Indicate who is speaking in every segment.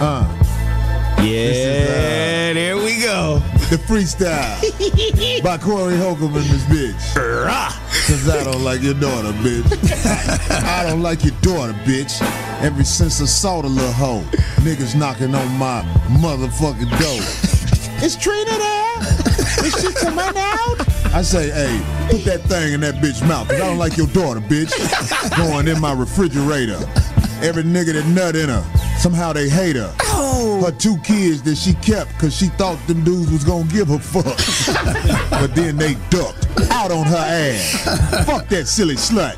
Speaker 1: uh,
Speaker 2: The freestyle by Corey Holcomb and this bitch. Cause I don't like your daughter, bitch. I don't like your daughter, bitch. Ever since I saw the little hoe, niggas knocking on my motherfucking door. Is Trina there? Is she coming out? I say, hey, put that thing in that bitch mouth. Cause I don't like your daughter, bitch. Going in my refrigerator. Every nigga that nut in her, somehow they hate her. Her two kids that she kept because she thought them dudes was gonna give a fuck. but then they ducked out on her ass. fuck that silly slut.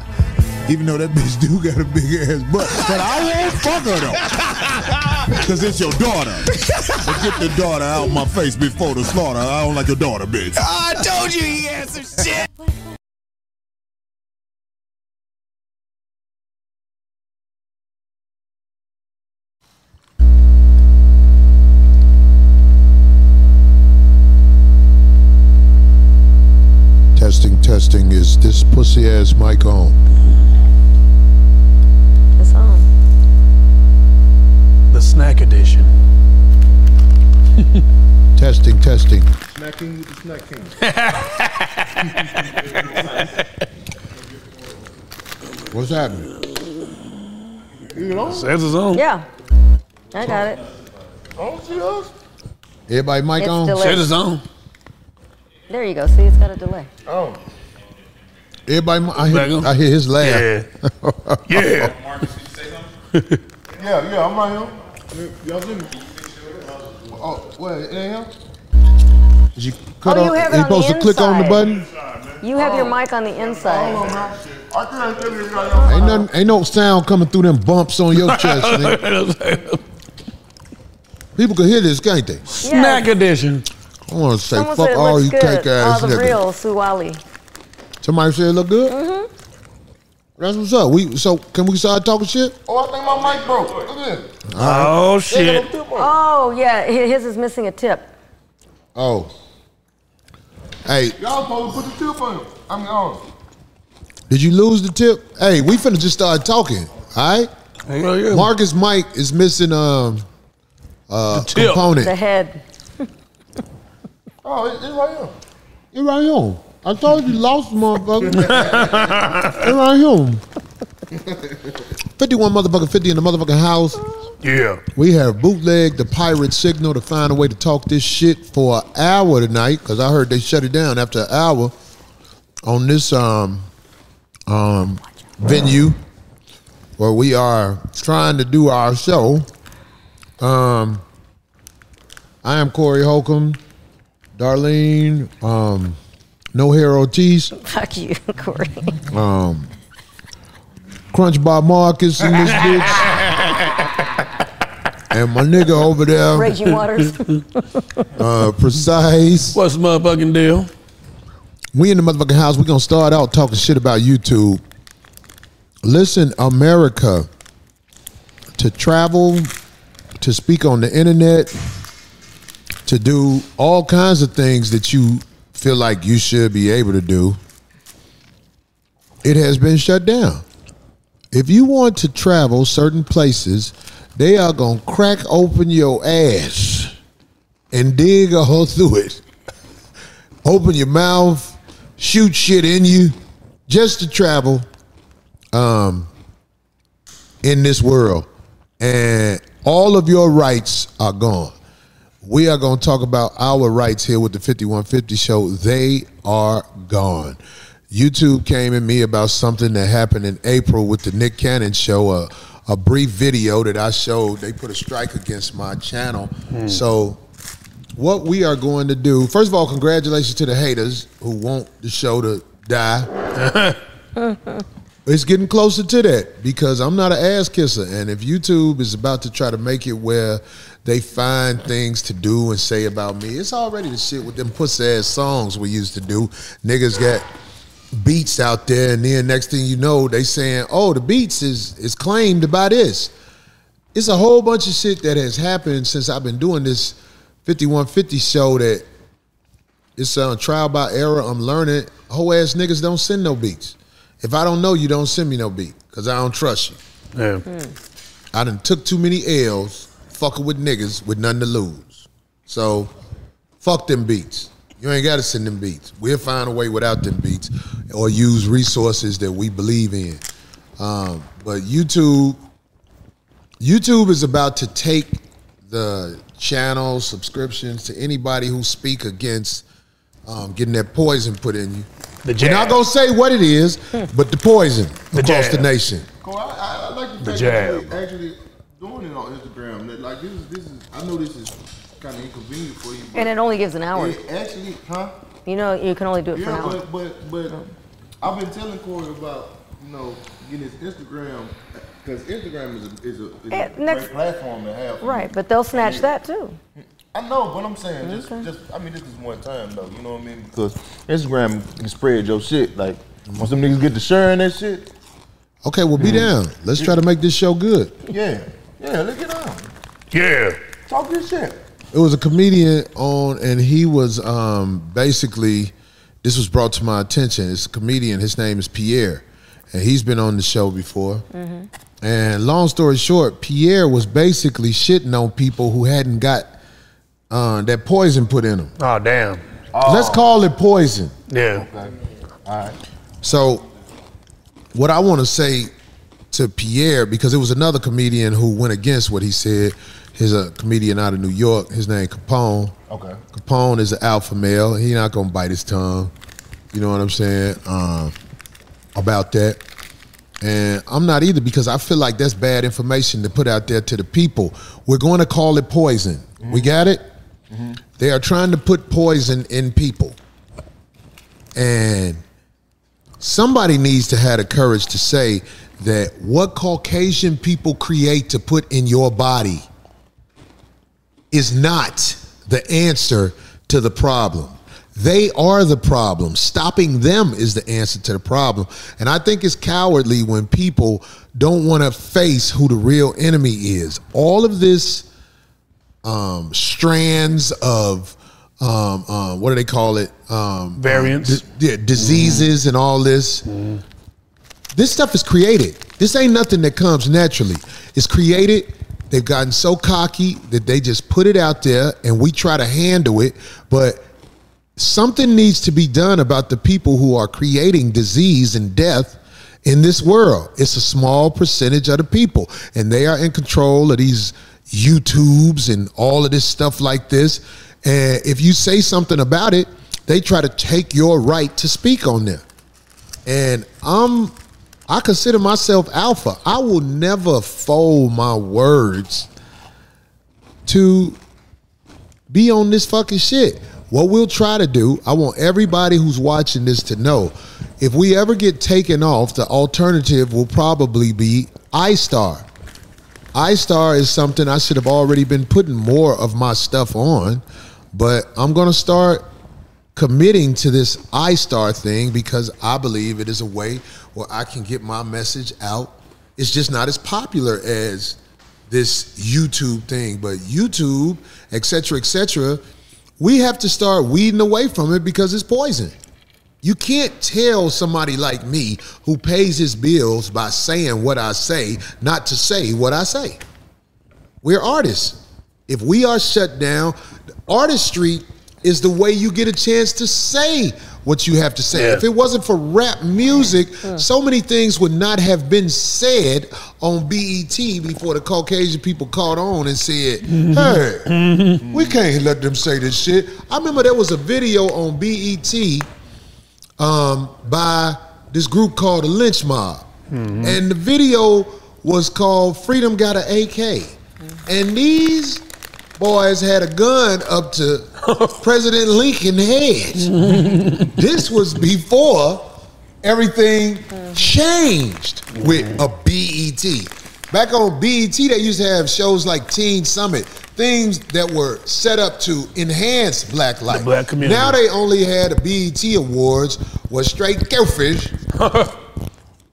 Speaker 2: Even though that bitch do got a big ass butt. But I won't fuck her though. Cause it's your daughter. But get the daughter out my face before the slaughter. I don't like your daughter, bitch.
Speaker 1: I told you he had some shit.
Speaker 3: Testing, testing. Is this pussy ass mic on?
Speaker 4: It's on.
Speaker 5: The snack edition.
Speaker 3: Testing, testing.
Speaker 2: Snacking with the snack king.
Speaker 3: What's happening?
Speaker 5: Says his own.
Speaker 4: Yeah. I got it.
Speaker 6: Oh,
Speaker 3: Everybody mic
Speaker 4: It's
Speaker 3: on?
Speaker 4: delayed.
Speaker 5: Says his own.
Speaker 4: There you go. See, it's got a delay.
Speaker 3: Everybody, mi- I
Speaker 5: Back on.
Speaker 3: hear, I hear his laugh.
Speaker 5: Yeah. uh, yeah.
Speaker 2: Yeah, yeah, I'm right here. Y'all see me?
Speaker 3: Oh, wait, yeah. Did you
Speaker 4: Oh,
Speaker 3: cut
Speaker 4: you
Speaker 3: on,
Speaker 4: have it
Speaker 3: you
Speaker 4: on the
Speaker 3: supposed to click on the
Speaker 4: inside.
Speaker 3: button?
Speaker 4: You have your mic on the inside.
Speaker 2: I think I can it right now.
Speaker 3: Ain't nothing, ain't no sound coming through them bumps on your chest, nigga. People can hear this, can't they?
Speaker 5: snack edition.
Speaker 3: I want to say,
Speaker 4: Someone
Speaker 3: fuck
Speaker 4: said it
Speaker 3: all
Speaker 4: looks
Speaker 3: you
Speaker 4: good.
Speaker 3: cake
Speaker 4: All
Speaker 3: ass
Speaker 4: the
Speaker 3: niggas.
Speaker 4: real Suwali.
Speaker 3: Somebody said it look good? Mm-hmm. That's what's up. We So, can we start talking shit?
Speaker 2: Oh, I think my mic broke. Look at this.
Speaker 3: Uh-huh.
Speaker 5: Oh shit.
Speaker 4: Oh yeah, hi- his is missing a tip.
Speaker 3: Oh. Hey,
Speaker 2: Y'all supposed to put the tip on it. I mean, on.
Speaker 3: Did you lose the tip? Hey, we finna just start talking. All right.
Speaker 5: Hell yeah.
Speaker 3: Marcus Mike is missing um uh
Speaker 5: tip.
Speaker 4: The
Speaker 3: component.
Speaker 4: head.
Speaker 2: Oh, it- it's right here.
Speaker 3: It right here. I told you lost, motherfucker. it right here. Fifty-one motherfucking fifty in the motherfucking house.
Speaker 5: Yeah.
Speaker 3: We have bootleg the pirate signal to find a way to talk this shit for an hour tonight because I heard they shut it down after an hour on this um um venue where we are trying to do our show. Um, I am Corey Holcomb, Darlene, um, No Hair Ortiz,
Speaker 4: Fuck you, Corey.
Speaker 3: Crunch Bob Marcus, and this bitch. And my nigga over there,
Speaker 4: Reggie Waters.
Speaker 3: uh, precise.
Speaker 5: What's the motherfucking deal?
Speaker 3: We in the motherfucking house. We gonna start out talking shit about YouTube. Listen, America, to travel, to speak on the internet, to do all kinds of things that you feel like you should be able to do. It has been shut down. If you want to travel certain places, they are gonna crack open your ass and dig a hole through it open your mouth, shoot shit in you, just to travel, um, in this world, and all of your rights are gone. We are going to talk about our rights here with the 5150 show. They are gone. YouTube came at me about something that happened in April with the Nick Cannon show, a, a brief video that I showed. They put a strike against my channel. So what we are going to do. First of all, congratulations to the haters who want the show to die. it's getting closer to that because I'm not an ass kisser, and if YouTube is about to try to make it where they find things to do and say about me, it's already the shit with them pussy ass songs we used to do. Niggas got beats out there, and then next thing you know, they saying, "Oh, the beats is is claimed by this." it's a whole bunch of shit that has happened since I've been doing this 5150 show that it's on trial by error. I'm learning. Whole ass niggas don't send no beats. If I don't know you, don't send me no beat because I don't trust you.
Speaker 5: Yeah.
Speaker 6: Hmm.
Speaker 3: I done took too many L's fucking with niggas with nothing to lose. So Fuck them beats. You ain't got to send them beats. We'll find a way without them beats or use resources that we believe in. Um, but YouTube, YouTube is about to take the channel subscriptions to anybody who speak against um, getting that poison put in you.
Speaker 5: The
Speaker 3: We're not
Speaker 5: jab.
Speaker 3: gonna say what it is, but the poison
Speaker 5: The
Speaker 3: across the
Speaker 5: jab.
Speaker 3: nation.
Speaker 6: Cole, I, I, I like the, fact
Speaker 5: jab.
Speaker 6: that you actually doing it on Instagram. That, like this is this is I know this is kind of inconvenient for you, but
Speaker 4: And it only gives an hour.
Speaker 6: it actually, huh?
Speaker 4: You know, you can only do it for an
Speaker 6: Yeah,
Speaker 4: hour.
Speaker 6: but but but I've been telling Corey about you know getting his Instagram because Instagram is a is a, is
Speaker 4: Eh,
Speaker 6: a
Speaker 4: next-
Speaker 6: great platform to have. for
Speaker 4: Right,
Speaker 6: you.
Speaker 4: but they'll snatch that too.
Speaker 6: I know, but I'm saying just
Speaker 4: Okay.
Speaker 6: just I mean this is one time though. You know what I mean? Because Instagram can spread your shit. Like once them niggas get to sharing that shit,
Speaker 3: Okay, well be down. Let's try to make this show good.
Speaker 6: yeah, yeah. Look it up.
Speaker 5: Yeah.
Speaker 6: Talk your shit.
Speaker 3: It was a comedian on, and he was um, basically. This was brought to my attention. It's a comedian. His name is Pierre, and he's been on the show before. And long story short, Pierre was basically shitting on people who hadn't got uh, that poison put in them.
Speaker 5: Oh damn.
Speaker 3: Let's call it poison.
Speaker 5: Yeah.
Speaker 3: So, what I want to say to Pierre, because it was another comedian who went against what he said. He's a comedian out of New York. His name Capone.
Speaker 6: Okay.
Speaker 3: Capone is an alpha male. He not gonna bite his tongue. You know what I'm saying? Um, about that. And I'm not either because I feel like that's bad information to put out there to the people. We're going to call it poison. We got it? They are trying to put poison in people. And somebody needs to have the courage to say that what Caucasian people create to put in your body is not the answer to the problem. They are the problem. Stopping them is the answer to the problem. And I think it's cowardly when people don't want to face who the real enemy is. All of this um, strands of um, um, what do they call it? Um,
Speaker 5: Variants.
Speaker 3: di- yeah, diseases and all this. This stuff is created. This ain't nothing that comes naturally. It's created. They've gotten so cocky that they just put it out there and we try to handle it. But something needs to be done about the people who are creating disease and death in this world. It's a small percentage of the people, and they are in control of these YouTubes and all of this stuff like this. And if you say something about it, they try to take your right to speak on them. And I'm I consider myself alpha. I will never fold my words to be on this fucking shit. What we'll try to do, I want everybody who's watching this to know. If we ever get taken off, the alternative will probably be iStar. iStar is something I should have already been putting more of my stuff on, but I'm going to start committing to this iStar thing because I believe it is a way where I can get my message out. It's just not as popular as this YouTube thing, but YouTube, et cetera, et cetera, we have to start weeding away from it because it's poison. You can't tell somebody like me who pays his bills by saying what I say not to say what I say. We're artists. If we are shut down, artistry is the way you get a chance to say what you have to say.
Speaker 5: Yeah.
Speaker 3: If it wasn't for rap music, so many things would not have been said on BET before the Caucasian people caught on and said, hey, we can't let them say this shit. I remember there was a video on E BET um, by this group called the Lynch Mob. And the video was called Freedom Got an AK. And these boys had a gun up to President Lincoln head. this was before everything changed with a BET. Back on BET, they used to have shows like Teen Summit, things that were set up to enhance black life.
Speaker 5: black community.
Speaker 3: Now they only had a BET Awards was straight goldfish,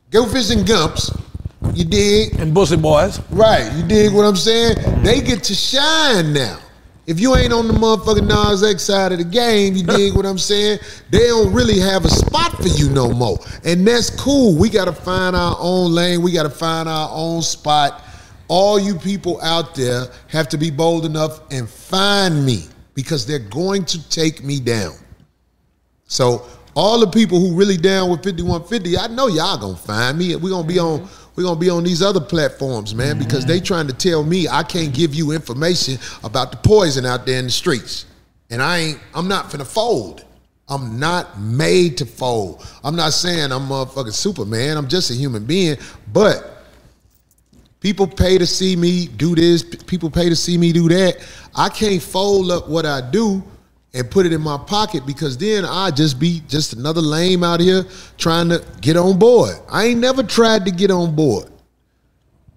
Speaker 3: goldfish and gumps. You dig?
Speaker 5: And Bussy Boys.
Speaker 3: Right. You dig what I'm saying? They get to shine now. If you ain't on the motherfucking Nas X side of the game, you dig what I'm saying? They don't really have a spot for you no more. And that's cool. We got to find our own lane. We got to find our own spot. All you people out there have to be bold enough and find me because they're going to take me down. So all the people who really down with 5150, I know y'all gonna find me. We're gonna be on we're gonna be on these other platforms, man, because they trying to tell me I can't give you information about the poison out there in the streets. And I ain't I'm not finna fold. I'm not made to fold. I'm not saying I'm motherfucking Superman. I'm just a human being. But People pay to see me do this. p- People pay to see me do that. I can't fold up what I do and put it in my pocket because then I just be just another lame out here trying to get on board. I ain't never tried to get on board.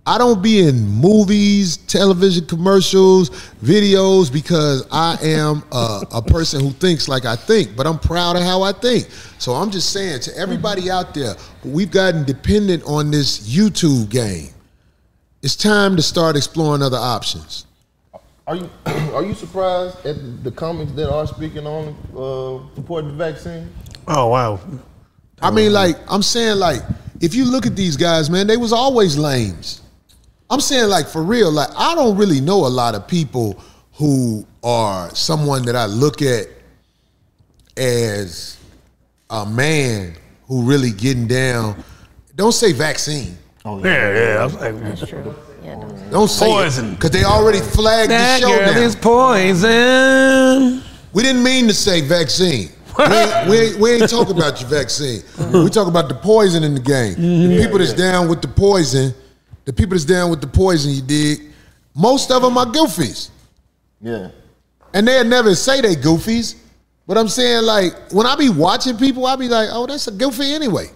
Speaker 3: I don't be in movies, television commercials, videos because I am a, a person who thinks like I think, but I'm proud of how I think. So I'm just saying to everybody out there, we've gotten dependent on this YouTube game it's time to start exploring other options.
Speaker 6: Are you are you surprised at the comics that are speaking on uh, supporting the vaccine?
Speaker 5: Oh wow.
Speaker 3: I mean, like, I'm saying, like, if you look at these guys, man, they was always lames. I'm saying, like, for real, like, I don't really know a lot of people who are someone that I look at as a man who really getting down. Don't say vaccine.
Speaker 5: Yeah, yeah. I was like,
Speaker 4: That's true. Yeah, don't say
Speaker 3: Don't say
Speaker 5: Poison.
Speaker 3: because they already flagged
Speaker 5: that
Speaker 3: the show
Speaker 5: girl
Speaker 3: now.
Speaker 5: is poison.
Speaker 3: We didn't mean to say vaccine. We ain't, we ain't, we ain't talk about your vaccine. We talk about the poison in the game. The people that's down with the poison, the people that's down with the poison, you dig? Most of them are goofies.
Speaker 6: Yeah.
Speaker 3: And they'll never say they goofies. But I'm saying, like, when I be watching people, I be like, oh, that's a goofy anyway.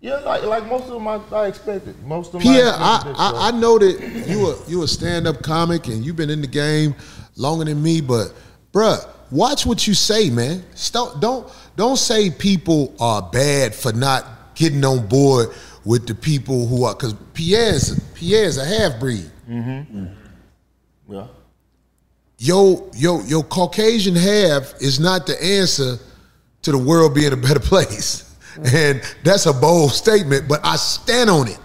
Speaker 6: Yeah, like like most of them I, I expected. Most of them
Speaker 3: Pierre,
Speaker 6: expected
Speaker 3: I,
Speaker 6: that, so.
Speaker 3: I, I know that you a you a stand up comic and you've been in the game longer than me, but bruh, watch what you say, man. Stop, don't don't say people are bad for not getting on board with the people who are because Pierre's Pierre's a half breed.
Speaker 6: Yeah.
Speaker 3: Yo yo yo Caucasian half is not the answer to the world being a better place, and that's a bold statement, but I stand on it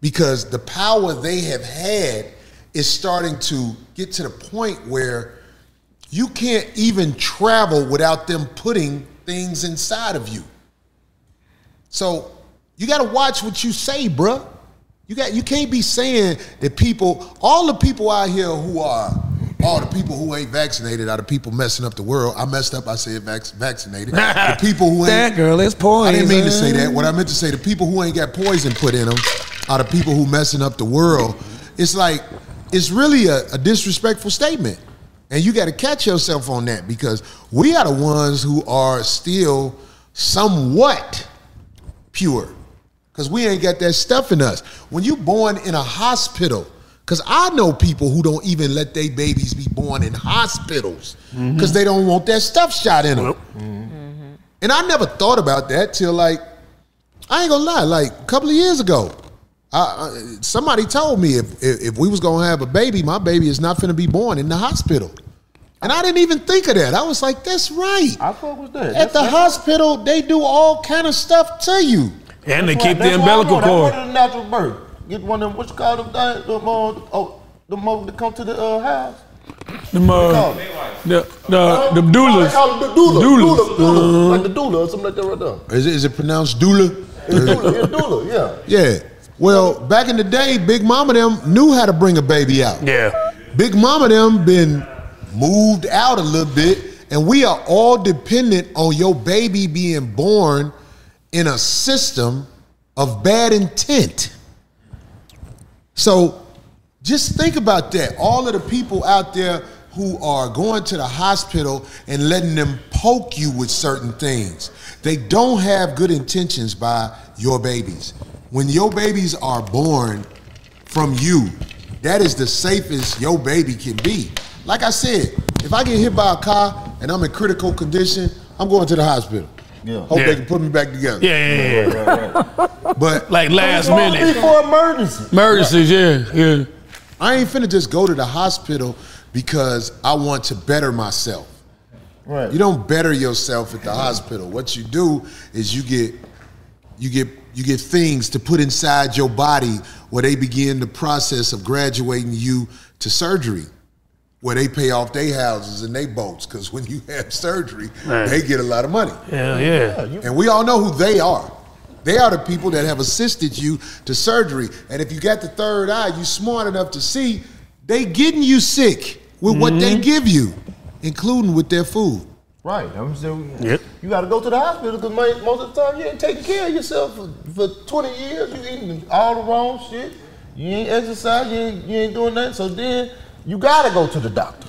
Speaker 3: because the power they have had is starting to get to the point where you can't even travel without them putting things inside of you. So you got to watch what you say, bruh. You got you can't be saying that people, all the people out here who are, all the people who ain't vaccinated are the people messing up the world. I messed up. I said vac- vaccinated. the people who ain't
Speaker 5: That girl is
Speaker 3: I
Speaker 5: poison.
Speaker 3: didn't mean to say that. What I meant to say, the people who ain't got poison put in them are the people who messing up the world. It's like it's really a, a disrespectful statement, and you got to catch yourself on that because we are the ones who are still somewhat pure because we ain't got that stuff in us. When you born in a hospital, because I know people who don't even let their babies be born in hospitals because they don't want that stuff shot in them.
Speaker 5: Nope.
Speaker 3: And I never thought about that till like, I ain't gonna lie, like a couple of years ago. I, I, somebody told me if, if if we was gonna have a baby, my baby is not gonna be born in the hospital, and I didn't even think of that. I was like, "That's right."
Speaker 6: I fuck with that.
Speaker 3: At the hospital, they do all kind of stuff to you.
Speaker 5: And they
Speaker 6: That's
Speaker 5: keep
Speaker 6: why-
Speaker 5: the
Speaker 6: that's why I
Speaker 5: umbilical
Speaker 6: know that
Speaker 5: cord.
Speaker 6: One of the natural birth. Get one of them. What you call them things? Them, uh, oh, the mother that come to the uh, house.
Speaker 5: Them, uh,
Speaker 6: Call it.
Speaker 5: the, the, the
Speaker 6: Oh, they
Speaker 5: doulas.
Speaker 6: call it the doula.
Speaker 5: Doulas. Uh-huh.
Speaker 6: Doula, doula. Like the doula or something like that right there.
Speaker 3: Is it, is it pronounced doula?
Speaker 6: Doula, yeah, doula, yeah.
Speaker 3: yeah. Well, back in the day, Big Mama them knew how to bring a baby out.
Speaker 5: Yeah.
Speaker 3: Big Mama them been moved out a little bit, and we are all dependent on your baby being born in a system of bad intent. So just think about that. All of the people out there who are going to the hospital and letting them poke you with certain things. They don't have good intentions by your babies. When your babies are born from you, that is the safest your baby can be. Like I said, if I get hit by a car and I'm in critical condition, I'm going to the hospital.
Speaker 6: Yeah.
Speaker 3: Hope
Speaker 5: Yeah.
Speaker 3: they can put me back together.
Speaker 5: Yeah, yeah, yeah.
Speaker 3: But
Speaker 5: Like last minute.
Speaker 6: Before emergency.
Speaker 5: Emergencies, yeah, yeah.
Speaker 3: I ain't finna just go to the hospital because I want to better myself.
Speaker 6: Right.
Speaker 3: You don't better yourself at the hospital. What you do is you get you get you get things to put inside your body where they begin the process of graduating you to surgery. where they pay off their houses and they boats because when you have surgery, they get a lot of money.
Speaker 5: Hell yeah.
Speaker 3: And we all know who they are. They are the people that have assisted you to surgery. And if you got the third eye, you smart enough to see they getting you sick with what they give you, including with their food.
Speaker 6: Right. I'm saying
Speaker 5: Yep.
Speaker 6: you got to go to the hospital because most of the time you ain't taking care of yourself for, for 20 years. You eating all the wrong shit. You ain't exercise. You ain't, you ain't doing nothing. So then you got to go to the doctor.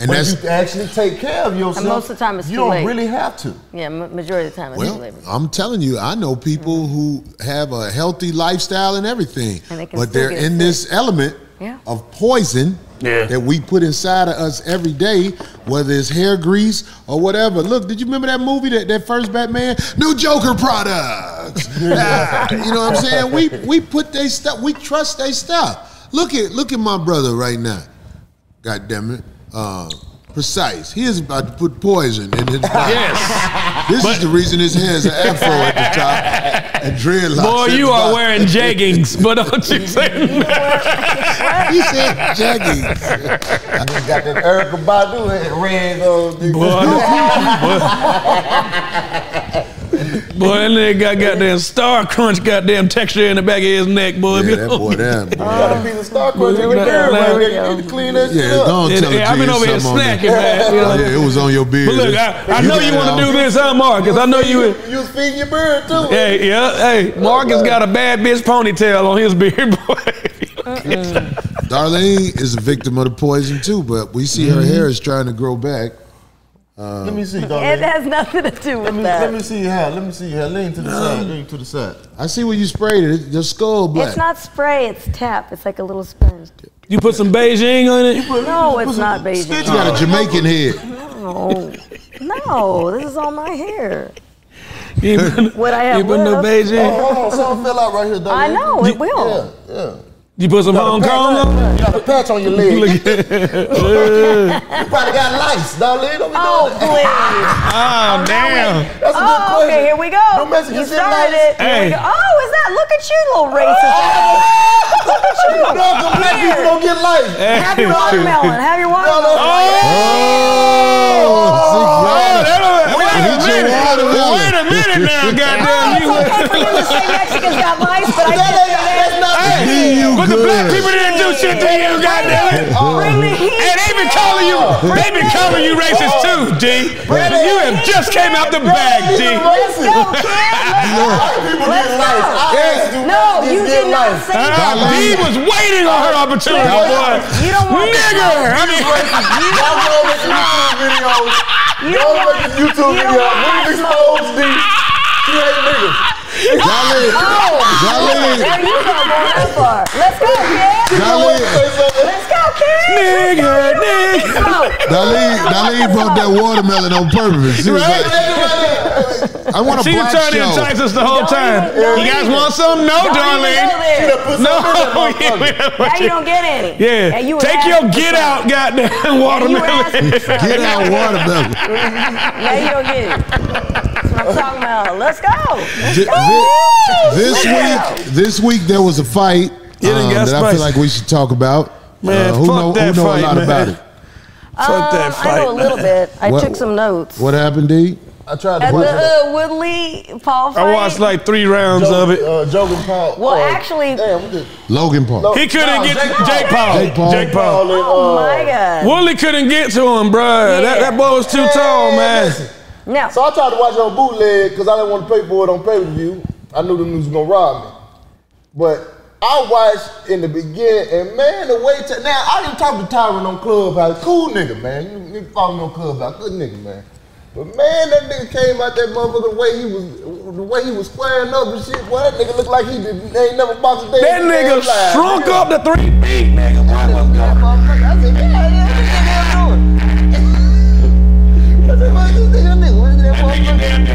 Speaker 3: And
Speaker 6: when
Speaker 3: that's
Speaker 6: you actually take care of yourself,
Speaker 4: most of the time it's
Speaker 6: you
Speaker 4: too
Speaker 6: don't
Speaker 4: late.
Speaker 6: really have to.
Speaker 4: Yeah, m- majority of the time it's
Speaker 3: well,
Speaker 4: labor. Mm-hmm.
Speaker 3: I'm telling you, I know people who have a healthy lifestyle and everything,
Speaker 4: And they can
Speaker 3: but
Speaker 4: still
Speaker 3: they're
Speaker 4: get
Speaker 3: in
Speaker 4: sick.
Speaker 3: this element
Speaker 4: Yeah.
Speaker 3: of poison
Speaker 5: Yeah.
Speaker 3: that we put inside of us every day, whether it's hair grease or whatever. Look, did you remember that movie that that first Batman? New Joker products. Ah, you know what I'm saying? We we put they stuff. We trust they stuff. Look at look at my brother right now. God damn it. Uh, precise. He is about to put poison in his body.
Speaker 5: Yes.
Speaker 3: This is the reason his hair's an afro at the top and dreadlocks.
Speaker 5: Boy,
Speaker 3: at
Speaker 5: you
Speaker 3: the
Speaker 5: are
Speaker 3: bottom.
Speaker 5: wearing jeggings, but don't you say
Speaker 3: He said jaggies.
Speaker 6: You got that Erica Badu and red uh, the-
Speaker 5: Boy, boy, boy, that nigga got goddamn star crunch, goddamn texture in the back of his neck, boy.
Speaker 3: Yeah, that boy, that boy.
Speaker 6: You got a piece of star crunch in
Speaker 5: Look
Speaker 6: the
Speaker 5: at that,
Speaker 6: girl
Speaker 5: man.
Speaker 6: right there. You need to clean that shit
Speaker 3: Yeah,
Speaker 6: up.
Speaker 3: don't
Speaker 5: Yeah,
Speaker 3: tell
Speaker 5: yeah, I've been over here snacking, man. You know.
Speaker 3: Oh, yeah, it was on your beard.
Speaker 5: But look, I, I know you want to do this, huh, Marcus? I know you.
Speaker 6: You was feeding your bird too.
Speaker 5: Hey, yeah, hey, Marcus got a bad bitch ponytail on his beard, boy.
Speaker 3: Darlene is a victim of the poison too, but we see
Speaker 5: Mm-hmm.
Speaker 3: her hair is trying to grow back.
Speaker 6: Let me see,
Speaker 4: It
Speaker 6: darling.
Speaker 4: has nothing to do
Speaker 6: Let
Speaker 4: with
Speaker 6: me, let me
Speaker 4: that.
Speaker 6: see your hair. Let me see your hair. Lean to the side. Lean to the side.
Speaker 3: I see where you sprayed it. The skull black.
Speaker 4: It's not spray, it's tap. It's like a little sponge.
Speaker 5: You put some Beijing on it?
Speaker 4: No, it's not
Speaker 3: you
Speaker 4: Beijing.
Speaker 3: got a Jamaican head.
Speaker 4: No, Oh, no, this is all my hair.
Speaker 5: You ain't put,
Speaker 4: What I
Speaker 5: you
Speaker 4: have
Speaker 5: ain't put no
Speaker 4: left.
Speaker 5: Beijing.
Speaker 6: Hold on, something fell out right here, darling.
Speaker 4: I know it will.
Speaker 6: Yeah, yeah.
Speaker 5: You put some Hong Kong on?
Speaker 6: You got a patch on your leg.
Speaker 5: Look at
Speaker 6: You probably got lice, darling. Don't be
Speaker 4: Oh
Speaker 6: doing that.
Speaker 4: please!
Speaker 5: Oh, damn.
Speaker 4: Oh,
Speaker 6: That's a good question.
Speaker 4: okay, here we go.
Speaker 6: Don't mess with
Speaker 4: you
Speaker 6: your
Speaker 4: started it.
Speaker 6: lights.
Speaker 4: Here we
Speaker 5: Hey.
Speaker 4: go. Oh, is that? Look at you, little racist.
Speaker 6: No, because black people don't get lice.
Speaker 4: Have your watermelon. Have your watermelon.
Speaker 3: Oh, see,
Speaker 5: Wait
Speaker 3: Eat your watermelon.
Speaker 5: a minute now, goddamn you.
Speaker 4: It's okay for you to say Mexicans got lice, but I
Speaker 6: That's
Speaker 4: just
Speaker 6: not
Speaker 3: Hey, you
Speaker 5: But the black
Speaker 3: good.
Speaker 5: people didn't do shit to you, goddamn it.
Speaker 4: bring the heat.
Speaker 5: And they been calling you, they been calling you racist too, D. You have just came out the bag, D.
Speaker 4: Let's go, kid.
Speaker 6: People
Speaker 4: Let's
Speaker 6: get
Speaker 4: go.
Speaker 6: lice. Our asses do
Speaker 4: No,
Speaker 6: not
Speaker 4: you
Speaker 6: get
Speaker 4: did not
Speaker 6: lice.
Speaker 4: say
Speaker 5: Huh?
Speaker 4: that.
Speaker 5: Ah, D was waiting on her opportunity, boy.
Speaker 4: You don't want this.
Speaker 5: Nigga, I mean,
Speaker 6: Y'all go make YouTube videos. Y'all make
Speaker 4: You don't want lice,
Speaker 6: this YouTube video. We expose these. She ain't niggas.
Speaker 3: Darlene, Darlene,
Speaker 4: There you go, going that far. Let's go, kid.
Speaker 3: Darlene,
Speaker 6: Say something.
Speaker 4: Let's go, kid.
Speaker 5: nigga, nigga.
Speaker 4: Let's go.
Speaker 3: Darlene, Darlene brought that watermelon on purpose. She was like, I want a
Speaker 5: She was
Speaker 3: black
Speaker 5: trying to
Speaker 3: show.
Speaker 5: entice us the whole time.
Speaker 4: don't
Speaker 5: You guys
Speaker 4: even-
Speaker 5: want some? No,
Speaker 4: Don't even go
Speaker 5: darling.
Speaker 4: there.
Speaker 5: No.
Speaker 4: Now you don't get any.
Speaker 5: Yeah.
Speaker 4: And you were
Speaker 5: Take
Speaker 4: asking
Speaker 5: your
Speaker 4: for
Speaker 5: get
Speaker 4: some.
Speaker 5: out, goddamn
Speaker 4: And you were
Speaker 5: watermelon.
Speaker 4: asking for some.
Speaker 3: Get out watermelon.
Speaker 4: Now you don't get it. That's what I'm talking about. Let's go.
Speaker 3: Th- thi- This week, this week there was a fight
Speaker 5: You done
Speaker 3: um,
Speaker 5: got
Speaker 3: that I
Speaker 5: spicy.
Speaker 3: feel like we should talk about. Uh,
Speaker 5: Man,
Speaker 3: who
Speaker 5: fuck
Speaker 3: know,
Speaker 5: that
Speaker 3: who know
Speaker 5: fight,
Speaker 3: a lot
Speaker 5: man.
Speaker 3: about it?
Speaker 5: Fuck that
Speaker 4: Um, I know a little bit. I
Speaker 3: What-
Speaker 4: took some notes.
Speaker 3: What happened, D?
Speaker 6: I tried
Speaker 4: At
Speaker 6: to
Speaker 4: the
Speaker 6: watch
Speaker 4: uh, Woodley Paul fight.
Speaker 5: I watched like three rounds of it.
Speaker 6: Uh, Jogan Paul.
Speaker 4: Well,
Speaker 6: uh,
Speaker 4: actually-
Speaker 6: damn, we just-
Speaker 3: Logan Paul.
Speaker 5: He couldn't
Speaker 6: No,
Speaker 5: get
Speaker 6: Jake
Speaker 5: to Jake Paul.
Speaker 3: Jake Paul.
Speaker 5: Jake Paul.
Speaker 4: Oh
Speaker 6: uh,
Speaker 4: my God.
Speaker 5: Woolley couldn't get to him, bruh. That, that boy was too
Speaker 6: Man,
Speaker 5: tall, man.
Speaker 6: listen.
Speaker 4: Now,
Speaker 6: So I tried to watch it on bootleg because I didn't want to pay for it on pay per view. I knew the news was gonna rob me. But I watched in the beginning, and man, the way to, now I didn't talk to Tyron on Clubhouse. Cool nigga, man. You, you follow me on Clubhouse, good nigga, man. But man, that nigga came out that motherfucker the way he was, the way he was squaring up and shit. Boy, that nigga looked like he did, ain't never boxed a day.
Speaker 5: That
Speaker 6: in his
Speaker 5: nigga
Speaker 6: damn life.
Speaker 5: shrunk up to three feet, nigga.
Speaker 6: I said, yeah, yeah, what the hell I'm doing? I said, man, this nigga, nigga, what is that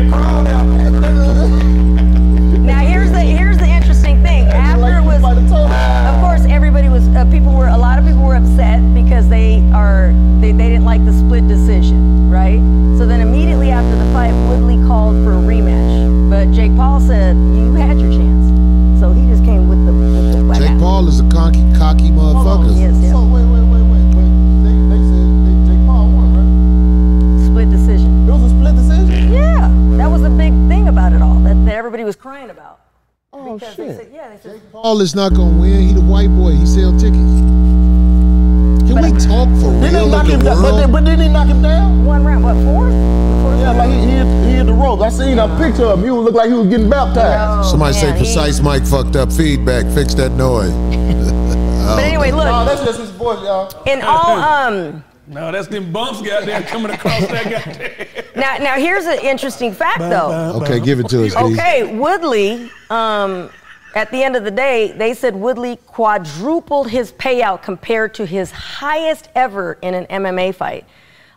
Speaker 6: motherfucker?
Speaker 4: now here's the here's the interesting thing. After it was, of course, everybody was uh, people were a lot of people were upset because they are they, they didn't like the split decision, right? So then immediately after the fight, Woodley called for a rematch, but Jake Paul said you had your chance, so he just came with the with the whack
Speaker 3: Jake
Speaker 4: out.
Speaker 3: Paul is a cocky, cocky
Speaker 4: Hold on,
Speaker 3: motherfucker.
Speaker 4: yes, yes.
Speaker 6: So wait, wait, wait, wait, wait. They, they
Speaker 7: Oh,
Speaker 4: because they
Speaker 7: shit.
Speaker 4: said, yeah, they said,
Speaker 3: Paul is not gonna win. He the white boy. He sell tickets. Can we talk for
Speaker 6: Then they
Speaker 3: real
Speaker 6: knock
Speaker 3: in
Speaker 6: him
Speaker 3: the
Speaker 6: down. But then,
Speaker 3: world?
Speaker 6: but then they knock him down.
Speaker 4: one round, what, fourth? Fourth
Speaker 6: Yeah,
Speaker 4: round?
Speaker 6: like he, he, hit, he hit the ropes. I seen a picture of him. He looked like he was getting baptized.
Speaker 4: Oh,
Speaker 3: Somebody say
Speaker 4: man, he-
Speaker 3: precise mic fucked up feedback. Fix that noise.
Speaker 4: But anyway,
Speaker 3: Oh.
Speaker 6: Nah,
Speaker 4: look,
Speaker 6: that's just his voice, y'all.
Speaker 4: in all, um,
Speaker 5: No, that's them bumps goddamn coming across that goddamn.
Speaker 4: Now, now here's an interesting fact, though.
Speaker 3: Okay, give it to us, please.
Speaker 4: Okay, Woodley. Um, at the end of the day, they said Woodley quadrupled his payout compared to his highest ever in an MMA fight.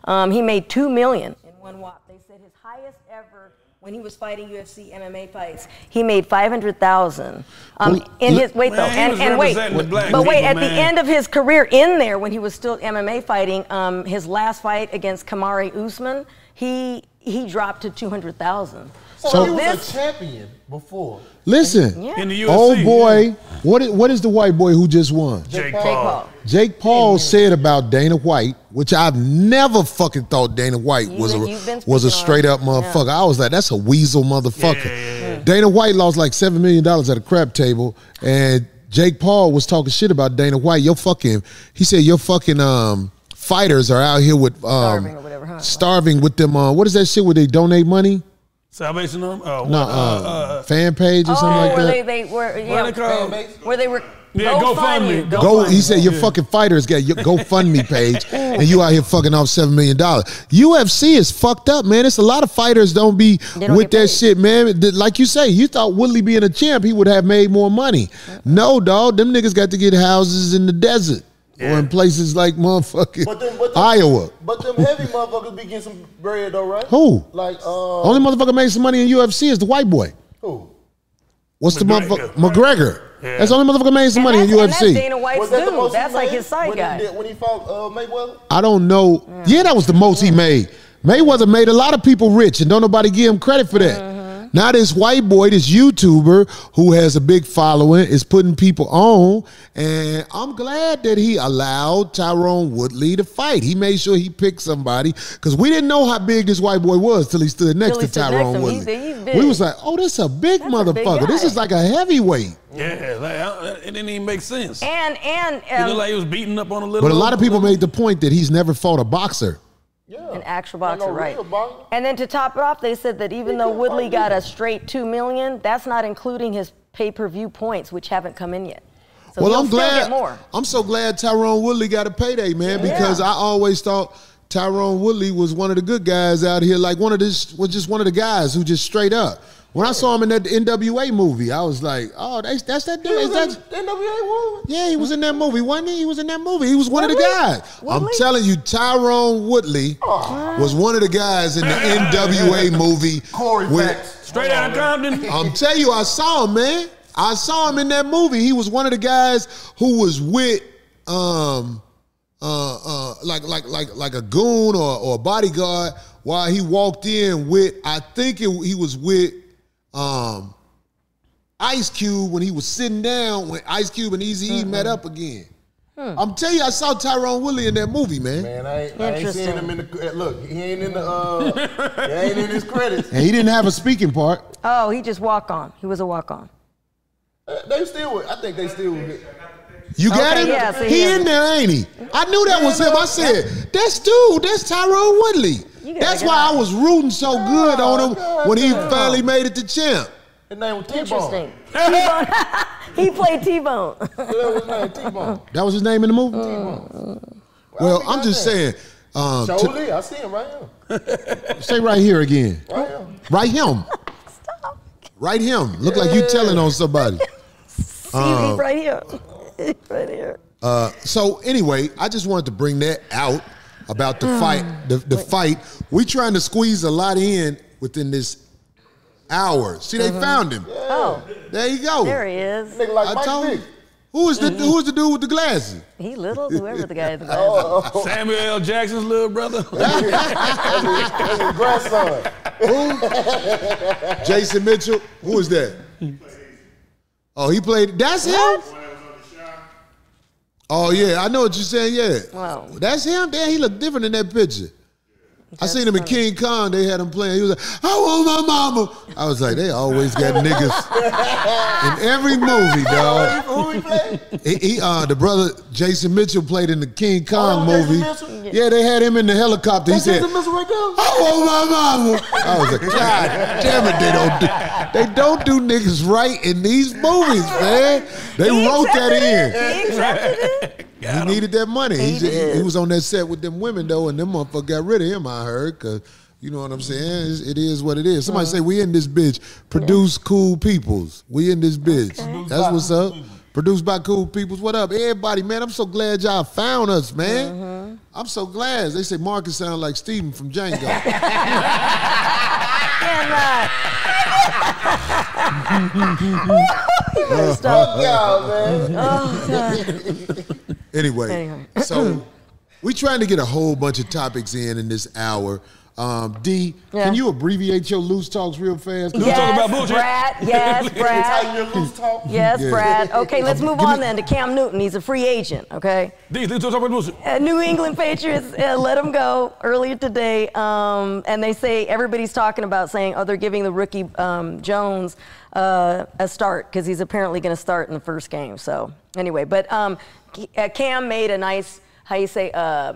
Speaker 4: Um, he made two million in one whop. They said his highest ever when he was fighting UFC MMA fights. He made five hundred thousand. Um,
Speaker 3: Well,
Speaker 4: in
Speaker 3: l-
Speaker 4: his wait though,
Speaker 5: Man, he
Speaker 4: and,
Speaker 5: was
Speaker 4: and wait,
Speaker 5: representing the black
Speaker 4: but wait,
Speaker 5: people,
Speaker 4: at the
Speaker 5: man.
Speaker 4: end end of his career in there when he was still MMA fighting, um, his last fight against Kamari Usman, he he dropped to two hundred thousand.
Speaker 6: So,
Speaker 3: So-
Speaker 6: he was
Speaker 4: this-
Speaker 6: a champion before.
Speaker 3: Listen,
Speaker 4: Yeah.
Speaker 5: In the UFC.
Speaker 3: old boy, what is, what is the white boy who just won?
Speaker 5: Jake
Speaker 4: Jake
Speaker 5: Paul.
Speaker 4: Paul.
Speaker 3: Jake Paul said about Dana White, which I've never fucking thought Dana White
Speaker 4: You-
Speaker 3: was
Speaker 4: you've been
Speaker 3: a was a
Speaker 4: speaking on
Speaker 3: straight
Speaker 4: it.
Speaker 3: up motherfucker. I was like, that's a weasel motherfucker.
Speaker 5: Yeah, yeah,
Speaker 3: Dana White lost like seven million dollars at a crap table, and Jake Paul was talking shit about Dana White. Your fucking, he said your fucking um fighters are out here with um,
Speaker 4: Starving or whatever, huh?
Speaker 3: starving with them. Uh, what is that shit where they donate money?
Speaker 5: Salvation Army. Oh,
Speaker 3: No, uh, fan page or
Speaker 4: Oh,
Speaker 3: something like
Speaker 4: where
Speaker 3: that.
Speaker 4: they, they were yeah,
Speaker 5: they call-
Speaker 4: where they were
Speaker 5: Yeah, GoFundMe.
Speaker 4: GoFundMe,
Speaker 3: Go,
Speaker 4: GoFundMe.
Speaker 3: he said your fucking fighters got your GoFundMe page, and you out here fucking off seven million dollars. UFC is fucked up, man. It's a lot of fighters don't be
Speaker 4: They don't
Speaker 3: with
Speaker 4: get
Speaker 3: that
Speaker 4: paid.
Speaker 3: shit, man. Th- Like you say, you thought Woodley being a champ, he would have made more money.
Speaker 4: Uh-uh.
Speaker 3: No, dog, them niggas got to get houses in the desert or in places like motherfucking
Speaker 6: But them, but them,
Speaker 3: Iowa.
Speaker 6: But them heavy motherfuckers be getting some bread though, right?
Speaker 3: Who? Oh.
Speaker 6: Like uh,
Speaker 3: Only motherfucker made some money in UFC is the white boy.
Speaker 6: who?
Speaker 3: What's the
Speaker 5: McGregor.
Speaker 3: motherfucker McGregor? That's the only motherfucker made some money in
Speaker 4: and that's, and that's
Speaker 3: UFC.
Speaker 4: Dana White's
Speaker 6: Was that the
Speaker 4: dude.
Speaker 6: most he
Speaker 4: That's like
Speaker 6: made
Speaker 4: his side
Speaker 6: when
Speaker 4: guy.
Speaker 6: He did, when he fought uh, Mayweather.
Speaker 3: I don't know.
Speaker 4: Mm.
Speaker 3: Yeah, that was the most he made. Mayweather made a lot of people rich, and don't nobody give him credit for that.
Speaker 4: Mm-hmm.
Speaker 3: Now this white boy, this YouTuber who has a big following, is putting people on, and I'm glad that he allowed Tyrone Woodley to fight. He made sure he picked somebody because we didn't know how big this white boy was till he stood next
Speaker 4: Till he
Speaker 3: to
Speaker 4: stood next
Speaker 3: Tyrone
Speaker 4: to him. He's-
Speaker 3: Woodley.
Speaker 4: he's big.
Speaker 3: we was like, "Oh, that's a big
Speaker 4: That's a big
Speaker 3: motherfucker. this
Speaker 4: guy.
Speaker 3: is like a heavyweight."
Speaker 5: yeah. Like, I, it didn't even make sense. It
Speaker 4: and and
Speaker 5: looked
Speaker 4: um,
Speaker 5: like he was beating up on a little.
Speaker 3: But a lot of
Speaker 4: Mm-hmm.
Speaker 3: people made the point that he's never fought a boxer.
Speaker 6: Yeah.
Speaker 4: an actual
Speaker 6: Ain't no
Speaker 4: boxer, right?
Speaker 6: real boxer.
Speaker 4: And then to top it off, they said that even though Woodley got a straight two million, that's not including his pay-per-view points, which haven't come in yet. So
Speaker 3: well,
Speaker 4: he'll
Speaker 3: I'm
Speaker 4: still
Speaker 3: glad.
Speaker 4: get more.
Speaker 3: I'm so glad Tyrone Woodley got a payday, man, because I always thought Tyrone Woodley was one of the good guys out here, like one of this was just one of the guys who just straight up. When I saw him in that NWA movie, I was like, "Oh, that's that's that dude."
Speaker 6: He
Speaker 3: Is
Speaker 6: was in
Speaker 3: that,
Speaker 6: the NWA World.
Speaker 3: yeah, he was in that movie, wasn't he? He was in that movie. He was one of the
Speaker 4: Woodley?
Speaker 3: guys. I'm
Speaker 4: Woodley?
Speaker 3: telling you, Tyrone Woodley was one of the guys in the NWA movie.
Speaker 6: Corey
Speaker 3: where-
Speaker 6: Facts.
Speaker 5: straight out of
Speaker 3: Oh,
Speaker 5: Compton.
Speaker 3: I'm telling you, I saw him, man. I saw him in that movie. He was one of the guys who was with um uh uh like like like like a goon or, or a bodyguard while he walked in with I think it, he was with um Ice Cube when he was sitting down when Ice Cube and Easy E met up again. I'm telling you, I saw Tyrone Willie in that movie, man.
Speaker 6: Man, I ain't, I ain't
Speaker 4: Interesting.
Speaker 6: seen him in the. Look, he ain't in the. Uh, he ain't in his credits.
Speaker 3: And he didn't have a speaking part.
Speaker 4: Oh, he just walk on. He was a walk on.
Speaker 6: Uh, They still. would- I think they still. would get-
Speaker 3: You got
Speaker 4: Okay,
Speaker 3: him?
Speaker 4: yeah, see,
Speaker 3: he
Speaker 4: yeah.
Speaker 3: in there, ain't he? I knew that was him. I said, that's dude, that's Tyrone Woodley.
Speaker 4: You gotta
Speaker 3: That's
Speaker 4: get
Speaker 3: why
Speaker 4: out. Oh,
Speaker 3: I was rooting so good on him
Speaker 6: God
Speaker 3: when he
Speaker 6: damn.
Speaker 3: finally made it to champ.
Speaker 6: His name was T-Bone.
Speaker 4: Interesting. T-Bone. he played T-Bone.
Speaker 6: That was his name, T-Bone.
Speaker 3: That was his name in the movie?
Speaker 4: Mm.
Speaker 3: Well,
Speaker 6: think
Speaker 3: I'm
Speaker 6: I
Speaker 3: just
Speaker 6: did.
Speaker 3: saying, um, to,
Speaker 6: Jolie, I see him right here.
Speaker 3: say right here again.
Speaker 6: Right here.
Speaker 3: Right him. Right him. Look like you telling on somebody.
Speaker 4: See
Speaker 3: Oh.
Speaker 4: me right here. right here.
Speaker 3: So anyway, I just wanted to bring that out
Speaker 4: Mm.
Speaker 3: about the fight. The, the fight. We trying to squeeze a lot in within this hour. See,
Speaker 4: Mm-hmm.
Speaker 3: they found him.
Speaker 4: Oh,
Speaker 3: There you go.
Speaker 4: there he is.
Speaker 6: Nigga like
Speaker 3: I
Speaker 6: Mike
Speaker 3: told
Speaker 6: Vick.
Speaker 3: you. Who is the who is the dude with the glasses?
Speaker 4: He little, whoever the guy is.
Speaker 3: Oh,
Speaker 5: Samuel L. Jackson's little brother.
Speaker 6: That's his grandson.
Speaker 3: Jason Mitchell. Who is that? Oh, he played. That's him. Oh yeah, I know what you're saying. Yeah,
Speaker 4: Wow.
Speaker 3: that's him. Damn, he looked different in that picture. I seen him in King Kong. They had him playing. He was like, "I want my mama." I was like, "They always got niggas in every movie, dog."
Speaker 6: Who he played?
Speaker 3: He, he uh, the brother Jason Mitchell played in the King Kong
Speaker 6: Oh, Jason
Speaker 3: movie.
Speaker 6: Mitchell?
Speaker 3: Yeah, they had him in the helicopter. He
Speaker 6: That's
Speaker 3: said,
Speaker 6: the missile right there.
Speaker 3: I want my mama. I was like, God damn it, they don't do, they don't do niggas right in these movies, man. They
Speaker 4: He
Speaker 3: wrote that
Speaker 4: accepted
Speaker 3: in.
Speaker 4: it. He accepted it.
Speaker 3: He needed that money. He,
Speaker 4: He
Speaker 3: just- he-
Speaker 4: did.
Speaker 3: he was on that set with them women though, and them motherfucker got rid of him. I heard, cause you know what I'm saying. It's, it is what it is. Somebody
Speaker 4: Uh-huh.
Speaker 3: say we in this bitch. Produce cool peoples. We in this bitch. That's what's up. Produced by cool peoples. What up, everybody? Man, I'm so glad y'all found us, man.
Speaker 4: Uh-huh.
Speaker 3: I'm so glad. They say Marcus sound like Steven from Django.
Speaker 4: And
Speaker 3: Uh-huh.
Speaker 4: uh,
Speaker 6: Fuck y'all, man.
Speaker 3: anyway,
Speaker 4: Anyway.
Speaker 3: so we trying to get a whole bunch of topics in in this hour. Um, D,
Speaker 4: Yeah.
Speaker 3: can you abbreviate your loose talks real fast?
Speaker 4: yes,
Speaker 5: talk about bullshit.
Speaker 4: Brad. Yes,
Speaker 6: Tighten
Speaker 4: Brad.
Speaker 6: your loose talk.
Speaker 4: Yes,
Speaker 3: Yeah.
Speaker 4: Brad. Okay, let's move
Speaker 3: give
Speaker 4: on
Speaker 3: me-
Speaker 4: then to Cam Newton. He's a free agent. Okay.
Speaker 5: These dudes talking about bullshit.
Speaker 4: Uh, New England Patriots uh, let him go earlier today, um, and they say everybody's talking about saying, oh, they're giving the rookie um, Jones uh, a start because he's apparently going to start in the first game. So anyway, but um, C- uh, Cam made a nice, how you say, uh,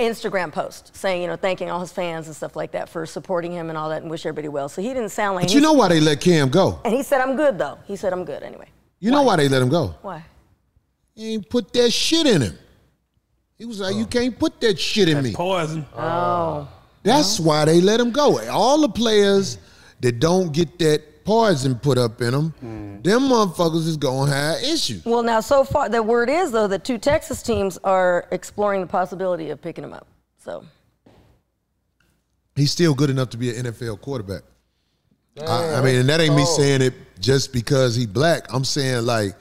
Speaker 4: Instagram post saying, you know, thanking all his fans and stuff like that for supporting him and all that, and wish everybody well. So he didn't sound like
Speaker 3: But you know why they let Cam go?
Speaker 4: and he said, I'm good though. He said, I'm good anyway.
Speaker 3: You know why they let him go?
Speaker 4: Why?
Speaker 3: He ain't put that shit in him. He was like, you can't put Uh. that shit in me.
Speaker 5: Poison.
Speaker 4: Oh,
Speaker 3: That's why they let him go. All the players that don't get that poison put up in them, them motherfuckers is gonna have issues.
Speaker 4: Well, now so far the word is though that two Texas teams are exploring the possibility of picking him up. So
Speaker 3: He's still good enough to be an NFL quarterback. I, I mean, and that ain't me saying it just because he black. I'm saying like,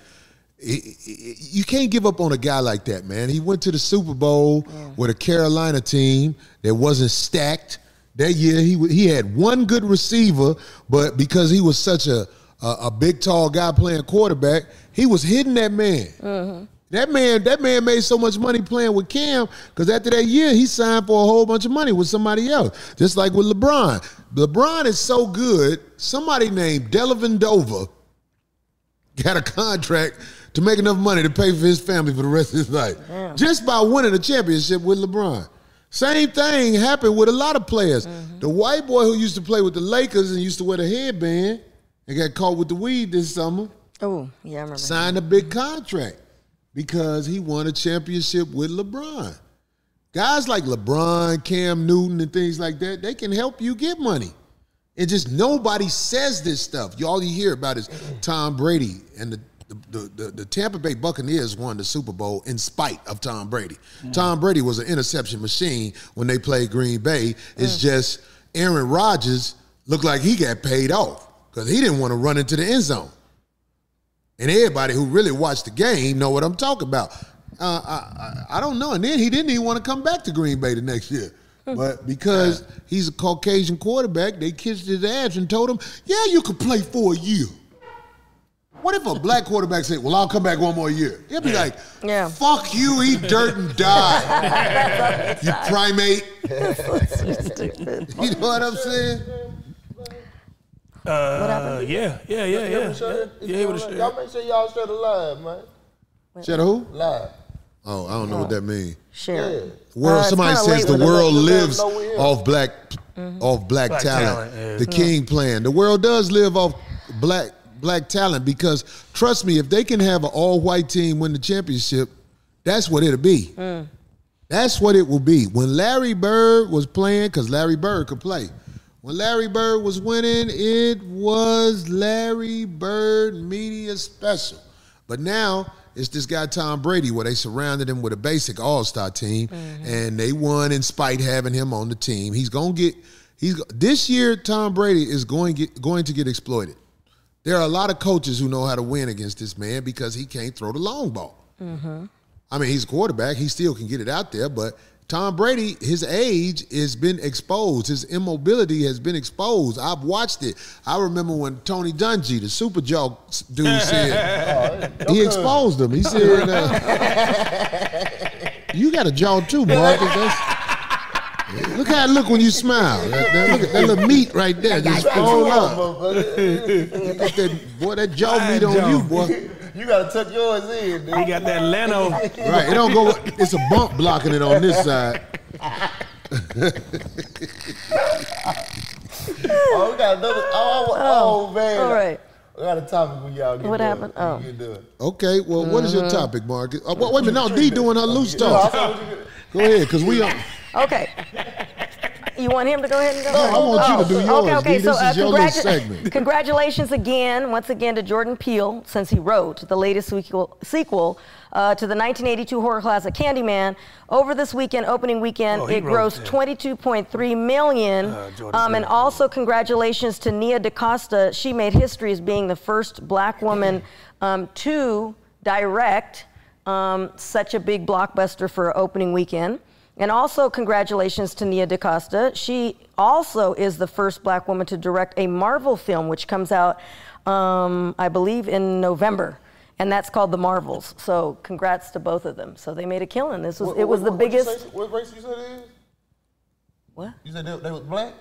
Speaker 3: i- i- i- you can't give up on a guy like that, man. He went to the Super Bowl with a Carolina team that wasn't stacked. That year, he wa- he had one good receiver, but because he was such a a, a big, tall guy playing quarterback, he was hitting that man. That man, that man made so much money playing with Cam because after that year, he signed for a whole bunch of money with somebody else. Just like with LeBron. LeBron is so good. Somebody named Delavan Dover got a contract to make enough money to pay for his family for the rest of his life just by winning a championship with LeBron. Same thing happened with a lot of players. The white boy who used to play with the Lakers and used to wear the headband and got caught with the weed this summer
Speaker 4: oh yeah, I remember.
Speaker 3: signed a big contract because he won a championship with LeBron. Guys like LeBron, Cam Newton, and things like that, they can help you get money. And just nobody says this stuff. You all you hear about is Tom Brady and the the, the, the, the Tampa Bay Buccaneers won the Super Bowl in spite of Tom Brady. Tom Brady was an interception machine when they played Green Bay. It's just Aaron Rodgers looked like he got paid off because he didn't want to run into the end zone. And everybody who really watched the game know what I'm talking about. Uh, I, I, I don't know. And then he didn't even want to come back to Green Bay the next year. But because he's a Caucasian quarterback, they kissed his ass and told him, yeah, you could play for a year. What if a black quarterback said, well, I'll come back one more year? He'll be like,
Speaker 4: Yeah.
Speaker 3: fuck you, eat dirt and die, you primate. You know what I'm saying?
Speaker 5: Uh, yeah, yeah, yeah, yeah. Yeah, yeah with a shirt.
Speaker 6: Y'all make sure y'all stay alive, man.
Speaker 3: Shut up, who?
Speaker 6: Live.
Speaker 3: Oh, I don't know what that means.
Speaker 4: Share.
Speaker 6: Yeah.
Speaker 3: World.
Speaker 4: Uh, it's
Speaker 3: somebody
Speaker 4: kinda
Speaker 3: says
Speaker 4: late Mm-hmm.
Speaker 3: the
Speaker 4: with it.
Speaker 3: world
Speaker 6: Let them
Speaker 3: lives
Speaker 6: know we're here.
Speaker 3: off black, off black,
Speaker 5: Black
Speaker 3: talent.
Speaker 5: talent, yeah. Mm-hmm.
Speaker 3: The King plan. The world does live off black black talent because trust me, if they can have an all white team win the championship, that's what it'll be.
Speaker 4: Mm-hmm.
Speaker 3: That's what it will be. When Larry Bird was playing, because Larry Bird could play. When Larry Bird was winning, it was Larry Bird Media Special. But now it's this guy Tom Brady, where they surrounded him with a basic All Star team, and they won in spite having him on the team. He's gonna get. He's this year. Tom Brady is going get, going to get exploited. There are a lot of coaches who know how to win against this man because he can't throw the long ball. I mean, he's a quarterback. He still can get it out there, but Tom Brady, his age has been exposed. His immobility has been exposed. I've watched it. I remember when Tony Dungy, the super jog dude, said he exposed him. He said, uh, "You got a jaw too, Marcus." That's, Look how it look when you smile. That, that, look at that little meat right there just thrown up. Look at that boy, that jaw meat on you, boy.
Speaker 6: You gotta tuck yours in, dude.
Speaker 5: We got that Leno.
Speaker 3: Right, it don't go. It's a bump blocking it on this side.
Speaker 6: Oh, we got another. Oh, oh, oh, man.
Speaker 4: All right.
Speaker 6: I got a topic when y'all get
Speaker 4: What
Speaker 6: done.
Speaker 4: happened? Oh.
Speaker 6: You get done.
Speaker 3: Okay, well, what is your
Speaker 4: Uh-huh.
Speaker 3: topic, Marcus? Oh, wait, wait a minute, no, D doing her loose
Speaker 6: No, I
Speaker 3: talk.
Speaker 6: thought you could-
Speaker 3: Go ahead, cause we on.
Speaker 4: Okay. You want him to go ahead and go?
Speaker 3: No, I want you to do
Speaker 4: so-
Speaker 3: yours,
Speaker 4: Okay, okay.
Speaker 3: D.
Speaker 4: So,
Speaker 3: This
Speaker 4: uh,
Speaker 3: is your little
Speaker 4: congratu-
Speaker 3: segment.
Speaker 4: Congratulations again, once again, to Jordan Peele, since he wrote the latest sequel, sequel uh, to the 1982 horror classic Candyman. Over this weekend, opening weekend,
Speaker 5: Oh, he
Speaker 4: it
Speaker 5: wrote
Speaker 4: grossed
Speaker 5: that.
Speaker 4: 22.3 million.
Speaker 5: Uh, Jordan's
Speaker 4: um, and
Speaker 5: good.
Speaker 4: also congratulations to Nia DaCosta. She made history as being the first black woman um, to direct um, such a big blockbuster for opening weekend. And also, congratulations to Nia DaCosta. She also is the first black woman to direct a Marvel film, which comes out, um, I believe, in November. And that's called The Marvels. So, congrats to both of them. So, they made a killing. This was,
Speaker 6: What-
Speaker 4: it was
Speaker 6: what-
Speaker 4: the
Speaker 6: what you
Speaker 4: biggest.
Speaker 6: say- What race you said it is?
Speaker 4: What?
Speaker 6: You said they, they was black?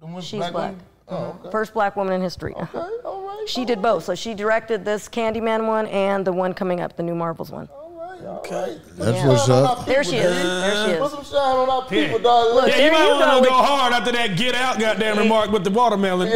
Speaker 6: The ones
Speaker 4: She's black.
Speaker 6: women? Oh, okay.
Speaker 4: First black woman in history.
Speaker 6: Okay, all right.
Speaker 4: She did both. So she directed this Candyman one and the one coming up, the new Marvels one.
Speaker 6: All right, all right.
Speaker 3: That's what's up.
Speaker 4: There she is. There she
Speaker 6: Put
Speaker 4: is.
Speaker 6: some shine on our people,
Speaker 5: Yeah.
Speaker 6: dog. Look.
Speaker 5: Yeah,
Speaker 4: There
Speaker 5: you might
Speaker 4: you
Speaker 5: want
Speaker 4: go.
Speaker 5: to go hard after that get out goddamn remark with the watermelon.
Speaker 4: Oh,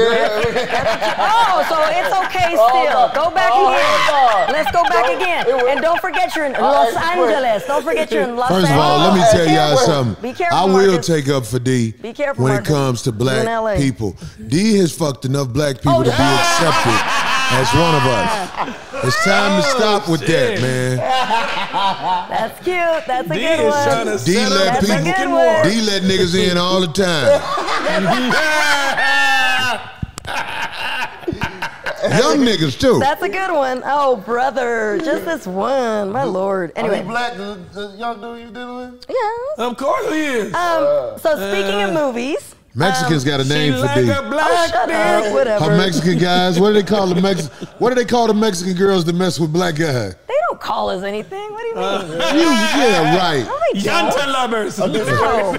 Speaker 4: so it's okay
Speaker 6: Oh,
Speaker 4: still.
Speaker 6: my-
Speaker 4: Go back
Speaker 6: oh, my
Speaker 4: again.
Speaker 6: God.
Speaker 4: Let's go back again.
Speaker 6: it was-
Speaker 4: And don't forget you're in
Speaker 6: I
Speaker 4: Los
Speaker 6: swear.
Speaker 4: Angeles. Don't forget you're in Los
Speaker 3: First
Speaker 4: Angeles.
Speaker 3: of all, let me tell y'all something.
Speaker 4: Be careful,
Speaker 3: I will
Speaker 4: Marcus.
Speaker 3: take up for D
Speaker 4: Be careful,
Speaker 3: when
Speaker 4: Marcus.
Speaker 3: it comes to
Speaker 4: You're in Oh, LA.
Speaker 3: black people. D has fucked enough black people to be accepted as one of us. It's time to stop with that,
Speaker 5: shit.
Speaker 3: man.
Speaker 4: That's cute. That's a
Speaker 5: D
Speaker 4: good
Speaker 5: is trying to
Speaker 4: one.
Speaker 3: D
Speaker 5: set
Speaker 3: let
Speaker 5: up
Speaker 4: That's a
Speaker 3: people-
Speaker 4: good one.
Speaker 3: D let niggas in all the time. Young niggas too.
Speaker 4: That's a good one. Oh, brother. Just this one. My lord.
Speaker 6: Anyway.
Speaker 4: Anyway.
Speaker 6: He black, the, the young dude you dealing with?
Speaker 4: Yeah.
Speaker 5: Of course he is. Uh,
Speaker 4: Um, so speaking of movies,
Speaker 3: Mexicans got a
Speaker 5: she
Speaker 3: name for
Speaker 5: like
Speaker 3: D.
Speaker 5: a
Speaker 4: oh,
Speaker 5: black
Speaker 4: shut up,
Speaker 5: bitch.
Speaker 4: whatever.
Speaker 3: Her Mexican guys, what do they call the Mex? What do they call the Mexican girls that mess with black guys?
Speaker 4: They don't call us anything. What do you
Speaker 5: Uh,
Speaker 4: mean?
Speaker 3: You, yeah, right.
Speaker 4: no, they don't.
Speaker 5: Yanta lovers.
Speaker 4: No.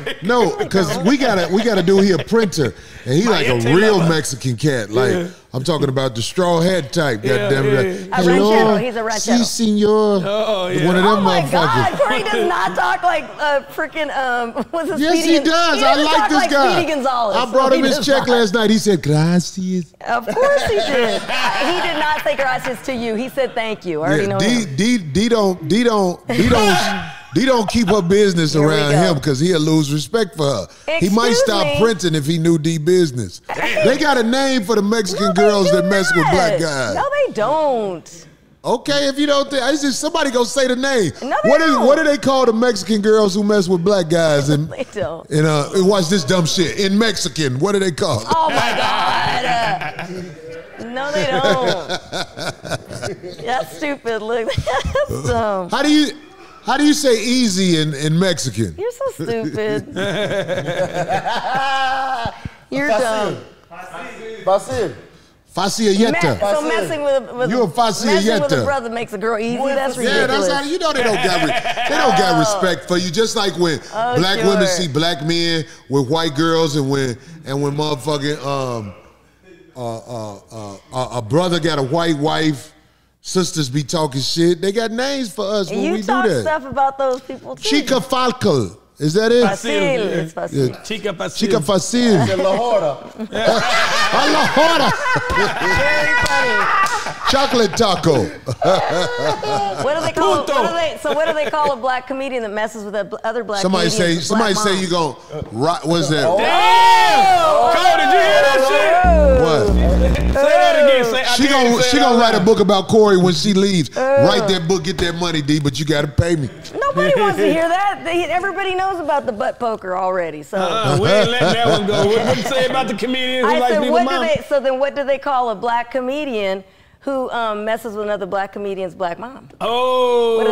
Speaker 3: No, because we gotta we gotta do here printer, and he like a
Speaker 5: Mariette
Speaker 3: real
Speaker 5: Taylor.
Speaker 3: Mexican cat. Like
Speaker 5: Yeah.
Speaker 3: I'm talking about the straw hat type.
Speaker 5: Yeah,
Speaker 3: goddamn it!
Speaker 5: yeah.
Speaker 4: A ranchero, he's a ranchero.
Speaker 3: si senor.
Speaker 5: Oh, yeah.
Speaker 3: One of them
Speaker 4: Oh my God,
Speaker 3: motherfuckers.
Speaker 4: Corey does not talk like uh, freaking um. What's his
Speaker 3: Yes,
Speaker 4: Speedy
Speaker 3: he
Speaker 4: Gon-
Speaker 3: does. I
Speaker 4: doesn't
Speaker 3: like
Speaker 4: talk
Speaker 3: this guy.
Speaker 4: Speedy Gonzalez.
Speaker 3: I brought
Speaker 4: He
Speaker 3: him his
Speaker 4: does
Speaker 3: check
Speaker 4: not.
Speaker 3: last night. He said gracias.
Speaker 4: Of course he did. he did not say gracias to you. He said thank you. I already
Speaker 3: Yeah,
Speaker 4: know
Speaker 3: D,
Speaker 4: him.
Speaker 3: D, D don't D don't D don't D don't keep her business
Speaker 4: Here we
Speaker 3: around
Speaker 4: go.
Speaker 3: him because he'll lose respect for her. he might
Speaker 4: Excuse
Speaker 3: stop
Speaker 4: me?
Speaker 3: printing if he knew D business. They got a name for the Mexican
Speaker 4: No, they
Speaker 3: girls
Speaker 4: do
Speaker 3: that mess with
Speaker 4: not.
Speaker 3: black guys.
Speaker 4: No, they don't.
Speaker 3: Okay, if you don't think, it's just somebody gonna say the name.
Speaker 4: No, they
Speaker 3: what is
Speaker 4: don't.
Speaker 3: what do they call the Mexican girls who mess with black guys and
Speaker 4: They don't.
Speaker 3: and uh and watch this dumb shit in Mexican? What do they call? it?
Speaker 4: Oh my God. No, they don't. That's stupid. Look, that's dumb.
Speaker 3: How do you how do you say easy in in Mexican?
Speaker 4: You're so stupid. You're dumb.
Speaker 6: Basil.
Speaker 4: Me-
Speaker 3: Facilieta.
Speaker 4: so messing with a, with,
Speaker 3: You a
Speaker 4: messing with a
Speaker 3: facilieta.
Speaker 4: brother makes a girl easy.
Speaker 6: You a
Speaker 4: That's
Speaker 6: faci-
Speaker 3: Yeah, that's
Speaker 4: ridiculous.
Speaker 3: how you know they don't got re- they don't got respect for you. Just like when
Speaker 4: Oh,
Speaker 3: black
Speaker 4: sure.
Speaker 3: women see black men with white girls, and when and when motherfucking um uh, uh, uh, uh, a brother got a white wife, sisters be talking shit. They got names for us when
Speaker 4: you
Speaker 3: we do
Speaker 4: talk
Speaker 3: that.
Speaker 4: stuff about those people too.
Speaker 3: Chica Falco, is that it?
Speaker 4: Facil. It's facil.
Speaker 3: Yeah.
Speaker 5: Chica Pasil.
Speaker 3: Chica Facil.
Speaker 6: La Horda.
Speaker 3: A la horda.
Speaker 4: Very funny.
Speaker 3: Chocolate taco.
Speaker 4: What do they call? What
Speaker 5: Puto.
Speaker 4: do they, so what do they call a black comedian that messes with a bl- other black?
Speaker 3: Somebody
Speaker 4: comedian
Speaker 3: say
Speaker 4: with a
Speaker 3: somebody
Speaker 4: black
Speaker 3: say
Speaker 4: mom?
Speaker 3: you gon' rock. What's that?
Speaker 5: Oh, Damn! Cole, did you hear that shit?
Speaker 3: What?
Speaker 5: Say that again. Say, I
Speaker 3: She
Speaker 5: dare you
Speaker 3: gonna
Speaker 5: say
Speaker 3: she
Speaker 5: it
Speaker 3: gonna
Speaker 5: out
Speaker 3: write a
Speaker 5: loud.
Speaker 3: book about Corey when she leaves. Write that book, get that money, D. But you gotta pay me.
Speaker 4: Nobody wants to hear that. They- everybody knows about the butt poker already. So
Speaker 5: Uh, we ain't letting that one go. What what you say about the comedians who
Speaker 4: I
Speaker 5: like
Speaker 4: said,
Speaker 5: people
Speaker 4: what
Speaker 5: mom?
Speaker 4: do they? So then, what do they call a black comedian who um, messes with another black comedian's black mom?
Speaker 5: Oh.
Speaker 4: What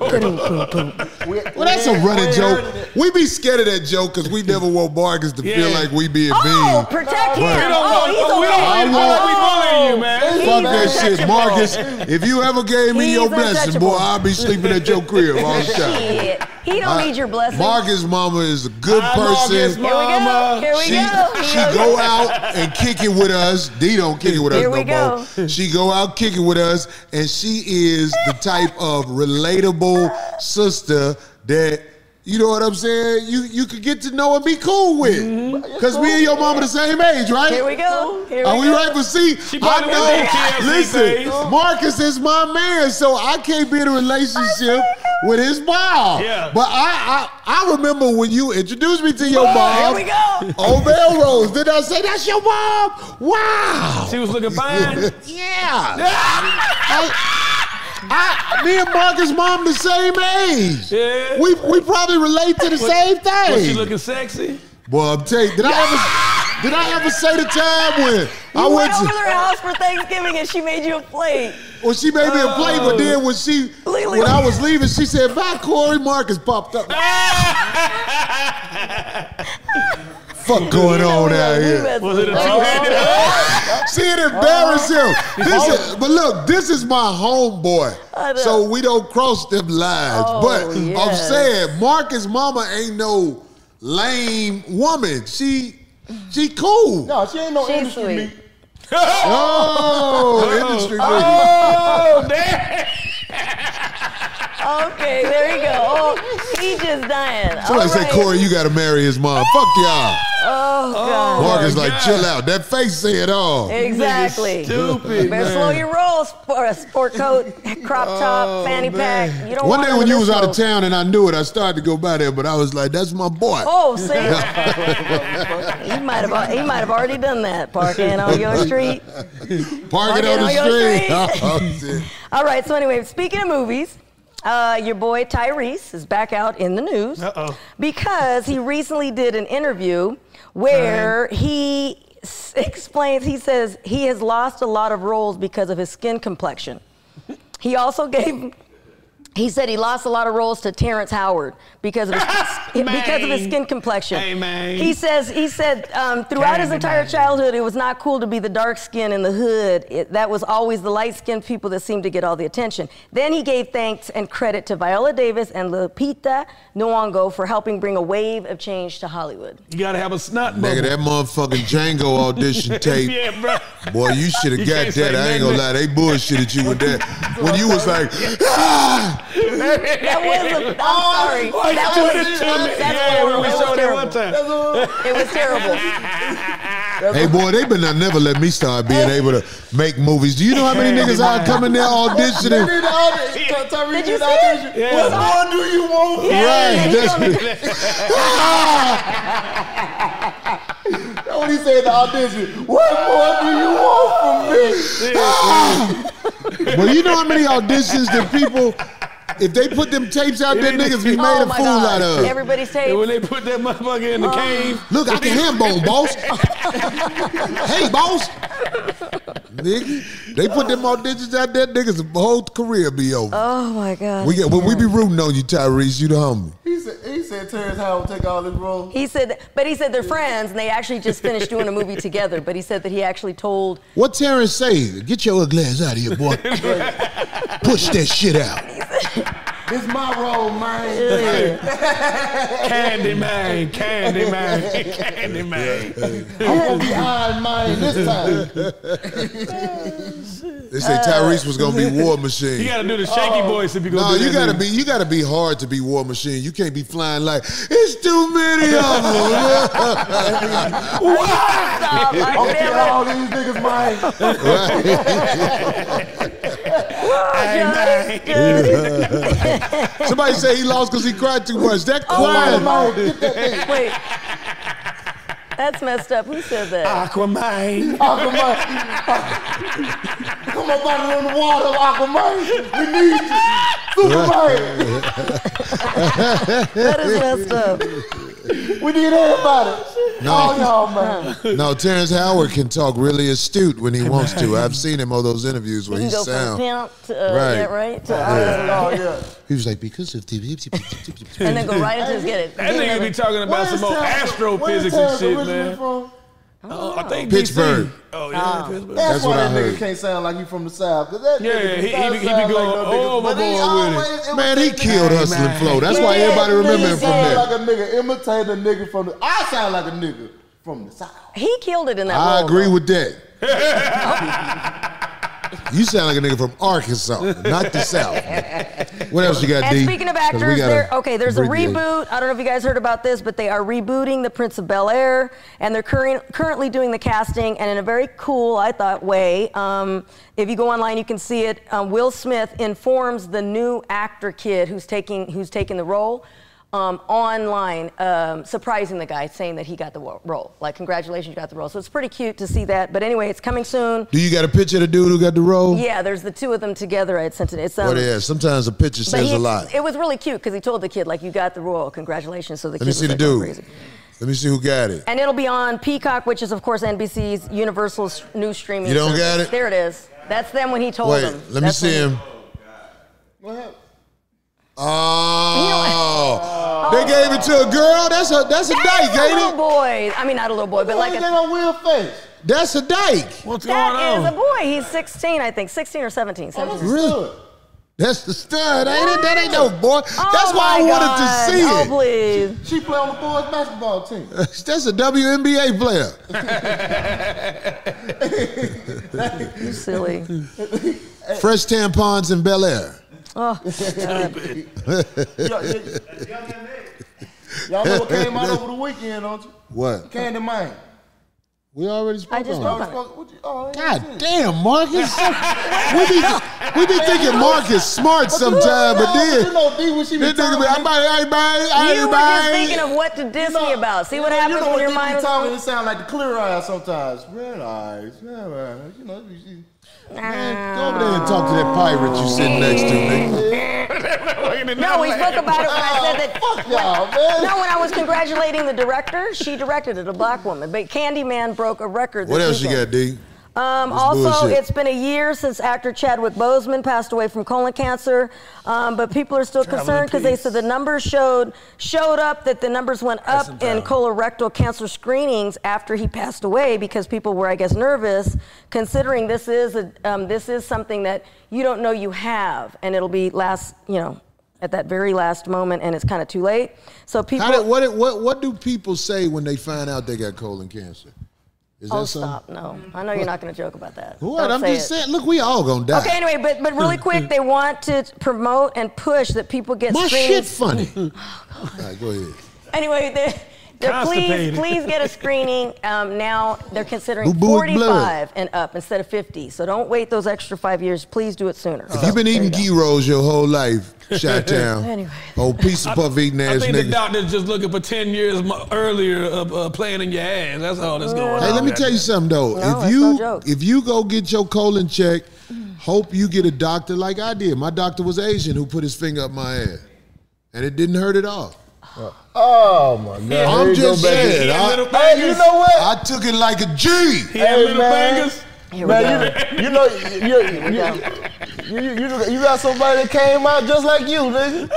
Speaker 4: do they call?
Speaker 5: Oh.
Speaker 6: We,
Speaker 3: Well, that's a running joke. we be scared of that joke because we never want Marcus to feel
Speaker 5: Yeah.
Speaker 3: like we being
Speaker 4: Oh,
Speaker 3: mean.
Speaker 4: protect him.
Speaker 5: We don't
Speaker 4: oh,
Speaker 5: want,
Speaker 4: he's a
Speaker 5: we don't want,
Speaker 4: man. Oh.
Speaker 5: we bullying you, man.
Speaker 6: He's
Speaker 3: Fuck that shit,
Speaker 4: untouchable.
Speaker 3: Marcus. If you ever gave me
Speaker 4: He's
Speaker 3: your blessing,
Speaker 4: untouchable.
Speaker 3: boy, I'll be sleeping at your crib all the time.
Speaker 4: Shit. He don't need your blessing.
Speaker 3: Marcus' mama is a good
Speaker 5: Hi, Marcus'
Speaker 3: person.
Speaker 4: Here we go.
Speaker 5: Mama.
Speaker 4: Here we
Speaker 3: she,
Speaker 4: go.
Speaker 3: she go out and kick it with us. D don't kick it with us
Speaker 4: Here
Speaker 3: no
Speaker 4: we go.
Speaker 3: more. She go out kick it with us, and she is the type of relatable sister that you know what I'm saying. You you could get to know and be cool with, because me and your mama the same age, right?
Speaker 4: Mm-hmm. Here we go. Here we
Speaker 3: Are we
Speaker 4: go.
Speaker 3: right? But see, I
Speaker 5: probably went through
Speaker 3: know.
Speaker 5: TLC phase.
Speaker 3: Listen, Marcus is my man, so I can't be in a relationship with his mom.
Speaker 5: Yeah.
Speaker 3: But I, I, I remember when you introduced me to your
Speaker 4: Here
Speaker 3: mom.
Speaker 4: we go.
Speaker 3: On Melrose, Oh, did I say that's your mom? Wow.
Speaker 5: She was looking fine.
Speaker 3: Yeah. I, I, me and Marcus' mom the same age.
Speaker 5: Yeah.
Speaker 3: We we probably relate to the same thing.
Speaker 5: Was she looking sexy?
Speaker 3: Boy, I'm telling you, did I ever did I ever say the time when I
Speaker 4: You
Speaker 3: went
Speaker 4: went over to
Speaker 3: to
Speaker 4: their house for Thanksgiving and she made you a plate.
Speaker 3: when she made me a play, but then when she
Speaker 4: Lily.
Speaker 3: when I was leaving, she said, "Bye, Corey." Marcus popped up. Fuck going on out here?
Speaker 5: Was it a
Speaker 4: Oh,
Speaker 5: two-handed
Speaker 3: See it embarrass him. This is, but look, this is my
Speaker 4: I
Speaker 3: homeboy.
Speaker 4: know.
Speaker 3: So we don't cross them lines.
Speaker 4: Oh,
Speaker 3: but I'm
Speaker 4: yes.
Speaker 3: saying Marcus mama ain't no lame woman. She she cool.
Speaker 6: No, she ain't no
Speaker 4: She's
Speaker 6: industry
Speaker 4: sweet.
Speaker 6: meat.
Speaker 3: Oh, industry nigga.
Speaker 5: Oh, damn.
Speaker 4: Okay, there you go. Oh, he just dying. All
Speaker 3: Somebody say,
Speaker 4: right.
Speaker 3: Corey, you gotta marry his mom. Fuck y'all.
Speaker 4: Oh, God.
Speaker 3: Marcus
Speaker 5: my
Speaker 3: like,
Speaker 5: God.
Speaker 3: chill out. That face say it all.
Speaker 4: Exactly.
Speaker 5: Stupid.
Speaker 4: Better slow your roll, sport, sport coat, crop top, fanny pack. You don't
Speaker 3: Oh, One
Speaker 4: want
Speaker 3: day
Speaker 4: none
Speaker 3: when
Speaker 4: of
Speaker 3: you
Speaker 4: this
Speaker 3: was out of
Speaker 4: rope.
Speaker 3: town and I knew it, I started to go by there, but I was like, that's my boy.
Speaker 4: Oh, see, he might have he might have already done that parking on your street.
Speaker 3: Park it on the
Speaker 4: Park it on your
Speaker 3: street. Oh, shit.
Speaker 4: All right. So anyway, speaking of movies, uh, your boy Tyrese is back out in the news
Speaker 5: Uh-oh.
Speaker 4: because he recently did an interview where he s- explains. He says he has lost a lot of roles because of his skin complexion. He also gave. He said he lost a lot of roles to Terrence Howard because of his, because of his
Speaker 5: Man.
Speaker 4: skin complexion.
Speaker 5: Hey, man.
Speaker 4: He says he said um, throughout his
Speaker 5: Candy
Speaker 4: entire
Speaker 5: man.
Speaker 4: childhood, it was not cool to be the dark skin in the hood. It, that was always the light skinned people that seemed to get all the attention. Then he gave thanks and credit to Viola Davis and Lupita Nyong'o for helping bring a wave of change to Hollywood.
Speaker 5: You gotta have a snot
Speaker 3: Nigga,
Speaker 5: bubble.
Speaker 3: that motherfucking Django audition tape.
Speaker 5: Yeah, bro.
Speaker 3: Boy, Oh, you should have
Speaker 5: You
Speaker 3: got
Speaker 5: can't say
Speaker 3: that. I ain't gonna
Speaker 5: nothing.
Speaker 3: lie, they bullshitted you with that. When you was like, ah,
Speaker 4: That was, a, I'm sorry.
Speaker 5: Oh, you
Speaker 4: That
Speaker 5: doing
Speaker 4: was,
Speaker 5: it to me.
Speaker 4: that's
Speaker 5: Yeah, when
Speaker 4: horrible.
Speaker 5: we
Speaker 4: That was
Speaker 5: showed that one
Speaker 4: terrible.
Speaker 5: time.
Speaker 4: It was terrible.
Speaker 3: hey boy, they better not never let me start being able to make movies. Do you know how many niggas out coming there
Speaker 6: They
Speaker 3: auditioning?
Speaker 6: did the audi- Ty- Tyrese
Speaker 4: Did you
Speaker 6: did the
Speaker 4: see it?
Speaker 6: audition.
Speaker 5: Yeah.
Speaker 6: What more do you want?
Speaker 3: Right,
Speaker 4: He's
Speaker 3: that's-
Speaker 4: on the-
Speaker 6: That's what he said in the audition. What more do you want from me?
Speaker 3: Well, you know how many auditions that people, if they put them tapes out there, niggas be made
Speaker 4: Oh
Speaker 3: a
Speaker 4: my
Speaker 3: fool
Speaker 4: God.
Speaker 3: out of.
Speaker 4: Everybody's
Speaker 5: And when
Speaker 4: taped.
Speaker 5: they put that motherfucker
Speaker 4: Oh.
Speaker 5: in the cave,
Speaker 3: Look, I can hand bone, boss. hey, boss. Nigga, they put them auditions out there, niggas' whole career be over.
Speaker 4: Oh my God.
Speaker 3: we get, when we be rooting on you, Tyrese, you the homie.
Speaker 6: He said, he said Terrence Howard take all his roles.
Speaker 4: He said, but he said they're friends and they actually just finished doing a movie together. But he said that he actually told
Speaker 3: What Terrence say? Get your ugly ass out of here, boy. Push that shit out.
Speaker 6: This my role, man.
Speaker 5: candy man, candy man, candy man.
Speaker 6: I'm gonna be Iron Man this time.
Speaker 3: They say Tyrese was gonna be War Machine.
Speaker 5: You gotta do the shaky
Speaker 4: Oh.
Speaker 5: voice if you go
Speaker 3: no,
Speaker 5: do
Speaker 3: you
Speaker 5: that
Speaker 3: gotta
Speaker 5: nigga.
Speaker 3: be you gotta be hard to be War Machine. You can't be flying like it's too many of them.
Speaker 4: Stop,
Speaker 6: I'm
Speaker 4: I
Speaker 6: gonna
Speaker 4: feel
Speaker 6: kill
Speaker 4: it.
Speaker 6: all these niggas, man.
Speaker 4: Good, good.
Speaker 3: Somebody say he lost because he cried too much. That
Speaker 4: Oh,
Speaker 3: crying,
Speaker 6: Aquaman, get that
Speaker 4: Wait.
Speaker 6: thing.
Speaker 4: That's messed up. Who said
Speaker 5: Ah,
Speaker 4: that?
Speaker 5: Aquaman.
Speaker 6: Aquaman. Come up out of the water, Aquaman. We need you. Superman.
Speaker 4: That is messed up.
Speaker 6: We need everybody. Oh, y'all, man.
Speaker 3: No, Terrence Howard can talk really astute when he wants to. I've seen him on those interviews where
Speaker 4: You
Speaker 3: he
Speaker 4: go from
Speaker 3: sound.
Speaker 4: pimp to, uh,
Speaker 3: Right.
Speaker 4: is that right? To,
Speaker 6: Oh, yeah.
Speaker 3: He was like, because of the.
Speaker 4: and then go right into his get it.
Speaker 5: That nigga be talking
Speaker 6: Where
Speaker 5: about
Speaker 6: is
Speaker 5: some old
Speaker 6: Terrence- where is
Speaker 5: astrophysics and
Speaker 6: Terrence
Speaker 5: shit,
Speaker 6: originally
Speaker 5: man.
Speaker 6: From?
Speaker 5: Oh, I think
Speaker 3: Pittsburgh.
Speaker 5: DC. Oh yeah, Pittsburgh.
Speaker 6: That's,
Speaker 3: That's
Speaker 6: why
Speaker 3: what I
Speaker 6: that nigga
Speaker 3: heard.
Speaker 6: can't sound like he from the south. Cause that
Speaker 5: Yeah, yeah,
Speaker 6: nigga from
Speaker 5: he- he
Speaker 6: the South
Speaker 5: be- he be
Speaker 6: sound
Speaker 5: going
Speaker 6: but he
Speaker 5: overboard with it.
Speaker 6: always- was
Speaker 3: Man, he
Speaker 6: that
Speaker 3: killed
Speaker 6: nigga-
Speaker 3: Hustle and Flow. That's why
Speaker 4: Yeah,
Speaker 3: everybody
Speaker 4: man,
Speaker 3: remember him
Speaker 6: He
Speaker 3: from
Speaker 6: sound
Speaker 3: there.
Speaker 6: like a nigga imitating a nigga from the. I sound like a nigga from the south.
Speaker 4: He killed it in that
Speaker 3: I
Speaker 4: role,
Speaker 3: agree
Speaker 4: though.
Speaker 3: with that. you sound like a nigga from Arkansas, not the South. What else you got,
Speaker 4: And
Speaker 3: D?
Speaker 4: speaking of
Speaker 3: 'Cause we
Speaker 4: actors,
Speaker 3: gotta
Speaker 4: there okay, there's a
Speaker 3: abbreviate.
Speaker 4: reboot. I don't know if you guys heard about this, but they are rebooting The Prince of Bel Air, and they're current, currently doing the casting. And in a very cool, I thought, way, um, if you go online, you can see it. Um, Will Smith informs the new actor kid who's taking who's taking the role. Um, online, um, surprising the guy, saying that he got the wo- role. Like, congratulations, you got the role. So it's pretty cute to see that. But anyway, it's coming soon.
Speaker 3: Do you got a picture of the dude who got the role?
Speaker 4: Yeah, there's the two of them together. I had sent it. It's um,
Speaker 3: What is? Sometimes a picture
Speaker 4: but
Speaker 3: says
Speaker 4: he-
Speaker 3: a lot.
Speaker 4: It was really cute because he told the kid, like, you got the role. Congratulations. So the
Speaker 3: Let
Speaker 4: kid
Speaker 3: me
Speaker 4: was
Speaker 3: see the
Speaker 4: like, going
Speaker 3: dude.
Speaker 4: crazy.
Speaker 3: Let me see who got it.
Speaker 4: And it'll be on Peacock, which is, of course, NBC's Universal s- new streaming
Speaker 3: You don't got it?
Speaker 4: There it is. That's them when he told
Speaker 3: Wait,
Speaker 4: them.
Speaker 3: let me
Speaker 4: That's
Speaker 3: see
Speaker 4: when
Speaker 3: him.
Speaker 4: he-
Speaker 6: What happened?
Speaker 3: Oh, they gave it to a girl. That's a that's a
Speaker 4: That's a
Speaker 3: dyke,
Speaker 4: little
Speaker 3: ain't
Speaker 4: boy.
Speaker 3: it?
Speaker 4: I mean, not a little boy, but like
Speaker 6: Why is that
Speaker 4: a,
Speaker 6: on Will face?
Speaker 3: That's a dyke.
Speaker 5: What's going
Speaker 4: that is a
Speaker 5: on?
Speaker 4: boy. He's 16, I think, 16 or 17. 17.
Speaker 3: Oh, Really? That's the stud, ain't it? That ain't no
Speaker 4: Oh
Speaker 3: boy. That's why I
Speaker 4: my
Speaker 3: wanted
Speaker 4: God.
Speaker 3: to see
Speaker 4: oh,
Speaker 3: it.
Speaker 4: please.
Speaker 6: She play on the boys basketball team.
Speaker 3: That's a WNBA player.
Speaker 4: You silly.
Speaker 3: Fresh tampons in Bel Air.
Speaker 6: Y'all- y'all- Y'all know what came out over the weekend, don't you?
Speaker 3: What?
Speaker 6: Candy Mine.
Speaker 3: We already spoke
Speaker 4: I just
Speaker 3: on
Speaker 4: spoke
Speaker 3: it.
Speaker 4: on it.
Speaker 6: Oh,
Speaker 3: God damn, Marcus. we be we be thinking Marcus smart sometime, but
Speaker 6: you
Speaker 3: then
Speaker 6: know, D, when she be
Speaker 3: this nigga
Speaker 6: talking,
Speaker 3: be, I'm about everybody,
Speaker 4: You were just thinking
Speaker 3: everybody.
Speaker 4: of what to diss me about. See what
Speaker 6: you know,
Speaker 4: happens
Speaker 6: you know
Speaker 4: when your
Speaker 6: what
Speaker 4: mind
Speaker 6: D be
Speaker 4: is.
Speaker 6: talking, it sound like the clear eyes sometimes. Red eyes, red eyes. You know, you- you-
Speaker 3: Man, go over
Speaker 4: "Ah."
Speaker 3: there and talk to that pirate you sitting next to, nigga.
Speaker 4: No, we spoke about it when I said that.
Speaker 6: fuck y'all, man.
Speaker 4: No, when I was congratulating the director, she directed it, a black woman. But Candyman broke a record. This
Speaker 3: What else you
Speaker 4: weekend.
Speaker 3: got, D?
Speaker 4: Um,
Speaker 3: This
Speaker 4: also,
Speaker 3: bullshit.
Speaker 4: it's been a year since actor Chadwick Boseman passed away from colon cancer, um, but people are still concerned because they said the numbers showed showed up that the numbers went up in colorectal cancer screenings after he passed away because people were, I guess, nervous considering this is a, um, this is something that you don't know you have, and it'll be last, you know, at that very last moment, and it's kind of too late. So people,
Speaker 3: How did, what, did- what what do people say when they find out they got colon cancer? Is
Speaker 4: oh
Speaker 3: that something?
Speaker 4: stop, no, I know you're not going to joke about that.
Speaker 3: uh, What?
Speaker 4: Don't
Speaker 3: I'm
Speaker 4: say
Speaker 3: just
Speaker 4: it.
Speaker 3: saying. Look, we all gonna die.
Speaker 4: Okay, anyway, but but really quick, they want to promote and push that people get
Speaker 3: My shit
Speaker 4: screenings.
Speaker 3: funny. all right, go ahead.
Speaker 4: Anyway, they, they're please
Speaker 5: Constipated.
Speaker 4: please get a screening um, now. They're considering
Speaker 3: Boo boo with
Speaker 4: 45 and up instead of 50. So don't wait those extra five years. Please do it sooner.
Speaker 3: If you've been eating ghee rolls your whole life, shot town. Oh,
Speaker 4: Anyway.
Speaker 3: Old piece of puff eating
Speaker 5: I
Speaker 3: ass
Speaker 5: think the
Speaker 3: nigga.
Speaker 5: doctor's just looking for ten years mo- earlier of uh, playing in your ass. That's all that's going on.
Speaker 3: Hey, let me tell you something though.
Speaker 4: No,
Speaker 3: if
Speaker 4: that's
Speaker 3: you
Speaker 4: no joke.
Speaker 3: if you go get your colon checked, hope you get a doctor like I did. My doctor was Asian who put his finger up my ass, and it didn't hurt at all.
Speaker 6: Oh my God!
Speaker 3: I'm
Speaker 6: Here you go
Speaker 3: just
Speaker 6: back to-
Speaker 3: saying.
Speaker 5: He had little
Speaker 3: I,
Speaker 6: Hey, you
Speaker 5: fingers.
Speaker 6: know what?
Speaker 3: I took it like a G.
Speaker 5: He had
Speaker 6: Hey,
Speaker 5: little
Speaker 6: man.
Speaker 5: fingers.
Speaker 4: Here we go.
Speaker 6: Man, you, you know, you, you, you, you, you, you got somebody that came out just like you, nigga.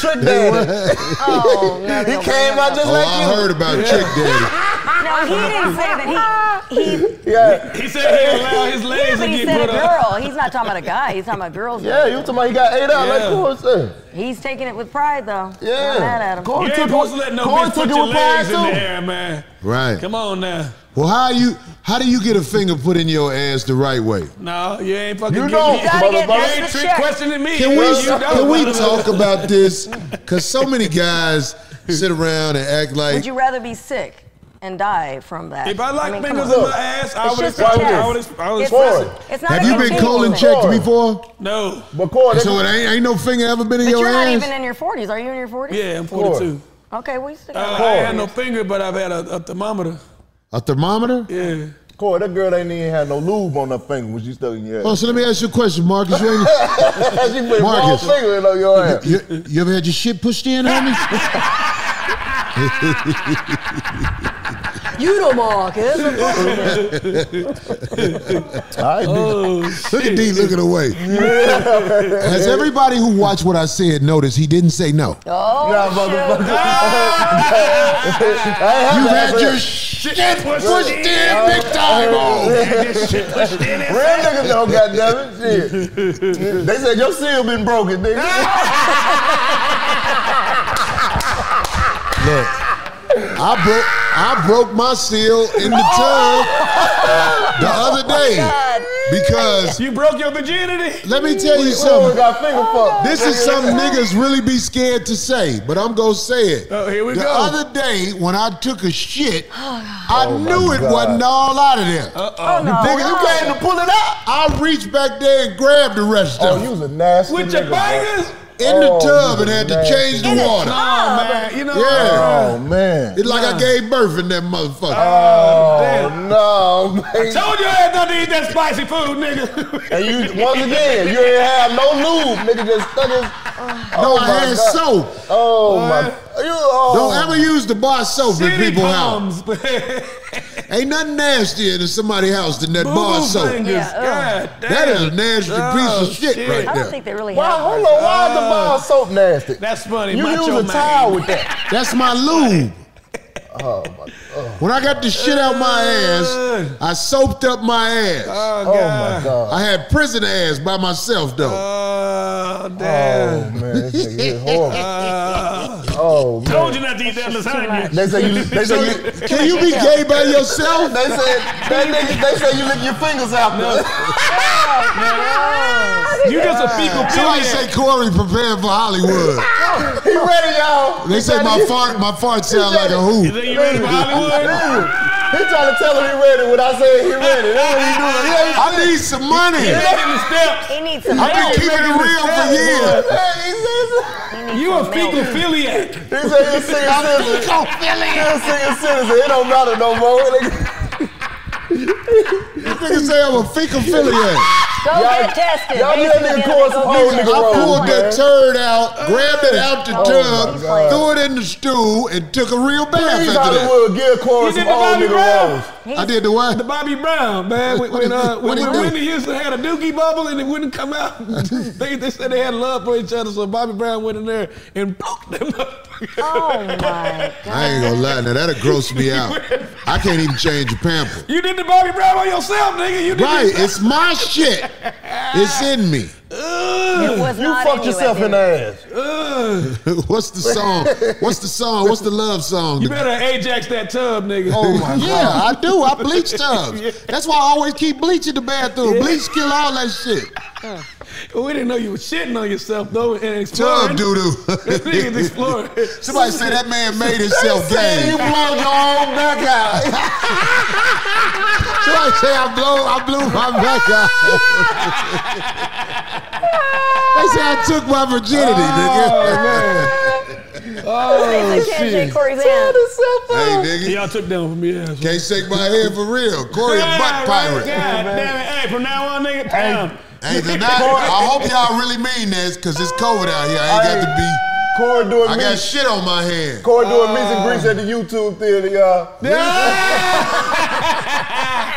Speaker 6: Trick Daddy.
Speaker 4: Oh, no,
Speaker 6: He came out just
Speaker 3: Oh,
Speaker 6: like
Speaker 3: I
Speaker 6: you.
Speaker 3: heard about Trick Daddy.
Speaker 4: No, he didn't say that. He, he,
Speaker 6: Yeah,
Speaker 5: He said he allowed his legs
Speaker 4: but
Speaker 5: to
Speaker 4: he
Speaker 5: get
Speaker 4: said a
Speaker 5: put up.
Speaker 4: girl. He's not talking about a guy. He's talking about girls.
Speaker 6: yeah, you talking about he got eight out like
Speaker 5: Yeah.
Speaker 6: Corey said.
Speaker 4: He's taking it with pride, though.
Speaker 6: Yeah.
Speaker 4: Not mad at him.
Speaker 6: Corey
Speaker 5: You ain't
Speaker 6: took
Speaker 5: supposed
Speaker 6: it
Speaker 5: to
Speaker 6: with-
Speaker 5: let no
Speaker 6: Corey
Speaker 5: bitch
Speaker 6: took
Speaker 5: put
Speaker 6: it
Speaker 5: your
Speaker 6: with pride
Speaker 5: legs in the
Speaker 6: too.
Speaker 5: air, man.
Speaker 3: Right.
Speaker 5: Come on now.
Speaker 3: Well, how you how do you get a finger put in your ass the right way?
Speaker 5: No, you ain't fucking.
Speaker 6: You
Speaker 5: getting
Speaker 6: don't,
Speaker 5: it.
Speaker 4: You gotta get
Speaker 5: You
Speaker 6: motherfucker.
Speaker 4: That's
Speaker 5: ain't
Speaker 4: the
Speaker 5: trick
Speaker 4: check.
Speaker 5: questioning me.
Speaker 3: Can we
Speaker 5: You don't.
Speaker 3: can we talk about this? Cause so many guys sit around and act like
Speaker 4: Would you rather be sick and die from that?
Speaker 5: If I like
Speaker 4: mean, come
Speaker 5: fingers
Speaker 4: on.
Speaker 5: in my ass, I
Speaker 4: It's
Speaker 5: would
Speaker 4: just
Speaker 5: I
Speaker 4: a
Speaker 5: would- I
Speaker 4: test.
Speaker 5: would I would
Speaker 4: It's
Speaker 5: express
Speaker 6: Corey.
Speaker 5: it.
Speaker 4: not- it's not
Speaker 3: Have
Speaker 4: a
Speaker 3: you been
Speaker 4: continuous
Speaker 3: colon
Speaker 4: thing.
Speaker 3: checked
Speaker 6: Corey.
Speaker 3: before?
Speaker 5: No.
Speaker 6: But Corey,
Speaker 3: So it ain't, ain't no finger ever been in
Speaker 4: But
Speaker 3: your
Speaker 4: you're
Speaker 3: ass.
Speaker 4: not even in your 40s. Are you in your 40s?
Speaker 5: Yeah, I'm 42.
Speaker 4: Okay, we still
Speaker 5: Uh,
Speaker 4: got a
Speaker 5: I ain't
Speaker 4: lot
Speaker 5: had
Speaker 4: of
Speaker 5: no
Speaker 4: years.
Speaker 5: finger, but I've had a, a thermometer.
Speaker 3: a thermometer?
Speaker 5: Yeah.
Speaker 6: Corey, that girl ain't even had no lube on her finger when she stuck in your
Speaker 3: Oh,
Speaker 6: ass.
Speaker 3: so let me ask you a question, Marcus. You, ain't,
Speaker 6: she put her wrong
Speaker 3: Marcus.
Speaker 6: finger in your ass.
Speaker 3: you, you ever had your shit pushed in, homie?
Speaker 4: You know Marcus.
Speaker 6: I do.
Speaker 3: Look at D looking away. Has everybody who watched what I said noticed he didn't say no?
Speaker 4: Oh,
Speaker 6: Nah, motherfucker.
Speaker 4: shit.
Speaker 6: I ain't
Speaker 3: You
Speaker 6: have
Speaker 3: had
Speaker 6: to-
Speaker 3: your shit pushed in big time
Speaker 6: Oh,
Speaker 3: on.
Speaker 6: Real niggas don't goddamn it. Shit. They said your seal been broken, nigga.
Speaker 3: Look, I broke I broke my seal in the tub the other day
Speaker 4: Oh, God.
Speaker 3: because
Speaker 5: You broke your virginity.
Speaker 3: let me tell you
Speaker 6: Oh,
Speaker 3: something.
Speaker 6: got finger fucked.
Speaker 3: This is something niggas really be scared to say, but I'm gonna say it.
Speaker 5: Oh, here we
Speaker 3: the
Speaker 5: go.
Speaker 3: other day when I took a shit, I knew it
Speaker 6: Oh, God.
Speaker 3: wasn't all out of there.
Speaker 4: Oh, no.
Speaker 3: Nigga, you came to pull it out. I reached back there and grabbed the rest of
Speaker 6: Oh,
Speaker 3: it
Speaker 6: you was a nasty
Speaker 5: With
Speaker 6: nigga.
Speaker 5: your
Speaker 6: bro.
Speaker 5: fingers?
Speaker 3: in the
Speaker 6: oh,
Speaker 3: tub
Speaker 6: you
Speaker 3: and had to
Speaker 6: nasty.
Speaker 3: change the water.
Speaker 5: Oh, man. You know. uh,
Speaker 3: Yeah.
Speaker 6: Oh man.
Speaker 3: It's like I gave birth in that motherfucker.
Speaker 5: Damn.
Speaker 6: Oh no, man.
Speaker 5: Told you I had nothing to eat that spicy food, nigga.
Speaker 6: And you once again, you ain't have no lube, nigga. Just stuck his.
Speaker 3: no,
Speaker 6: oh
Speaker 3: I
Speaker 6: my
Speaker 3: had
Speaker 6: God.
Speaker 3: soap.
Speaker 6: Oh my. You oh.
Speaker 3: Don't ever use the bar soap in
Speaker 5: Shitty
Speaker 3: people's house.
Speaker 5: palms.
Speaker 3: Ain't nothing nastier than somebody's house than that bar
Speaker 5: Boo-boo
Speaker 3: soap.
Speaker 5: fingers.
Speaker 4: Yeah, ugh.
Speaker 5: God
Speaker 3: That is
Speaker 5: damn.
Speaker 3: a nasty piece of shit,
Speaker 5: Oh, shit.
Speaker 4: I
Speaker 3: right
Speaker 4: don't
Speaker 3: there.
Speaker 4: think they really
Speaker 6: Why?
Speaker 4: have.
Speaker 6: Hold on. Why is the bar soap nasty?
Speaker 5: Oh. That's funny.
Speaker 6: You
Speaker 5: Macho
Speaker 6: use a
Speaker 5: man.
Speaker 6: towel with that.
Speaker 3: That's my lube. When I got the shit out my ass, I soaped up my ass.
Speaker 5: Oh,
Speaker 6: Oh
Speaker 5: God.
Speaker 6: my god.
Speaker 3: I had prison ass by myself though.
Speaker 5: Oh,
Speaker 6: Oh
Speaker 5: damn. Uh,
Speaker 6: man, this nigga is horrible. Oh man.
Speaker 5: Told you not to eat that lasagna.
Speaker 6: They say you. They say you.
Speaker 3: Can you be gay by yourself?
Speaker 6: They said that nigga, they say you lick your fingers out.
Speaker 5: You just a fecal
Speaker 3: Somebody say Corey preparing for Hollywood.
Speaker 6: he ready, y'all.
Speaker 3: They
Speaker 6: He
Speaker 3: say
Speaker 6: tryna-
Speaker 3: my fart, my fart sound like a
Speaker 5: You
Speaker 3: hoop.
Speaker 5: think you ready for Hollywood?
Speaker 6: He trying to tell him he ready when I said he ready. That's what he doing. He ain't-
Speaker 3: I need some money.
Speaker 5: Taking the steps.
Speaker 4: He needs some
Speaker 3: I've
Speaker 4: milk.
Speaker 3: been keeping it real for years.
Speaker 5: You a fecal filiac.
Speaker 6: He said he was senior citizen. He was senior citizen. It don't matter no more. Nigga,
Speaker 3: Niggas say I'm a fecal affiliate.
Speaker 4: Go
Speaker 6: Y'all-
Speaker 4: get tested.
Speaker 6: y'all
Speaker 4: They
Speaker 6: let
Speaker 4: said
Speaker 6: me
Speaker 4: they
Speaker 6: course
Speaker 4: don't
Speaker 6: some
Speaker 4: go
Speaker 6: old
Speaker 4: to
Speaker 6: nigga
Speaker 4: the
Speaker 6: roll.
Speaker 3: I pulled
Speaker 4: point.
Speaker 3: that turd out, grabbed it out the
Speaker 6: Oh,
Speaker 3: tub,
Speaker 6: my God.
Speaker 3: threw it in the stew, and took a real bath
Speaker 6: Please,
Speaker 3: after that.
Speaker 6: Hollywood, give Corey
Speaker 5: You did the
Speaker 6: some old
Speaker 5: Bobby
Speaker 6: nigga
Speaker 5: Brown?
Speaker 6: roles.
Speaker 3: I did the what?
Speaker 5: The Bobby Brown, man. When, when, uh,
Speaker 3: What
Speaker 5: when,
Speaker 3: he
Speaker 5: when
Speaker 3: do?
Speaker 5: Whitney Houston had a dookie bubble and it wouldn't come out, they, they said they had love for each other, so Bobby Brown went in there and poked them up.
Speaker 4: Oh my
Speaker 3: I ain't gonna lie, now that'll gross me out. I can't even change a pamper.
Speaker 5: you did the Bobby Brown on yourself, nigga. You did
Speaker 3: Right,
Speaker 5: it.
Speaker 3: it's my shit. It's in me.
Speaker 4: It was
Speaker 6: You
Speaker 4: not
Speaker 6: fucked
Speaker 4: in
Speaker 6: yourself
Speaker 4: I
Speaker 6: in the
Speaker 4: think.
Speaker 6: ass.
Speaker 3: What's the song? What's the song? What's the love song?
Speaker 5: You better Ajax that tub, nigga.
Speaker 3: Oh my yeah, I do. I bleach tubs. That's why I always keep bleach in the bathroom. Bleach kill all that shit.
Speaker 5: We didn't know you were shitting on yourself though, and exploring.
Speaker 3: Tub doo
Speaker 5: This nigga's
Speaker 3: doo.
Speaker 5: exploring.
Speaker 3: Somebody say that man made himself gay.
Speaker 6: You blowed your own back out.
Speaker 3: Somebody say I blow, I blew my back out. they say I took my virginity,
Speaker 6: Oh,
Speaker 3: Oh,
Speaker 4: Please, I can't shake Corey's hand.
Speaker 3: nigga. Hey, nigga.
Speaker 5: Y'all took down from me ass.
Speaker 3: Can't shake my head for real. Corey a butt
Speaker 5: God
Speaker 3: pirate.
Speaker 5: damn it. Hey, from now on, nigga, pound.
Speaker 3: Hey, tonight, I hope y'all really mean this, cause it's COVID out here. I ain't got to be.
Speaker 6: Corey doing
Speaker 3: I got
Speaker 6: meets,
Speaker 3: shit on my hand.
Speaker 6: Corey doing meets and greets at the YouTube theater, y'all.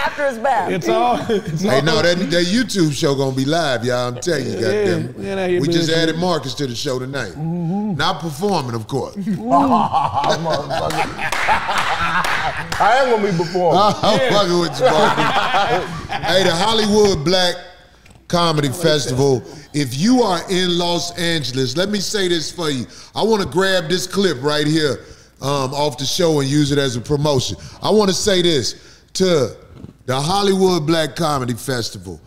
Speaker 4: After his back.
Speaker 5: It's all. It's
Speaker 3: Hey,
Speaker 5: all
Speaker 3: no, that, that YouTube show gonna be live, y'all. I'm telling you, goddamn.
Speaker 5: yeah, that ain't
Speaker 3: we just
Speaker 5: bullshit.
Speaker 3: added Marcus to the show tonight.
Speaker 5: Mm-hmm.
Speaker 3: Not performing, of course.
Speaker 6: I am gonna be performing.
Speaker 3: I'm fucking with you, Marcus. hey, the Hollywood Black Comedy Festival. If you are in Los Angeles, let me say this for you. I want to grab this clip right here um, off the show and use it as a promotion. I want to say this to the Hollywood Black Comedy Festival.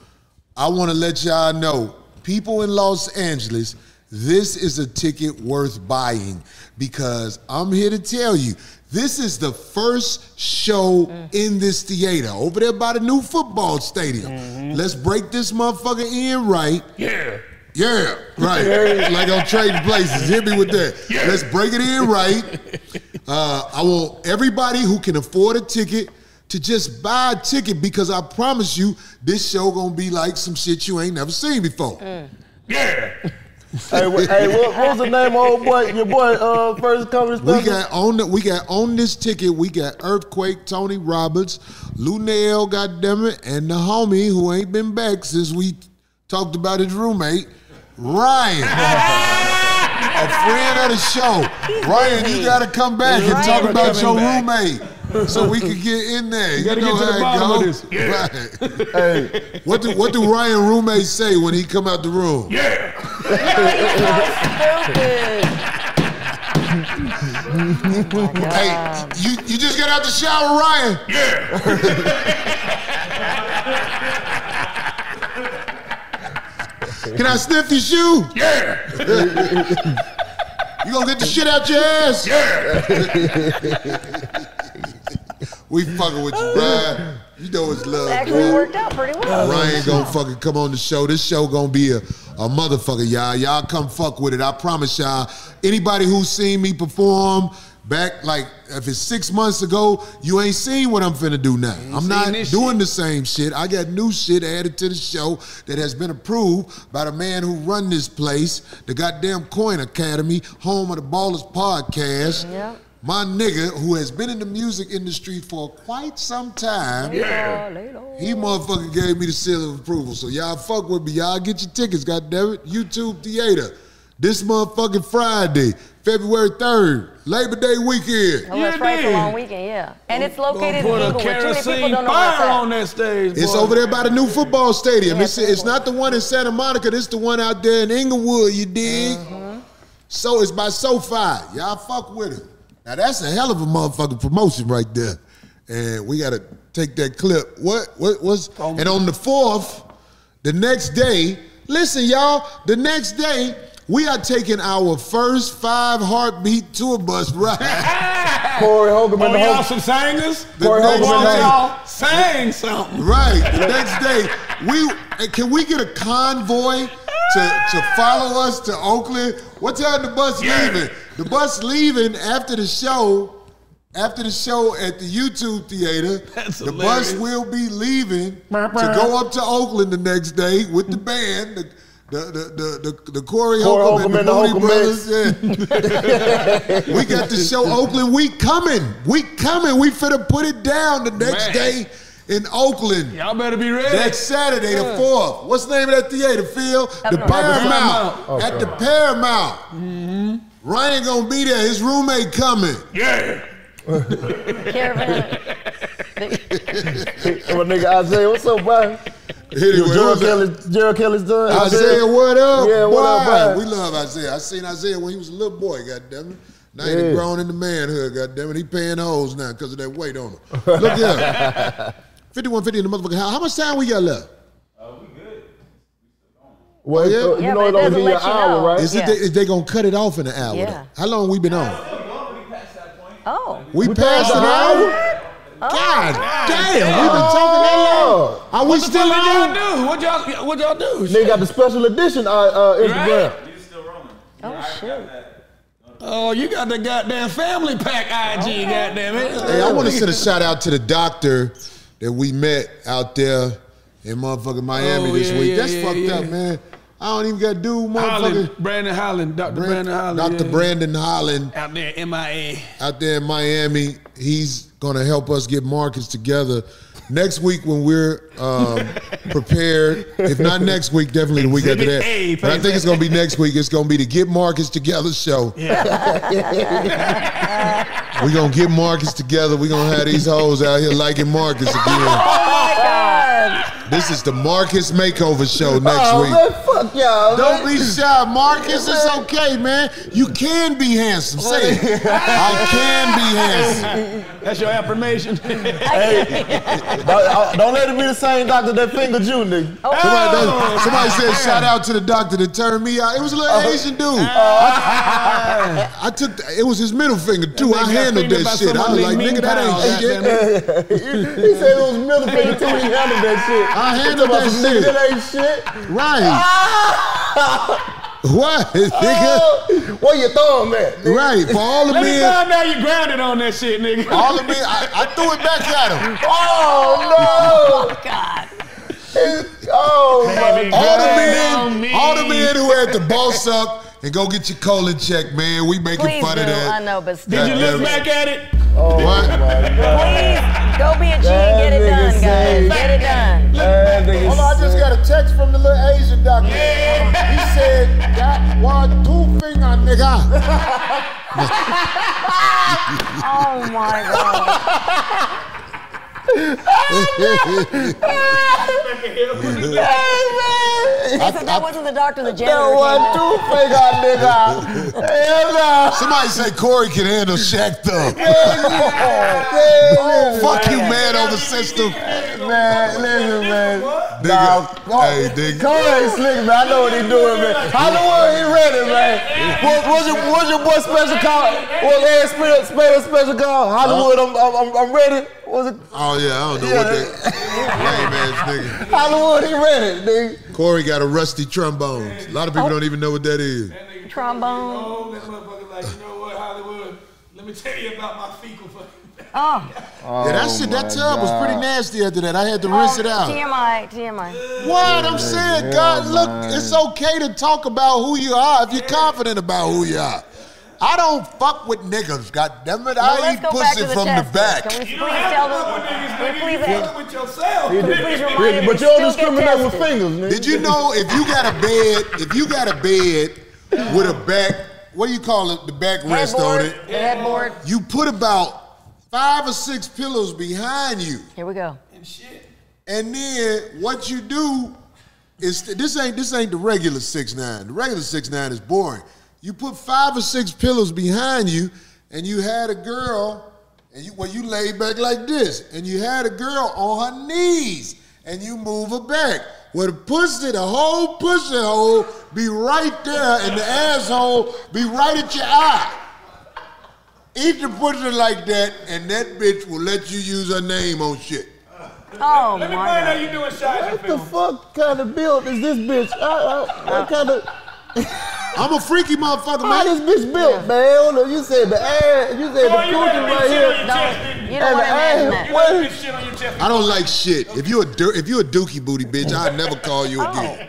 Speaker 3: I want to let y'all know, people in Los Angeles, this is a ticket worth buying because I'm here to tell you, this is the first show in this theater over there by the new football stadium. Let's break this motherfucker in right.
Speaker 5: yeah.
Speaker 3: Yeah, right. like on trading places. Hit me with that. Let's break it in right. Uh, I want everybody who can afford a ticket to just buy a ticket because I promise you this show gonna be like some shit you ain't never seen before.
Speaker 5: Yeah.
Speaker 6: hey, wha- hey, what, what was the name of old boy? Your boy, uh, first comedy
Speaker 3: We
Speaker 6: special.
Speaker 3: got on the, we got on this ticket. We got Earthquake, Tony Roberts, Lunel, goddammit, and the homie who ain't been back since we talked about his roommate, Ryan. A friend of the show. Ryan, you gotta come back and
Speaker 4: Ryan
Speaker 3: talk about your
Speaker 5: coming
Speaker 3: roommate. So we can get in there. You,
Speaker 5: gotta get
Speaker 3: know
Speaker 5: to the
Speaker 3: how
Speaker 5: bottom
Speaker 3: it
Speaker 5: of
Speaker 3: go. Right. What do what do Ryan roommates say when he come out the room?
Speaker 4: Stupid.
Speaker 3: Hey, you, you just got out the shower, Ryan. Yeah. Can I sniff your shoe? Yeah. you gonna get the shit out your ass? Yeah. we fucking with you, Ryan. You know it's love.
Speaker 4: Actually
Speaker 3: bro.
Speaker 4: worked out pretty well.
Speaker 3: Ryan gonna fucking come on the show. This show gonna be a, a motherfucker, y'all. Y'all come fuck with it. I promise y'all. Anybody who's seen me perform back, like if it's six months ago, you ain't seen what I'm finna do now. I'm not doing
Speaker 5: this
Speaker 3: the same shit. I got new shit added to the show that has been approved by the man who run this place, the goddamn Coin Academy, home of the Ballers Podcast.
Speaker 4: Yeah.
Speaker 3: My nigga, who has been in the music industry for quite some time, he motherfucking gave me the seal of approval. So y'all fuck with me. Y'all get your tickets, goddammit. YouTube Theater. This motherfucking Friday, February 3rd, Labor Day weekend.
Speaker 4: Oh, that's
Speaker 5: Yeah,
Speaker 4: right, it's a
Speaker 5: dude.
Speaker 4: long weekend, yeah. And it's located in
Speaker 5: Put a
Speaker 4: Eagle, where too many people
Speaker 5: kerosene
Speaker 4: don't know what's
Speaker 5: fire on
Speaker 4: up.
Speaker 5: that stage.
Speaker 3: It's
Speaker 5: boy.
Speaker 3: over there by the new football stadium.
Speaker 4: Yeah,
Speaker 3: it's, it's not the one in Santa Monica. This the one out there in Inglewood, you dig? So it's by SoFi. Y'all fuck with it. Now that's a hell of a motherfucking promotion right there. And we gotta take that clip. What what was and on the fourth, the next day, listen, y'all, the next day, we are taking our first five heartbeat tour bus ride.
Speaker 6: Corey Hogan
Speaker 5: Oh,
Speaker 6: and the
Speaker 5: y'all
Speaker 6: Hogan.
Speaker 5: some singers?
Speaker 3: The
Speaker 6: Corey
Speaker 5: Why
Speaker 3: next
Speaker 6: Hogan
Speaker 5: don't y'all
Speaker 6: and the
Speaker 3: day.
Speaker 5: sing something?
Speaker 3: Right. The next day, we eh, can we get a convoy to to follow us to Oakland? What time the bus leaving? The bus leaving after the show. After the show at the YouTube theater,
Speaker 5: That's
Speaker 3: the
Speaker 5: hilarious.
Speaker 3: bus will be leaving to go up to Oakland the next day with the band, the the the the, the, the Corey,
Speaker 6: Corey
Speaker 3: Holcomb
Speaker 6: Holcomb
Speaker 3: and the Mooney
Speaker 6: and the
Speaker 3: Brothers. Yeah. We got the show Oakland. We coming. We coming. We finna put it down the next
Speaker 5: Man.
Speaker 3: day in Oakland.
Speaker 5: Y'all better be ready.
Speaker 3: That Saturday, the fourth. What's the name of that theater, Phil? The
Speaker 4: Up north.
Speaker 3: Paramount.
Speaker 6: Paramount.
Speaker 3: At the Paramount. Ryan gonna be there. His roommate coming.
Speaker 4: Caravan.
Speaker 6: My nigga Isaiah, what's up, bro?
Speaker 3: Anyway,
Speaker 6: Gerald
Speaker 3: who's that?
Speaker 6: Kelly's, Gerald Kelly's done.
Speaker 3: Isaiah, what up?
Speaker 6: Yeah, what up,
Speaker 3: boy?
Speaker 6: bud?
Speaker 3: We love Isaiah. I seen Isaiah when he was a little boy, goddammit. Now he's
Speaker 6: Yeah.
Speaker 3: grown into manhood, goddammit. He paying hoes now because of that weight on him. Look here. 5150 in the motherfucking house. How much time we got left? Oh,
Speaker 6: Well,
Speaker 3: Yeah.
Speaker 6: you
Speaker 4: Yeah,
Speaker 6: know
Speaker 4: but
Speaker 6: it
Speaker 4: it doesn't
Speaker 6: don't give you an
Speaker 4: let you know.
Speaker 6: hour, right?
Speaker 3: Is
Speaker 4: Oh, Yeah.
Speaker 3: it they, is they gonna cut it off in an hour?
Speaker 4: Yeah.
Speaker 3: though? How long we been on?
Speaker 4: Oh.
Speaker 3: We passed an hour?
Speaker 5: Oh,
Speaker 3: God damn, we been talking that long.
Speaker 6: Oh,
Speaker 3: Are we
Speaker 5: What
Speaker 3: still
Speaker 5: did y'all
Speaker 3: on?
Speaker 5: do? What y'all what y'all do?
Speaker 6: they got the special edition uh, uh, Instagram.
Speaker 4: Oh, shit.
Speaker 5: Oh, you got the goddamn family pack IG, goddamn it.
Speaker 3: Hey, I wanna send a shout out to the doctor that we met out there in motherfucking Miami
Speaker 5: Oh,
Speaker 3: this
Speaker 5: yeah,
Speaker 3: week.
Speaker 5: yeah,
Speaker 3: That's
Speaker 5: yeah,
Speaker 3: fucked
Speaker 5: yeah.
Speaker 3: up, man. I don't even gotta do
Speaker 5: Holland,
Speaker 3: motherfucking
Speaker 5: Brandon Holland, Dr. Brandon Holland.
Speaker 3: Dr.
Speaker 5: yeah.
Speaker 3: Brandon Holland
Speaker 5: Out there, MIA.
Speaker 3: out there in Miami. He's gonna help us get markets together. Next week when we're um, prepared, if not next week, definitely the week after
Speaker 5: Exhibit
Speaker 3: that.
Speaker 5: A,
Speaker 3: but I think it's gonna be next week. It's gonna be the Get Markets Together show. We're gonna get Marcus together. We're gonna have these hoes out here liking Marcus again. This is the Marcus Makeover Show next
Speaker 6: Oh,
Speaker 3: week.
Speaker 6: man, fuck y'all.
Speaker 3: Don't
Speaker 6: man.
Speaker 3: be shy, Marcus. It's okay, man. You can be handsome. Say it. I can be handsome.
Speaker 5: That's your affirmation.
Speaker 6: Don't, uh, don't let it be the same doctor that fingered you, nigga.
Speaker 4: Oh,
Speaker 3: Somebody, does- somebody said shout out to the doctor that turned me out. It was a little Asian dude. I, I took it was his middle finger too. I
Speaker 5: got
Speaker 3: handled
Speaker 5: fingered
Speaker 3: that
Speaker 5: by
Speaker 3: shit. I was
Speaker 5: somebody
Speaker 3: like,
Speaker 5: named
Speaker 3: nigga, that
Speaker 5: Mean Pal,
Speaker 3: ain't shit.
Speaker 5: goddamn it.
Speaker 6: He said it was middle finger too. He handled that shit.
Speaker 3: I
Speaker 6: He
Speaker 3: handled
Speaker 6: talking about
Speaker 3: that
Speaker 6: some
Speaker 3: shit.
Speaker 6: nigga That ain't shit.
Speaker 3: Right. What, nigga?
Speaker 6: Oh, where your thumb at? nigga?
Speaker 3: Right. For all the
Speaker 5: Let me
Speaker 3: men,
Speaker 5: find out you grounded on that shit, nigga.
Speaker 3: all the men, I, I threw it back at him.
Speaker 6: Oh no!
Speaker 4: God.
Speaker 6: It's- oh my
Speaker 3: All the
Speaker 5: Grounded
Speaker 6: Oh,
Speaker 3: men,
Speaker 5: on me.
Speaker 3: all the men who had the to boss up and go get your colon checked, man. We making
Speaker 4: Please
Speaker 3: fun
Speaker 4: do.
Speaker 3: of that.
Speaker 4: I know, but still.
Speaker 5: Did you look back at it?
Speaker 6: Oh my God.
Speaker 4: Please go be a G and get it
Speaker 6: That nigga
Speaker 4: done, guys.
Speaker 6: said-
Speaker 4: Get it done.
Speaker 6: That nigga Hold on, I just
Speaker 5: said-
Speaker 6: got a text from the little Asian doctor. He said, that one two finger, nigga.
Speaker 4: Oh my god. They said that wasn't the doctor, the janitor.
Speaker 6: That
Speaker 4: came
Speaker 6: one
Speaker 4: out.
Speaker 6: two finger, nigga. Hell no.
Speaker 3: Somebody say Corey can handle Shaq though.
Speaker 6: Hey,
Speaker 3: Fuck you, man, on the system.
Speaker 6: listen, man, listen, man.
Speaker 3: Nigga,
Speaker 6: Nah,
Speaker 3: hey, nigga.
Speaker 6: Corey ain't slick, man. I know what he doing, man. How the world he ready, man? What, what's, your, what's your boy special call? What Ed Spader special, special call? Hollywood, I'm, I'm, I'm ready. What's it?
Speaker 3: Oh yeah, I don't know what that lame ass nigga.
Speaker 6: Hollywood, he ready, nigga.
Speaker 3: Corey got a rusty trombone. A lot of
Speaker 6: Oh.
Speaker 3: people don't even know what that is.
Speaker 4: Trombone.
Speaker 5: Oh, that motherfucker like, you know what, Hollywood? Let me tell you about my fecal fucking.
Speaker 4: Oh.
Speaker 3: yeah, that shit, that tub was pretty nasty after that. I had to
Speaker 4: oh,
Speaker 3: rinse it out.
Speaker 4: TMI, TMI.
Speaker 3: What I'm saying, God, look, it's okay to talk about who you are if you're confident about who you are. I don't fuck with niggas, God damn it!
Speaker 4: Now
Speaker 3: I
Speaker 4: let's
Speaker 3: eat
Speaker 4: go back
Speaker 3: pussy
Speaker 4: to the
Speaker 3: from the
Speaker 4: test.
Speaker 3: back.
Speaker 4: Can we please
Speaker 5: You don't have
Speaker 4: tell
Speaker 5: to fuck
Speaker 4: them?
Speaker 5: with
Speaker 4: Can
Speaker 5: niggas,
Speaker 4: we please
Speaker 5: nigga. You
Speaker 4: ask-
Speaker 5: fuck with yourself.
Speaker 4: Can we
Speaker 5: nigga.
Speaker 4: please remind them
Speaker 6: But
Speaker 4: to
Speaker 6: you don't
Speaker 4: still get
Speaker 6: discriminate with
Speaker 4: tested?
Speaker 6: fingers, nigga.
Speaker 3: Did you know if you got a bed, if you got a bed with a back, what do you call it, the backrest on
Speaker 4: Headboard,
Speaker 3: it?
Speaker 4: the headboard.
Speaker 3: You put about five or six pillows behind you,
Speaker 4: Here we go.
Speaker 3: and then what you do is this ain't this ain't the regular six nine. The regular six nine is boring. You put five or six pillows behind you, and you had a girl, and you well you lay back like this, and you had a girl on her knees, and you move her back. Well, the pussy, the whole pussy hole be right there, and the asshole be right at your eye. Eat the pussy like that, and that bitch will let you use her name on shit.
Speaker 4: Oh my
Speaker 5: Let me find
Speaker 4: god.
Speaker 5: out you doing shots in
Speaker 6: What the
Speaker 5: film.
Speaker 6: fuck kind of build is this bitch? I, I, what kind of
Speaker 3: I'm a freaky motherfucker,
Speaker 6: how
Speaker 3: man.
Speaker 6: this bitch built, man? Hold on, you said the ass, you said the
Speaker 5: Boy, you had a big
Speaker 6: coochie
Speaker 5: shit on
Speaker 6: right here.
Speaker 5: your chest,
Speaker 4: No,
Speaker 5: didn't you?
Speaker 4: you don't want to imagine
Speaker 5: You
Speaker 4: that.
Speaker 5: had a big shit on your chest.
Speaker 3: I don't like shit. If you a dir- if you a dookie booty bitch, I'll never call you again.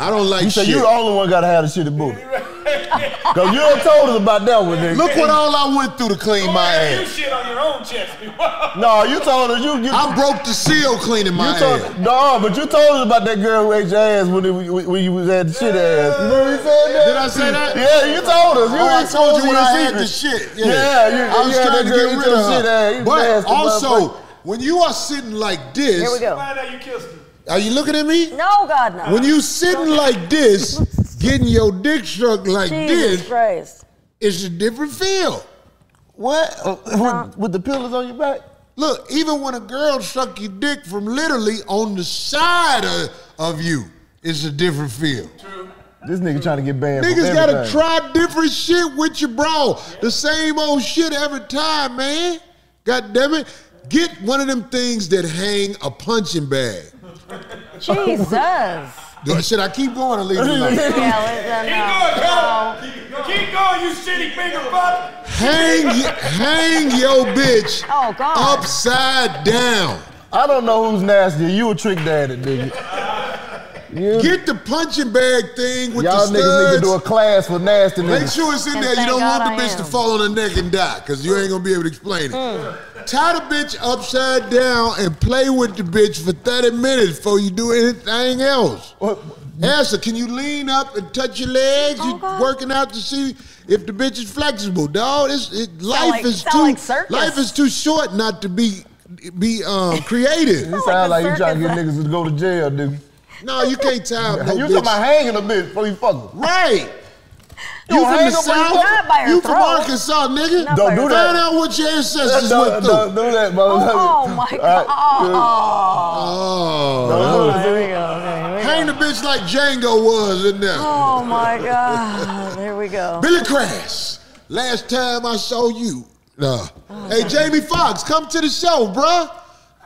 Speaker 3: I don't like
Speaker 6: Oh. You said
Speaker 3: shit.
Speaker 6: you the only one gotta have the shitty booty. Cause you don't told us about that one, nigga.
Speaker 3: Look what all I went through to clean
Speaker 5: Boy,
Speaker 6: Oh,
Speaker 3: my
Speaker 5: You
Speaker 3: ass.
Speaker 5: shit on your own chest. Whoa.
Speaker 6: No, you told us you you,
Speaker 3: I broke the seal cleaning my
Speaker 6: you told
Speaker 3: ass.
Speaker 6: no, but you told us about that girl who ate your ass when it, when you was at the shit ass. You know what you said that?
Speaker 3: Did I say that?
Speaker 6: Yeah, you told us. You
Speaker 3: Oh, I told
Speaker 6: exposed
Speaker 3: you when
Speaker 6: your
Speaker 3: I had
Speaker 6: secret.
Speaker 3: the shit. Yeah,
Speaker 6: Yeah, you-
Speaker 3: I was
Speaker 6: you had
Speaker 3: trying
Speaker 6: that
Speaker 3: to
Speaker 6: girl
Speaker 3: get
Speaker 6: eat
Speaker 3: rid
Speaker 6: your
Speaker 3: of her.
Speaker 6: shit out. You
Speaker 3: but
Speaker 6: nasty
Speaker 3: also,
Speaker 6: motherfucker.
Speaker 3: when you are sitting like this,
Speaker 4: Here we go.
Speaker 5: Find out you kissed him.
Speaker 3: are you looking at me?
Speaker 4: No, God, no.
Speaker 3: When you sitting like this, getting your dick sucked like
Speaker 4: Jesus
Speaker 3: this,
Speaker 4: Christ.
Speaker 3: it's a different feel.
Speaker 6: What? Uh,
Speaker 4: Uh-huh.
Speaker 6: With, with the pillows on your back?
Speaker 3: Look, even when a girl suck your dick from literally on the side of, of you, it's a different feel.
Speaker 6: This nigga trying to get banned. from
Speaker 3: Niggas gotta
Speaker 6: everything.
Speaker 3: try different shit with your bro. The same old shit every time, man. God damn it. Get one of them things that hang a punching bag.
Speaker 4: Jesus. Yeah,
Speaker 3: Do- Should I keep going or leave it alone?
Speaker 5: Keep
Speaker 4: let's, no, no.
Speaker 5: going, Kyle. Keep going, you shitty finger fuck.
Speaker 3: Hang, y- hang your bitch
Speaker 4: Oh, God.
Speaker 3: upside down.
Speaker 6: I don't know who's nastier. You a trick daddy, nigga. You,
Speaker 3: Get the punching bag thing with
Speaker 6: y'all
Speaker 3: the
Speaker 6: niggas need to
Speaker 3: studs.
Speaker 6: do a class with nasty
Speaker 3: Make
Speaker 6: niggas.
Speaker 3: sure it's in
Speaker 4: And
Speaker 3: there. You
Speaker 4: thank
Speaker 3: don't
Speaker 4: God
Speaker 3: want the
Speaker 4: I
Speaker 3: bitch to
Speaker 4: am. Mm.
Speaker 3: fall on her neck and die because you ain't going to be able to explain it. Tie the bitch upside down and play with the bitch for 30 minutes before you do anything else. Ask her, can you lean up and touch your legs?
Speaker 4: Oh,
Speaker 3: you
Speaker 4: God.
Speaker 3: working out to see if the bitch is flexible. Dog, it's, it, life
Speaker 4: like-
Speaker 3: is
Speaker 4: sound
Speaker 3: too
Speaker 4: like circus.
Speaker 3: life is too short not to be be um, creative.
Speaker 6: You sound
Speaker 4: like
Speaker 6: like
Speaker 4: the
Speaker 6: you trying to get
Speaker 4: circus.
Speaker 6: niggas to go to jail, nigga.
Speaker 3: no, you can't tie up no
Speaker 6: you
Speaker 3: bitch.
Speaker 6: talking about hanging a bitch before you fuck her.
Speaker 3: right.
Speaker 6: You
Speaker 3: You
Speaker 6: gonna
Speaker 3: from the
Speaker 6: hang up on your
Speaker 3: south?
Speaker 4: Not by her
Speaker 3: You from
Speaker 4: throat.
Speaker 3: Arkansas, nigga?
Speaker 4: Not Don't by do her that.
Speaker 3: Find out what your ancestors
Speaker 6: Don't,
Speaker 3: went through.
Speaker 6: don't do that, mother.
Speaker 4: Oh, oh, my God. Oh,
Speaker 3: Oh,
Speaker 4: there we go. There we go.
Speaker 3: hang the bitch like Django was in there.
Speaker 4: Oh, my God. There we go.
Speaker 3: Billy Crash. Last time I saw you. Nah.
Speaker 4: Oh,
Speaker 3: hey, Jamie Foxx, come to the show, bruh.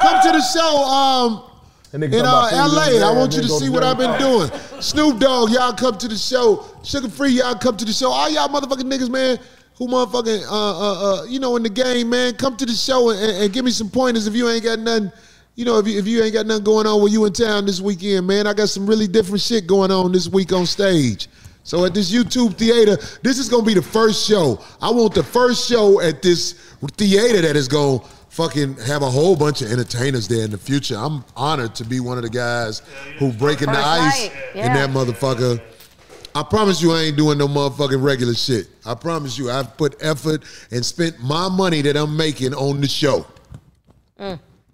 Speaker 3: Come to the show. Um.
Speaker 6: That nigga
Speaker 3: In
Speaker 6: talking
Speaker 3: uh,
Speaker 6: about food in
Speaker 3: LA,
Speaker 6: his
Speaker 3: I
Speaker 6: ass,
Speaker 3: want you to
Speaker 6: nigga go
Speaker 3: see what
Speaker 6: jail. Oh.
Speaker 3: I've been doing. Snoop Dogg, y'all come to the show. Sugar Free, y'all come to the show. All y'all motherfucking niggas, man, who motherfucking, uh, uh, uh, you know, in the game, man, come to the show and, and, and give me some pointers if you ain't got nothing, you know, if you, if you ain't got nothing going on when you in town this weekend, man. I got some really different shit going on this week on stage. So at this YouTube theater, this is gonna be the first show. I want the first show at this theater that is gonna fucking have a whole bunch of entertainers there in the future. I'm honored to be one of the guys who breaking the
Speaker 4: First
Speaker 3: ice
Speaker 4: night,
Speaker 3: in
Speaker 4: yeah.
Speaker 3: that motherfucker. I promise you, I ain't doing no motherfucking regular shit. I promise you, I've put effort and spent my money that I'm making on the show.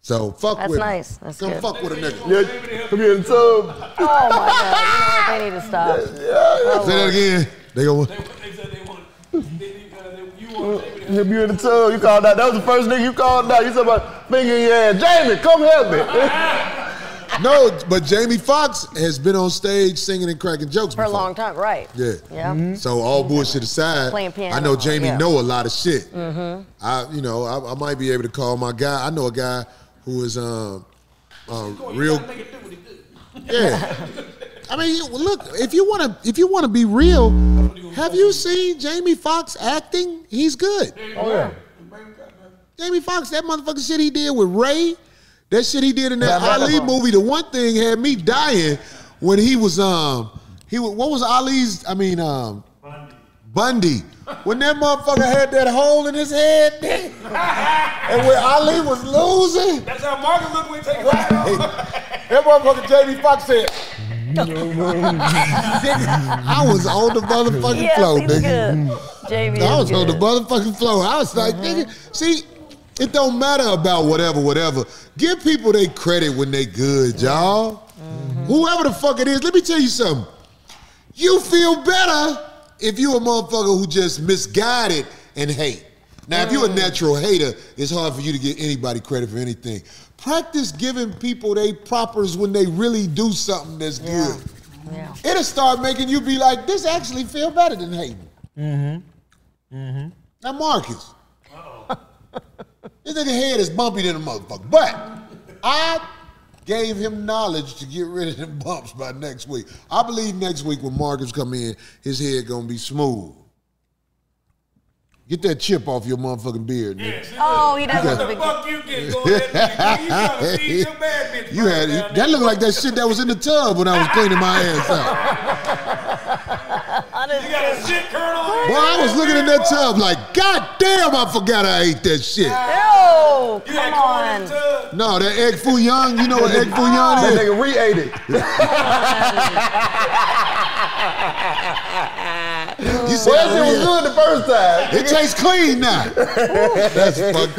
Speaker 3: So
Speaker 4: Mm.
Speaker 3: fuck
Speaker 4: That's
Speaker 3: with me.
Speaker 4: nice. That's
Speaker 3: Come
Speaker 4: good.
Speaker 3: fuck with a nigga.
Speaker 6: Yeah, come here in the tub.
Speaker 4: Oh my God! You know what? They need to stop. Oh,
Speaker 3: Say that
Speaker 4: Lord.
Speaker 3: again. They go.
Speaker 5: They said they want. they- uh, they- You want Jamie to-
Speaker 6: Come here in the tub. You called out. That was the first nigga you called out. You said about finger in your ass. Jamie, come help me.
Speaker 3: No, but Jamie Foxx has been on stage singing and cracking jokes
Speaker 4: For a
Speaker 3: before.
Speaker 4: long time, right?
Speaker 3: Yeah. Mm-hmm.
Speaker 4: Yeah.
Speaker 3: So all bullshit aside,
Speaker 4: Mm-hmm. Playing piano,
Speaker 3: I know Jamie
Speaker 4: yeah. Mm-hmm.
Speaker 3: know a lot of shit. I, you know, I, I might be able to call my guy. I know a guy who is um, uh, real. Yeah. I mean, you- look if you want to if you want to be real, have you seen Jamie Foxx acting? He's good.
Speaker 6: Oh, yeah.
Speaker 3: Jamie Foxx, that motherfucking shit he did with Ray, that shit he did in that
Speaker 6: Yeah,
Speaker 3: Ali
Speaker 6: Madam.
Speaker 3: movie, the one thing had me dying when he was um he wa- what was Ali's I mean um Bundy. When that motherfucker had that hole in his head, and when Ali was losing,
Speaker 5: That's how Marcus looked when he take light off.
Speaker 6: That motherfucker Jamie Foxx said,
Speaker 3: I was on the motherfucking
Speaker 4: Yes,
Speaker 3: floor,
Speaker 4: he's good.
Speaker 3: nigga.
Speaker 4: Jamie
Speaker 3: Mm-hmm. I
Speaker 4: is
Speaker 3: was on the
Speaker 4: good.
Speaker 3: motherfucking floor. I was
Speaker 4: Uh-huh.
Speaker 3: like, nigga, see, it don't matter about whatever, whatever. Give people they credit when they good, y'all.
Speaker 4: Mm-hmm.
Speaker 3: Whoever the fuck it is, let me tell you something. You feel better if you a motherfucker who just misguided and hate. Now, if you a
Speaker 4: Mm.
Speaker 3: natural hater, it's hard for you to get anybody credit for anything. Practice giving people they propers when they really do something that's good
Speaker 4: Yeah.
Speaker 3: it'll start making you be like, this actually feel better than hating. Mm-hmm. Mm-hmm. Now Marcus. This nigga head is bumpy than a motherfucker. But I gave him knowledge to get rid of them bumps by next week. I believe next week when Marcus come in, his head gonna be smooth. Get that chip off your motherfucking beard, nigga.
Speaker 4: Oh, he does look
Speaker 5: What the
Speaker 4: big.
Speaker 5: fuck you get going at me? You trying to feed your bad bitch?
Speaker 3: You had
Speaker 5: down there.
Speaker 3: that looked like that shit that was in the tub when I was cleaning my ass out.
Speaker 4: I
Speaker 5: You
Speaker 4: didn't-
Speaker 5: got a shit kernel. on
Speaker 3: Boy,
Speaker 5: your
Speaker 3: I was looking in that tub like, God damn, I forgot I ate that shit.
Speaker 4: Ew,
Speaker 5: You had
Speaker 4: come
Speaker 5: corn in
Speaker 4: on.
Speaker 5: the tub.
Speaker 3: No, that egg foo young, you know what egg foo
Speaker 6: that
Speaker 3: young is?
Speaker 6: nigga re-ate it.
Speaker 3: You
Speaker 6: Well, that shit was
Speaker 3: said,
Speaker 6: good the first time.
Speaker 3: it tastes clean now. That's fucked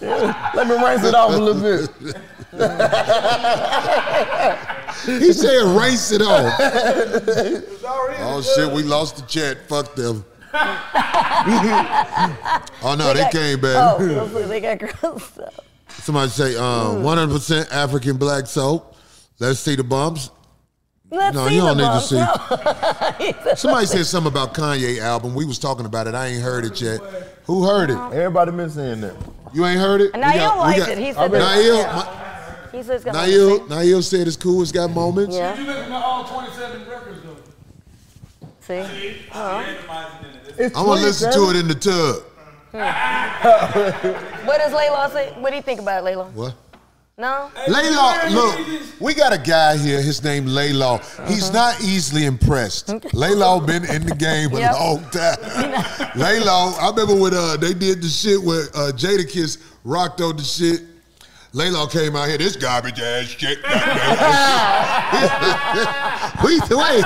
Speaker 3: up.
Speaker 6: Let me rinse it off a little bit.
Speaker 3: He said, race it off.
Speaker 5: It's already in
Speaker 3: Oh
Speaker 5: the
Speaker 3: shit,
Speaker 5: tub.
Speaker 3: we lost the chat. Fuck them. oh no, they came back.
Speaker 4: Oh, they got gross stuff.
Speaker 3: Somebody say, um, 100% African black soap. Let's see the bumps.
Speaker 4: Let's
Speaker 3: No,
Speaker 4: see
Speaker 3: you
Speaker 4: the
Speaker 3: don't need to
Speaker 4: bumps.
Speaker 3: see. Somebody said something about Kanye album. We was talking about it. I ain't heard it yet. Who heard it?
Speaker 6: Everybody been saying that.
Speaker 3: You ain't heard it? We
Speaker 4: Nail
Speaker 3: got- we
Speaker 4: liked
Speaker 3: got-
Speaker 4: it. He said that-
Speaker 3: Nail,
Speaker 4: yeah. He says
Speaker 3: my-
Speaker 4: got
Speaker 3: Nail, Nail said it's cool. It's got moments.
Speaker 4: Yeah.
Speaker 5: You listen to all 27 records though.
Speaker 4: See.
Speaker 6: It's
Speaker 3: I'm gonna listen to it in the tub.
Speaker 4: What does Layla say? What do you think about it, Layla?
Speaker 3: What?
Speaker 4: No.
Speaker 3: Laylaw, look, we got a guy here. His name Laylaw.
Speaker 4: Uh-huh.
Speaker 3: He's not easily impressed. Laylaw been in the game a
Speaker 4: Yep.
Speaker 3: long time. Laylaw, I remember when uh, they did the shit where uh, Jada Kiss rocked on the shit. Laylaw came out here. This garbage ass shit. we wait.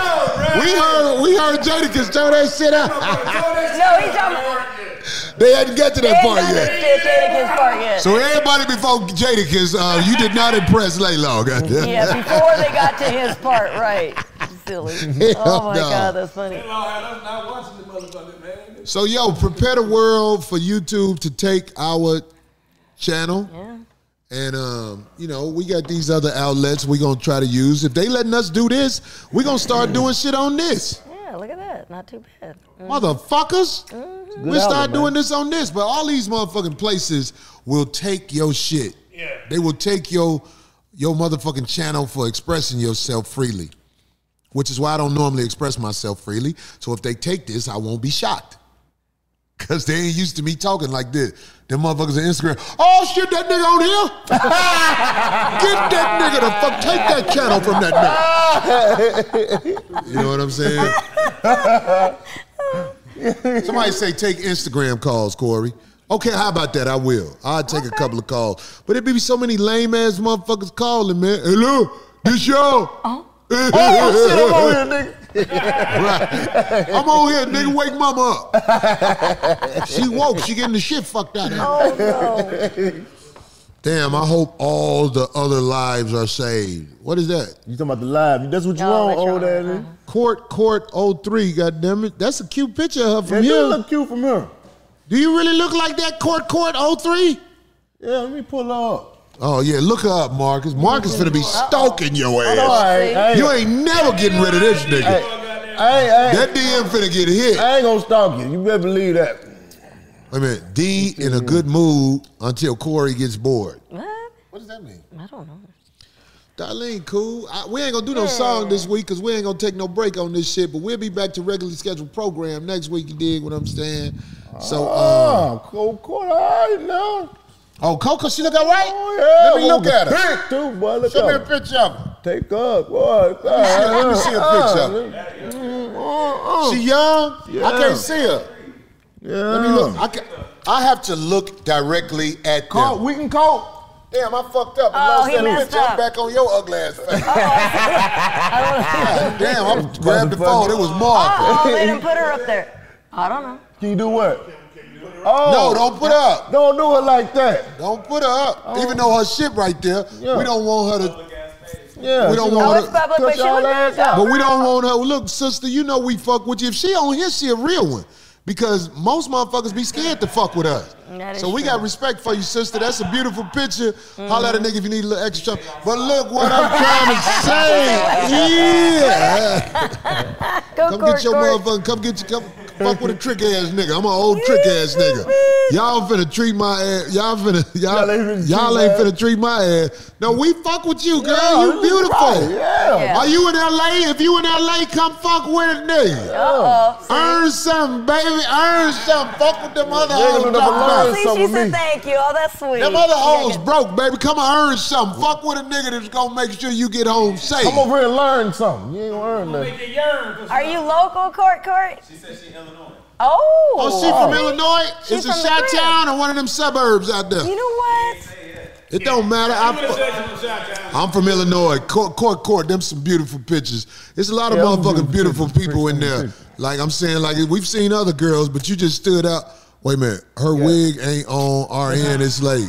Speaker 3: We heard we heard Jadakiss throw that shit out.
Speaker 4: No, he's talking. about-
Speaker 3: They hadn't got to
Speaker 4: They
Speaker 3: that part
Speaker 4: ain't
Speaker 3: yet.
Speaker 4: understood Jadakiss part yet.
Speaker 3: So everybody before Jadakiss, uh, you did not impress Laylaw. goddamn.
Speaker 4: Yeah, before they got to his part, right? Silly.
Speaker 3: Hell
Speaker 4: Oh my
Speaker 3: no.
Speaker 4: God, that's funny.
Speaker 5: not watching the motherfucker, man.
Speaker 3: So yo, prepare the world for YouTube to take our channel.
Speaker 4: Yeah.
Speaker 3: And um, you know, we got these other outlets we're gonna try to use. If they letting us do this, we're gonna start doing shit on this.
Speaker 4: Yeah, look at that. Not too bad.
Speaker 3: Motherfuckers. We
Speaker 6: outlet,
Speaker 3: start
Speaker 6: man.
Speaker 3: doing this on this. But all these motherfucking places will take your shit. Yeah. They will take your your motherfucking channel for expressing yourself freely. Which is why I don't normally express myself freely. So if they take this, I won't be shocked. Cause they ain't used to me talking like this. Them motherfuckers on Instagram, oh shit, that nigga on here? Get that nigga the fuck, take that channel from that nigga. you know what I'm saying? Somebody say take Instagram calls, Corey. Okay, how about that? I will. I'll take a couple of calls. But it be so many lame ass motherfuckers calling, man. Hello, this y'all?
Speaker 6: Oh, shit, I'm over here, nigga.
Speaker 3: Right. I'm on here, nigga. Wake mama up. she woke. She getting the shit fucked out of her.
Speaker 4: Oh no.
Speaker 3: Damn, I hope all the other lives are saved. What is that?
Speaker 6: You talking about the live? That's what you
Speaker 4: No,
Speaker 6: want,
Speaker 4: that's
Speaker 6: old ass
Speaker 4: wrong.
Speaker 6: nigga.
Speaker 3: Court, court, 03, goddamn it. That's a cute picture of her
Speaker 6: Yeah,
Speaker 3: from
Speaker 6: you
Speaker 3: here.
Speaker 6: look cute from here.
Speaker 3: Do you really look like that, court, court, 03?
Speaker 6: Yeah, let me pull her up.
Speaker 3: Oh, yeah, look her up, Marcus. Marcus gonna be stalking your
Speaker 6: All
Speaker 3: ass.
Speaker 6: right, hey,
Speaker 3: You ain't never getting rid of this nigga.
Speaker 6: hey, hey,
Speaker 3: That DM finna get hit.
Speaker 6: I ain't gonna stalk you. You better believe that.
Speaker 3: Oh, Wait a minute. D in a good mood until Corey gets bored.
Speaker 4: What?
Speaker 3: What does that mean?
Speaker 4: I don't know.
Speaker 3: Darlene, cool. I, we ain't gonna do no song this week because we ain't gonna take no break on this shit. But we'll be back to regularly scheduled program next week. You dig what I'm saying? So, uh,
Speaker 6: Oh, cool, cool. All right, now.
Speaker 3: oh, Coco, she look all right.
Speaker 6: Oh, yeah.
Speaker 3: Let me look
Speaker 6: Ooh,
Speaker 3: at her.
Speaker 6: thick, Too, boy. Look
Speaker 3: Show me a
Speaker 6: up.
Speaker 3: picture of her.
Speaker 6: Take up, boy. Oh,
Speaker 3: Let me see a picture of her. She young. I
Speaker 6: Yeah.
Speaker 3: can't see her.
Speaker 6: Yeah.
Speaker 3: Let me look. I, can, I have to look directly at
Speaker 6: Call,
Speaker 3: them.
Speaker 6: we can call.
Speaker 3: Damn, I fucked up.
Speaker 4: Oh,
Speaker 3: I lost
Speaker 4: he
Speaker 3: that
Speaker 4: messed
Speaker 3: picture. I'm
Speaker 4: up.
Speaker 3: back on your ugly ass face. God damn, I grabbed the phone. It was Marcus.
Speaker 4: Oh, they didn't put her up there. I don't know.
Speaker 6: Can you do what? Oh,
Speaker 3: No, don't put her up.
Speaker 6: don't do it like that.
Speaker 3: Don't put her up.
Speaker 4: Oh.
Speaker 3: Even though her shit right there,
Speaker 6: Yeah.
Speaker 3: we don't want her to.
Speaker 6: Yeah,
Speaker 3: We don't
Speaker 6: she
Speaker 3: want
Speaker 6: gonna
Speaker 3: her- Oh, it's
Speaker 4: public, but
Speaker 6: cut
Speaker 4: she
Speaker 6: y'all
Speaker 4: look
Speaker 6: ass
Speaker 4: good,
Speaker 6: out.
Speaker 4: though.
Speaker 3: But we don't want her. Look, sister, you know we fuck with you. If she on here, she a real one. Because most motherfuckers be scared to fuck with us.
Speaker 4: That is
Speaker 3: So we
Speaker 4: true. Mm-hmm.
Speaker 3: got respect for you, sister. That's a beautiful picture. Holla at a nigga if you need a little extra. But look what I'm trying to say. Yeah.
Speaker 4: Go,
Speaker 3: Come
Speaker 4: Corey,
Speaker 3: get your
Speaker 4: Corey.
Speaker 3: motherfucker. Come get your come fuck with a trick ass nigga. I'm an old trick ass nigga. Y'all finna treat my ass. Y'all finna y'all
Speaker 6: Y'all ain't finna treat
Speaker 3: y'all
Speaker 6: my ass.
Speaker 3: ain't finna treat my ass. No, we fuck with you, girl.
Speaker 6: Yeah,
Speaker 3: you beautiful.
Speaker 6: right, Yeah.
Speaker 4: Yeah.
Speaker 3: Are you in LA? If you in LA, come fuck with a nigga.
Speaker 4: Uh-oh.
Speaker 3: Earn something, baby. Earn something. Fuck with them other
Speaker 6: Nigga
Speaker 3: hoes.
Speaker 6: don't never
Speaker 3: dog.
Speaker 6: learn.
Speaker 4: See,
Speaker 6: something
Speaker 4: she
Speaker 6: with
Speaker 4: said
Speaker 6: me.
Speaker 4: thank you. Oh, that's sweet.
Speaker 3: Them other hoes
Speaker 4: Yeah,
Speaker 3: broke, baby. Come on, earn something. Fuck with a nigga that's gonna make sure you get home safe.
Speaker 6: Come over here and learn something. You ain't gonna learn nothing.
Speaker 4: Are you local, Court, Court? She said she's Illinois. Oh.
Speaker 3: Oh, she from Illinois?
Speaker 4: She's
Speaker 3: It's a
Speaker 4: from the
Speaker 3: shot
Speaker 4: crib.
Speaker 3: town or one of them suburbs out there?
Speaker 4: You know what?
Speaker 3: It don't matter. I'm, fu- I'm from Illinois. Court, court, court. Them some beautiful pictures. There's a lot of
Speaker 6: Yeah, them
Speaker 3: motherfucking
Speaker 6: beautiful
Speaker 3: beautiful
Speaker 6: pictures.
Speaker 3: people in there. Like I'm saying, like we've seen other girls, but you just stood out. Wait a minute, her wig ain't on. RN is late.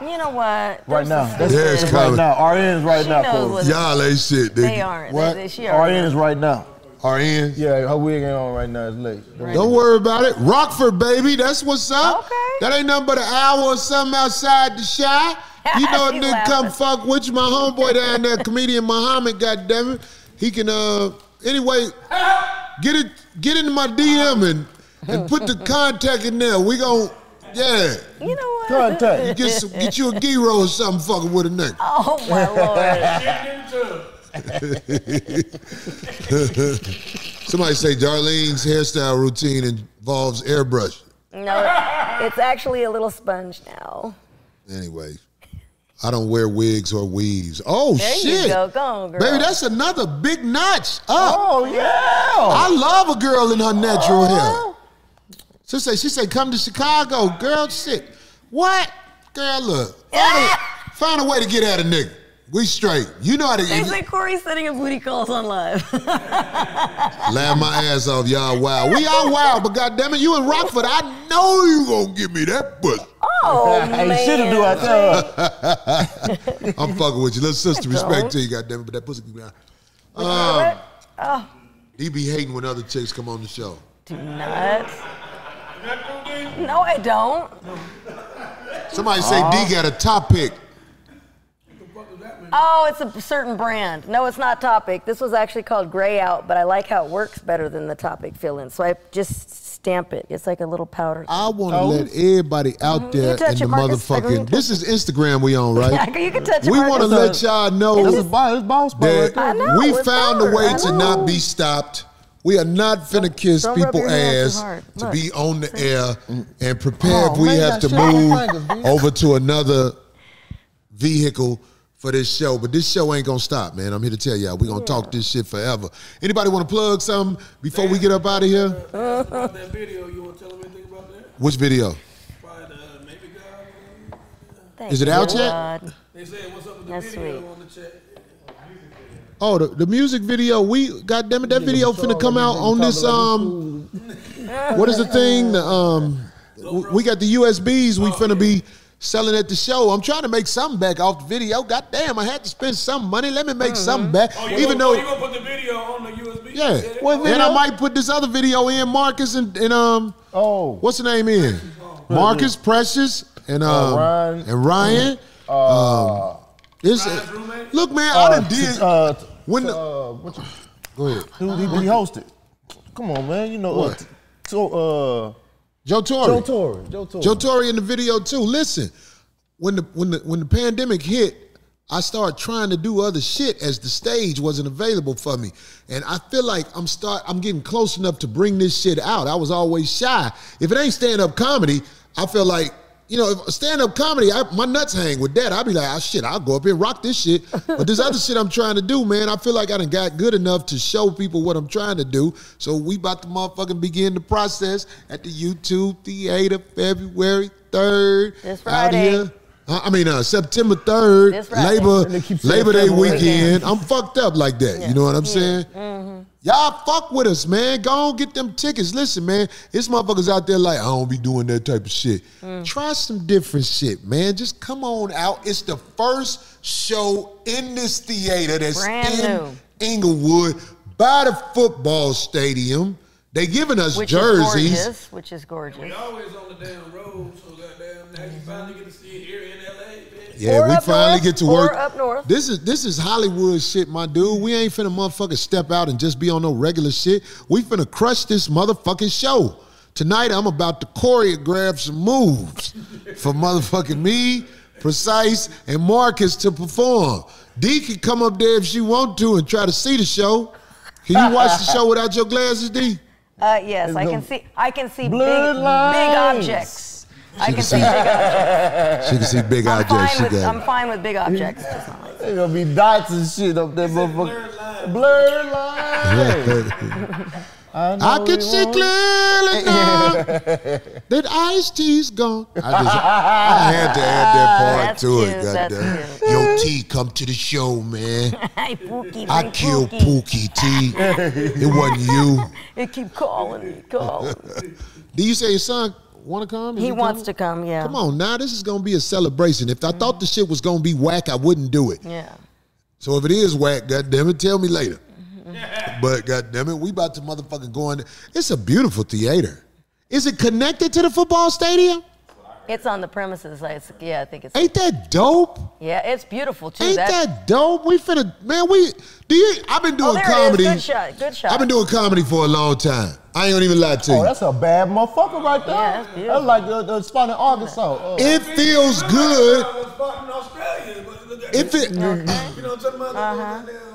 Speaker 4: You know what?
Speaker 6: Right
Speaker 4: There's
Speaker 6: now.
Speaker 4: some-
Speaker 6: That's
Speaker 3: Yeah,
Speaker 6: what
Speaker 3: it's
Speaker 6: it is
Speaker 3: coming.
Speaker 6: right now. RN's right
Speaker 4: She
Speaker 6: now,
Speaker 4: knows
Speaker 6: Corey.
Speaker 4: what
Speaker 3: Y'all ain't shit. Nigga.
Speaker 4: They aren't.
Speaker 3: What?
Speaker 4: They, they, she
Speaker 6: RN
Speaker 4: already.
Speaker 6: is right now.
Speaker 3: RN.
Speaker 6: Yeah, her wig ain't on right now. It's late.
Speaker 3: Don't worry about it. Rockford, baby. That's what's up.
Speaker 4: Okay.
Speaker 3: That ain't nothing but an hour or something outside the shy. You know a
Speaker 4: He
Speaker 3: nigga come
Speaker 4: laughing.
Speaker 3: fuck with you. My homeboy down there, comedian Muhammad, goddammit. He can uh anyway get it get into my DM and, and put the contact in there. We gon' yeah.
Speaker 4: You know what?
Speaker 6: Contact.
Speaker 3: Get some, get you a gyro or something fucking with a nigga.
Speaker 4: Oh my lord.
Speaker 3: Somebody say Darlene's hairstyle routine involves airbrush.
Speaker 4: No, it's actually a little sponge now.
Speaker 3: Anyway, I don't wear wigs or weaves. Oh
Speaker 4: There
Speaker 3: shit.
Speaker 4: you go. Go on, girl.
Speaker 3: Baby, that's another big notch up.
Speaker 6: Oh, yeah.
Speaker 3: I love a girl in her natural hair. She say, she say, come to Chicago, girl. Shit, what? Girl, look, find a, find a way to get at a nigga. We straight. You know how to
Speaker 4: They
Speaker 3: you-
Speaker 4: say Corey's setting up booty calls on live.
Speaker 3: laugh my ass off, y'all. Wow, we are wild, but goddamn it, you in Rockford, I know you gonna give me that pussy.
Speaker 4: Oh man.
Speaker 6: Ain't shit to do out there.
Speaker 3: I'm fucking with you, little sister. Respect
Speaker 4: Don't.
Speaker 3: to you, goddamn it, but that pussy can be out.
Speaker 4: What? Oh,
Speaker 3: He be hating when other chicks come on the show.
Speaker 4: do not. No, I don't.
Speaker 3: Somebody say D got a top pick.
Speaker 4: Oh, it's a certain brand. No, it's not Topic. This was actually called Gray Out, but I like how it works better than the Topic fill-in. So I just stamp it. It's like a little powder.
Speaker 3: I want to let everybody out there
Speaker 4: Oh. Mm-hmm. You touch
Speaker 3: in the
Speaker 4: it, Marcus. Agree,
Speaker 3: motherfucking.
Speaker 4: touch
Speaker 3: This is Instagram we on, right?
Speaker 4: you can touch it.
Speaker 3: we want to
Speaker 4: Marcus.
Speaker 3: let y'all know
Speaker 6: This is boss. This boss. part right
Speaker 3: that
Speaker 6: there.
Speaker 4: I know,
Speaker 3: we
Speaker 4: it's
Speaker 3: found a
Speaker 4: powder.
Speaker 3: way
Speaker 4: I
Speaker 3: to
Speaker 4: know.
Speaker 3: not be stopped. We are not finna kiss
Speaker 4: don't rub
Speaker 3: people
Speaker 4: your hand too
Speaker 3: ass
Speaker 4: hard.
Speaker 3: to
Speaker 4: Look.
Speaker 3: be on the air and prepare if we
Speaker 6: man,
Speaker 3: have to
Speaker 6: shut your
Speaker 3: move
Speaker 6: fingers, bitch.
Speaker 3: over to another vehicle for this show. But this show ain't gonna stop, man. I'm here to tell y'all we gonna talk this shit forever. Anybody want to plug something before we get up out of here?
Speaker 5: that video, you want to tell them anything about that?
Speaker 3: Which video?
Speaker 5: Probably the maybe God.
Speaker 4: Thank
Speaker 3: Is it
Speaker 4: you,
Speaker 3: out yet?
Speaker 4: God.
Speaker 5: They said, what's up with the
Speaker 4: That's
Speaker 5: video
Speaker 4: sweet.
Speaker 5: on the chat?
Speaker 3: Oh, the, the music video. We God damn it, that video finna come out on this um. What is the thing? The, um, w- we got the USBs. We finna be selling at the show. I'm trying to make something back off the video. God damn, I had to spend some money. Let me make something back.
Speaker 5: Oh, you
Speaker 3: Even
Speaker 5: gonna, oh,
Speaker 3: though,
Speaker 5: you gonna put the video on the USB?
Speaker 3: yeah.
Speaker 6: What
Speaker 3: and
Speaker 6: video?
Speaker 3: I might put this other video in Marcus and, and um.
Speaker 6: Oh.
Speaker 3: What's the name in? Marcus Precious and um
Speaker 6: Ryan.
Speaker 3: and Ryan. Um, it's,
Speaker 5: Ryan's roommate?
Speaker 3: look, man,
Speaker 6: Uh,
Speaker 3: I done did.
Speaker 6: t- uh, t-
Speaker 3: when the,
Speaker 6: uh, what you,
Speaker 3: go ahead.
Speaker 6: dude, he he hosted. Come on, man. You know uh,
Speaker 3: What?
Speaker 6: t- So, uh,
Speaker 3: Joe Torre.
Speaker 6: Joe Torre. Joe Torre.
Speaker 3: Joe Torre in the video too. Listen, when the when the when the pandemic hit, I started trying to do other shit as the stage wasn't available for me, and I feel like I'm start I'm getting close enough to bring this shit out. I was always shy. If it ain't stand up comedy, I feel like. You know, stand up comedy, I, my nuts hang with that. I'll be like, oh, shit, I'll go up here and rock this shit. But this other shit I'm trying to do, man, I feel like I done got good enough to show people what I'm trying to do. So we about to motherfucking begin the process at the YouTube Theater February 3rd.
Speaker 4: This
Speaker 3: Out
Speaker 4: Friday.
Speaker 3: here. Uh, I mean, uh, September 3rd,
Speaker 4: This Friday.
Speaker 3: Labor
Speaker 6: And they keep saying
Speaker 3: Labor Day
Speaker 6: February.
Speaker 3: weekend. I'm fucked up like that. You know what I'm saying? Y'all fuck with us, man. Go on, get them tickets. Listen, man, it's motherfuckers out there like, I don't be doing that type of shit.
Speaker 4: Mm.
Speaker 3: Try some different shit, man. Just come on out. It's the first show in this theater that's
Speaker 4: Brand
Speaker 3: in
Speaker 4: new.
Speaker 3: Inglewood by the football stadium. They giving us
Speaker 4: Which
Speaker 3: jerseys.
Speaker 4: is gorgeous. Which is gorgeous.
Speaker 5: We always on the damn road, so goddamn, now you finally get to see it here in LA, bitch.
Speaker 3: Yeah,
Speaker 4: Or
Speaker 3: we
Speaker 4: up
Speaker 3: finally
Speaker 4: north,
Speaker 3: get to
Speaker 4: or
Speaker 3: work.
Speaker 4: up north.
Speaker 3: This is this is Hollywood shit, my dude. We ain't finna motherfucker step out and just be on no regular shit. We finna crush this motherfucking show. Tonight I'm about to choreograph some moves for motherfucking me, Precise, and Marcus to perform. D can come up there if she want to and try to see the show. Can you watch the show without your glasses, D?
Speaker 4: Uh, yes, I can
Speaker 6: gonna-
Speaker 4: see. I can see big, big
Speaker 6: Blood lines.
Speaker 4: objects. I can
Speaker 3: can
Speaker 4: see
Speaker 3: see-
Speaker 4: big objects.
Speaker 3: She can see big
Speaker 4: I'm
Speaker 3: objects. She
Speaker 4: fine with.
Speaker 3: got
Speaker 4: I'm
Speaker 3: it.
Speaker 4: fine with big objects. That's all right.
Speaker 6: There's gonna be dots and shit up there, motherfucker.
Speaker 5: Blurred line.
Speaker 6: Blurred line.
Speaker 3: I could see clearly now that iced tea's gone. I, just, I had to add that part
Speaker 4: That's
Speaker 3: to
Speaker 4: cute,
Speaker 3: it.
Speaker 4: that's
Speaker 3: goddamn. Yo, T, come to the show, man.
Speaker 4: Hey, Pookie,
Speaker 3: I
Speaker 4: my
Speaker 3: killed
Speaker 4: Pookie.
Speaker 3: Pookie, T. It wasn't you.
Speaker 4: It keep calling me, calling. me.
Speaker 3: Did you say your son want to come? Is
Speaker 4: He wants to
Speaker 3: coming?
Speaker 4: come. Yeah.
Speaker 3: Come on, now this is gonna be a celebration. If I thought the shit was gonna be whack, I wouldn't do it.
Speaker 4: Yeah.
Speaker 3: So if it is whack, goddamn it, tell me later. But goddamn it, we about to motherfucking go in. It's a beautiful theater. Is it connected to the football stadium?
Speaker 4: It's on the premises. I, s- yeah, I think it's.
Speaker 3: Ain't that dope?
Speaker 4: Yeah, it's beautiful too.
Speaker 3: Ain't
Speaker 4: That's-
Speaker 3: that dope? We finna man. We do you? I've been
Speaker 4: Oh,
Speaker 3: doing
Speaker 4: there
Speaker 3: comedy.
Speaker 4: it is. Good shot. Good shot.
Speaker 3: I've been doing comedy for a long time. I ain't gonna even lie to you.
Speaker 6: Oh, that's a bad motherfucker right there.
Speaker 4: Yeah, that's beautiful.
Speaker 6: like the, the spot in Arkansas. Uh,
Speaker 3: it feels good.
Speaker 5: I was fucking Australia, but look at
Speaker 3: If it
Speaker 5: You know what I'm talking about? Goddamn.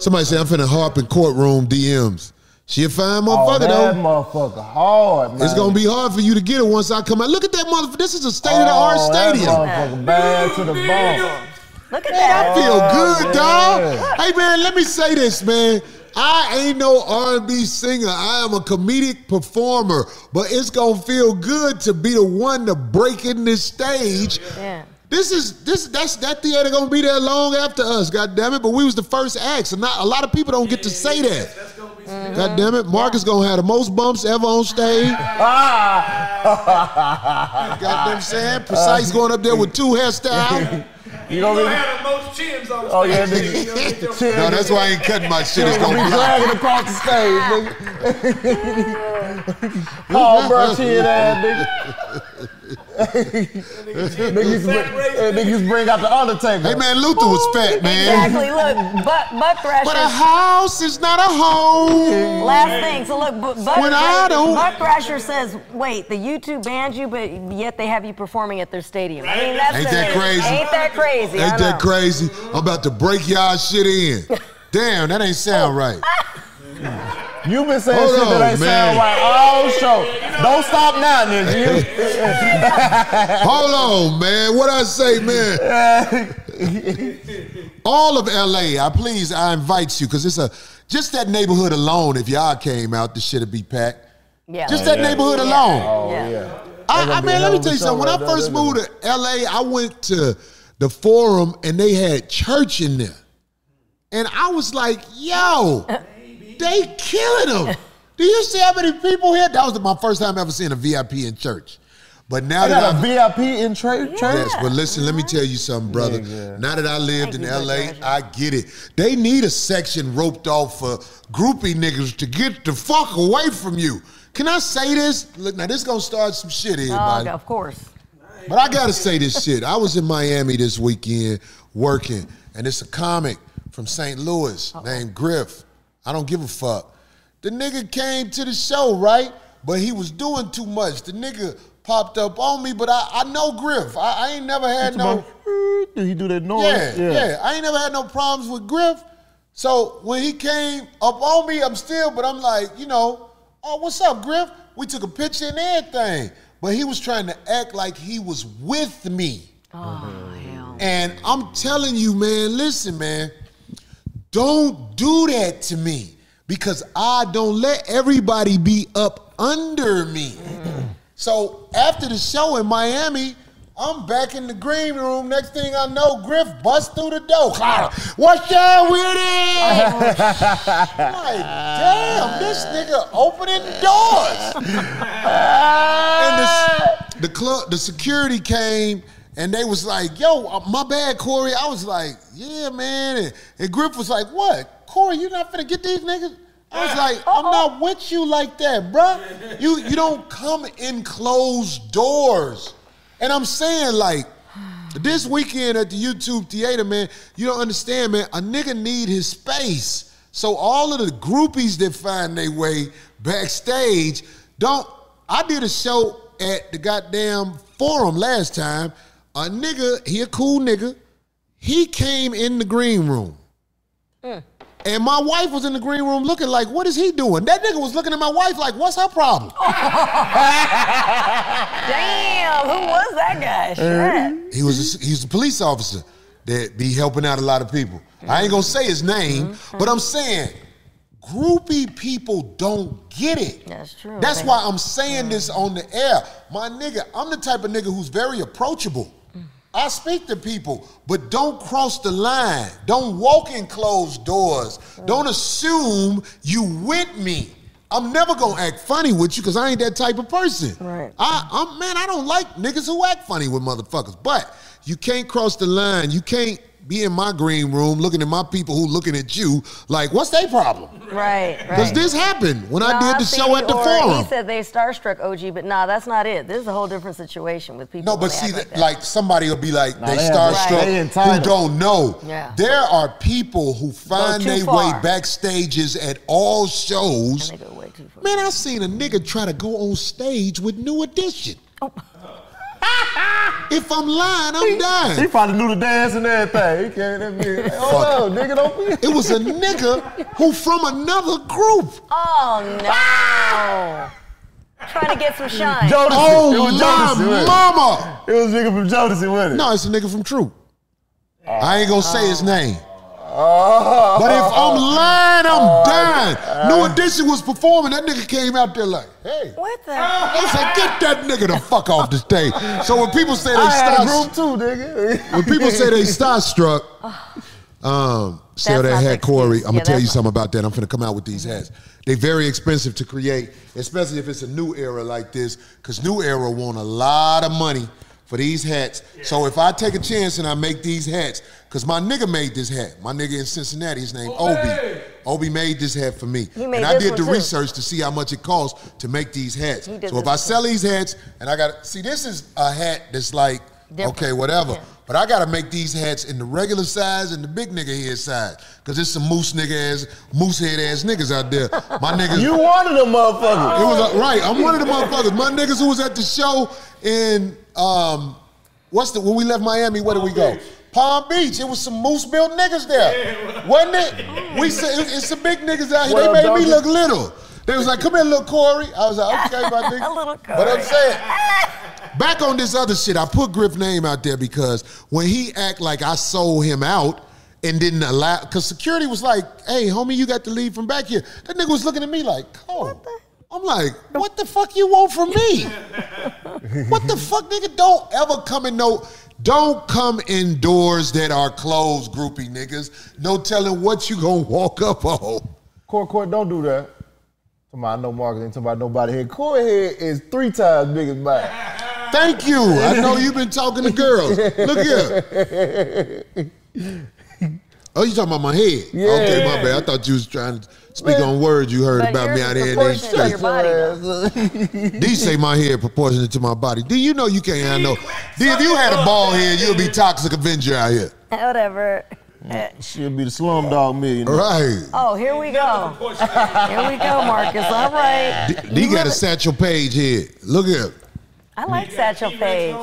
Speaker 3: somebody say I'm finna harp in courtroom DMs. She a fine
Speaker 6: oh,
Speaker 3: motherfucker
Speaker 6: that
Speaker 3: though.
Speaker 6: motherfucker hard, man.
Speaker 3: It's gonna be hard for you to get it once I come out. Look at that motherfucker. This is a state of the art
Speaker 6: oh, that
Speaker 3: stadium.
Speaker 6: motherfucker bad to the bone.
Speaker 4: Look at that.
Speaker 3: I feel good,
Speaker 6: yeah.
Speaker 3: dog. Hey man, let me say this, man. I ain't no R&B singer. I am a comedic performer, but it's gonna feel good to be the one to break in this stage.
Speaker 4: Yeah.
Speaker 3: This is this that's that theater gonna be there long after us, God damn it. But we was the first acts, and not a lot of people don't get to say that. God damn it, Marcus gonna have the most bumps ever on stage.
Speaker 6: Ah!
Speaker 3: God damn, saying precise going up there with two hairstyles.
Speaker 6: You gonna
Speaker 5: You
Speaker 6: be,
Speaker 5: had the most chins on
Speaker 6: oh yeah,
Speaker 5: stage,
Speaker 6: nigga.
Speaker 5: You know, get your-
Speaker 6: Chin
Speaker 3: No, that's why I ain't cutting my shit. It's
Speaker 6: gonna be
Speaker 3: gonna block.
Speaker 6: dragging across the stage, nigga. oh, bro, chin ass, nigga. niggas, bring, uh, niggas bring out the Undertaker.
Speaker 3: Hey man, Luther was fat, man.
Speaker 4: Exactly. Look, butt butt
Speaker 3: But a
Speaker 4: thrasher.
Speaker 3: house is not a home.
Speaker 4: Last thing. So look, bu- butt,
Speaker 3: When I don't-
Speaker 4: butt thrasher says, "Wait, the YouTube banned you, but yet they have you performing at their stadium." I mean, that's
Speaker 3: Ain't
Speaker 4: the-
Speaker 3: that crazy?
Speaker 4: Ain't that crazy? I
Speaker 3: Ain't that
Speaker 4: know.
Speaker 3: crazy? I'm about to break y'all shit in. Damn, that ain't sound right.
Speaker 7: You've been saying
Speaker 3: Hold
Speaker 7: shit that
Speaker 3: on,
Speaker 7: ain't
Speaker 3: man.
Speaker 7: sound right all show. Don't stop now, nigga.
Speaker 3: Hold on, man. What I say, man? All of LA, I please, I invite you because it's a just that neighborhood alone. If y'all came out, the shit'd be packed.
Speaker 4: Yeah. Oh,
Speaker 3: Just that Oh, neighborhood alone.
Speaker 4: yeah.
Speaker 3: I, I mean, let me tell you something. When I first moved to LA, I went to the forum and they had church in there. And I was like, yo, they killing them. Do you see how many people here? That was my first time ever seeing a VIP in church. But now
Speaker 7: I
Speaker 3: that
Speaker 7: got a
Speaker 3: I've
Speaker 7: VIP in tra- church.
Speaker 3: Yes, but listen, let me tell you something, brother. Now that I lived in LA, I get it. They need a section roped off for groupie niggas to get the fuck away from you. Can I say this? Look, now this gonna start some shit here,
Speaker 4: Dog,
Speaker 3: everybody.
Speaker 4: Oh, of course.
Speaker 3: But I gotta say this shit. I was in Miami this weekend working, and it's a comic from St. Louis named Griff. I don't give a fuck. The nigga came to the show, right? But he was doing too much. The nigga popped up on me, but I, I know Griff. I, I ain't never had no.
Speaker 7: Do he do that noise?
Speaker 3: Yeah, yeah, I ain't never had no problems with Griff. So when he came up on me, I'm still, but I'm like, you know, oh, what's up, Griff? We took a picture and everything. But he was trying to act like he was with me. And I'm telling you, man, listen, man, don't do that to me because I don't let everybody be up under me. So after the show in Miami, I'm back in the green room. Next thing I know, Griff busts through the door. Clara, what's up with it? I'm like, damn, this nigga opening doors. and the, s- the club, the security came and they was like, yo, uh, my bad, Corey. I was like, yeah, man. And, and Griff was like, what? Corey, you not finna get these niggas? I was like, I'm not with you like that, bruh. You you don't come in closed doors. And I'm saying like this weekend at the YouTube theater, man, you don't understand, man. A nigga need his space. So all of the groupies that find their way backstage don't. I did a show at the goddamn forum last time. A nigga, he a cool nigga. He came in the green room. And my wife was in the green room looking like, what is he doing? That nigga was looking at my wife like, what's her problem?
Speaker 4: Damn, who was that guy? Shit.
Speaker 3: He was a, he was a police officer that be helping out a lot of people. I ain't gonna say his name,
Speaker 4: Mm-hmm.
Speaker 3: but I'm saying groupie people don't get it.
Speaker 4: That's true.
Speaker 3: That's
Speaker 4: They-
Speaker 3: why I'm saying this
Speaker 4: Mm.
Speaker 3: on the air. My nigga, I'm the type of nigga who's very approachable.
Speaker 4: Mm.
Speaker 3: I speak to people, but don't cross the line. Don't walk in closed doors. Don't assume you with me. I'm never gonna act funny with you because I ain't that type of person.
Speaker 4: Right.
Speaker 3: I, I'm man, I don't like niggas who act funny with motherfuckers. But you can't cross the line. You can't be in my green room looking at my people who looking at you like, what's their problem?
Speaker 4: Right, right.
Speaker 3: Because this happened when I
Speaker 4: No,
Speaker 3: did the
Speaker 4: see,
Speaker 3: show at the
Speaker 4: or
Speaker 3: forum.
Speaker 4: He said they starstruck OG, but nah, that's not it. This is a whole different situation with people.
Speaker 3: No,
Speaker 4: when
Speaker 3: but
Speaker 4: they
Speaker 3: see,
Speaker 4: act
Speaker 3: like,
Speaker 4: that.
Speaker 3: like somebody will be like they
Speaker 7: they have-
Speaker 3: starstruck
Speaker 7: they
Speaker 3: who
Speaker 7: entitled.
Speaker 3: don't know.
Speaker 4: Yeah.
Speaker 3: There are people who find
Speaker 4: too
Speaker 3: their way
Speaker 4: far.
Speaker 3: backstages at all shows.
Speaker 4: And they go way too far.
Speaker 3: Man, I seen a nigga try to go on stage with New Edition.
Speaker 4: Oh.
Speaker 3: if I'm lying, I'm
Speaker 7: He
Speaker 3: dying.
Speaker 7: probably knew the dance and everything. He came in there. Like, oh no, nigga, don't be.
Speaker 3: It was a nigga who from another group.
Speaker 4: Oh no!
Speaker 3: Ah!
Speaker 4: Trying to get some shine.
Speaker 7: Jodeci. it
Speaker 3: Oh
Speaker 7: was
Speaker 3: my
Speaker 7: Jodeci, wasn't
Speaker 3: mama!
Speaker 7: it? It was a nigga from Jodeci, wasn't it?
Speaker 3: No, it's a nigga from True. I ain't gonna say his name. but if I'm lying, I'm dying. New Edition was performing. That nigga came out there like, hey.
Speaker 4: What the?
Speaker 3: I said, get that nigga the fuck off the stage. So when people say they
Speaker 7: I had a
Speaker 3: starstruck,
Speaker 7: group too, nigga.
Speaker 3: when people say they starstruck, um,
Speaker 4: That's not
Speaker 3: sell that
Speaker 4: the
Speaker 3: hat, Corey.
Speaker 4: excuse.
Speaker 3: I'm
Speaker 4: Yeah,
Speaker 3: gonna tell you
Speaker 4: that's not-
Speaker 3: something about that. I'm finna come out with these hats. They very expensive to create, especially if it's a new era like this, because new era want a lot of money for these hats. So if I take a chance and I make these hats, because my nigga made this hat. My nigga in Cincinnati, his name Obi. Obi made this hat for me.
Speaker 4: He made
Speaker 3: and I
Speaker 4: this
Speaker 3: did
Speaker 4: one
Speaker 3: the
Speaker 4: too.
Speaker 3: research to see how much it costs to make these hats.
Speaker 4: He did
Speaker 3: So if
Speaker 4: this
Speaker 3: I
Speaker 4: one.
Speaker 3: sell these hats and I got see this is a hat that's like
Speaker 4: Different.
Speaker 3: okay, whatever.
Speaker 4: Yeah.
Speaker 3: But I gotta make these hats in the regular size and the big nigga head size. Cause there's some moose nigga ass, moose head ass niggas out there. My niggas
Speaker 7: You wanted them motherfuckers.
Speaker 3: it was uh, right. I'm one of the motherfuckers. My niggas who was at the show in um, what's the when we left Miami? Where did we go? Palm Beach. It was some moose built niggas there, wasn't it? We said it- it's some big niggas out here.
Speaker 6: Well,
Speaker 3: They made
Speaker 6: doggy.
Speaker 3: me look little. They was like, "Come here, little Corey." I was like, "Okay, my nigga."
Speaker 4: Little
Speaker 3: But I'm
Speaker 4: Corey.
Speaker 3: saying, back on this other shit, I put Griff name out there because when he act like I sold him out and didn't allow, because security was like, "Hey, homie, you got to leave from back here." That nigga was looking at me like, "Oh." I'm like, what the fuck you want from me? What the fuck, nigga? Don't ever come in no. Don't come in doors that are closed, groupie niggas. No telling what you gonna walk up on.
Speaker 6: Court, court, don't do that. Somebody I know marketing, somebody nobody here. Court head is three times big as mine.
Speaker 3: Thank you. I know you've been talking to girls. Look here. Oh, you talking about my head? Okay, my bad. I thought you was trying to speak on words you heard
Speaker 4: But
Speaker 3: about me
Speaker 4: yours
Speaker 3: out
Speaker 4: is
Speaker 3: here in the
Speaker 4: proportionate to
Speaker 3: street.
Speaker 4: your body, though.
Speaker 3: These say my head proportionate to my body. Do you know you can't have no? D, if you had a bald head, you'd be toxic Avenger out here.
Speaker 4: Whatever.
Speaker 3: Mm.
Speaker 6: She'll be the slumdog millionaire.
Speaker 3: Right.
Speaker 4: Oh, here we go. Here we go, Marcus. All right.
Speaker 3: D, D got a Satchel Page head. Look here.
Speaker 4: I like Satchel Paige.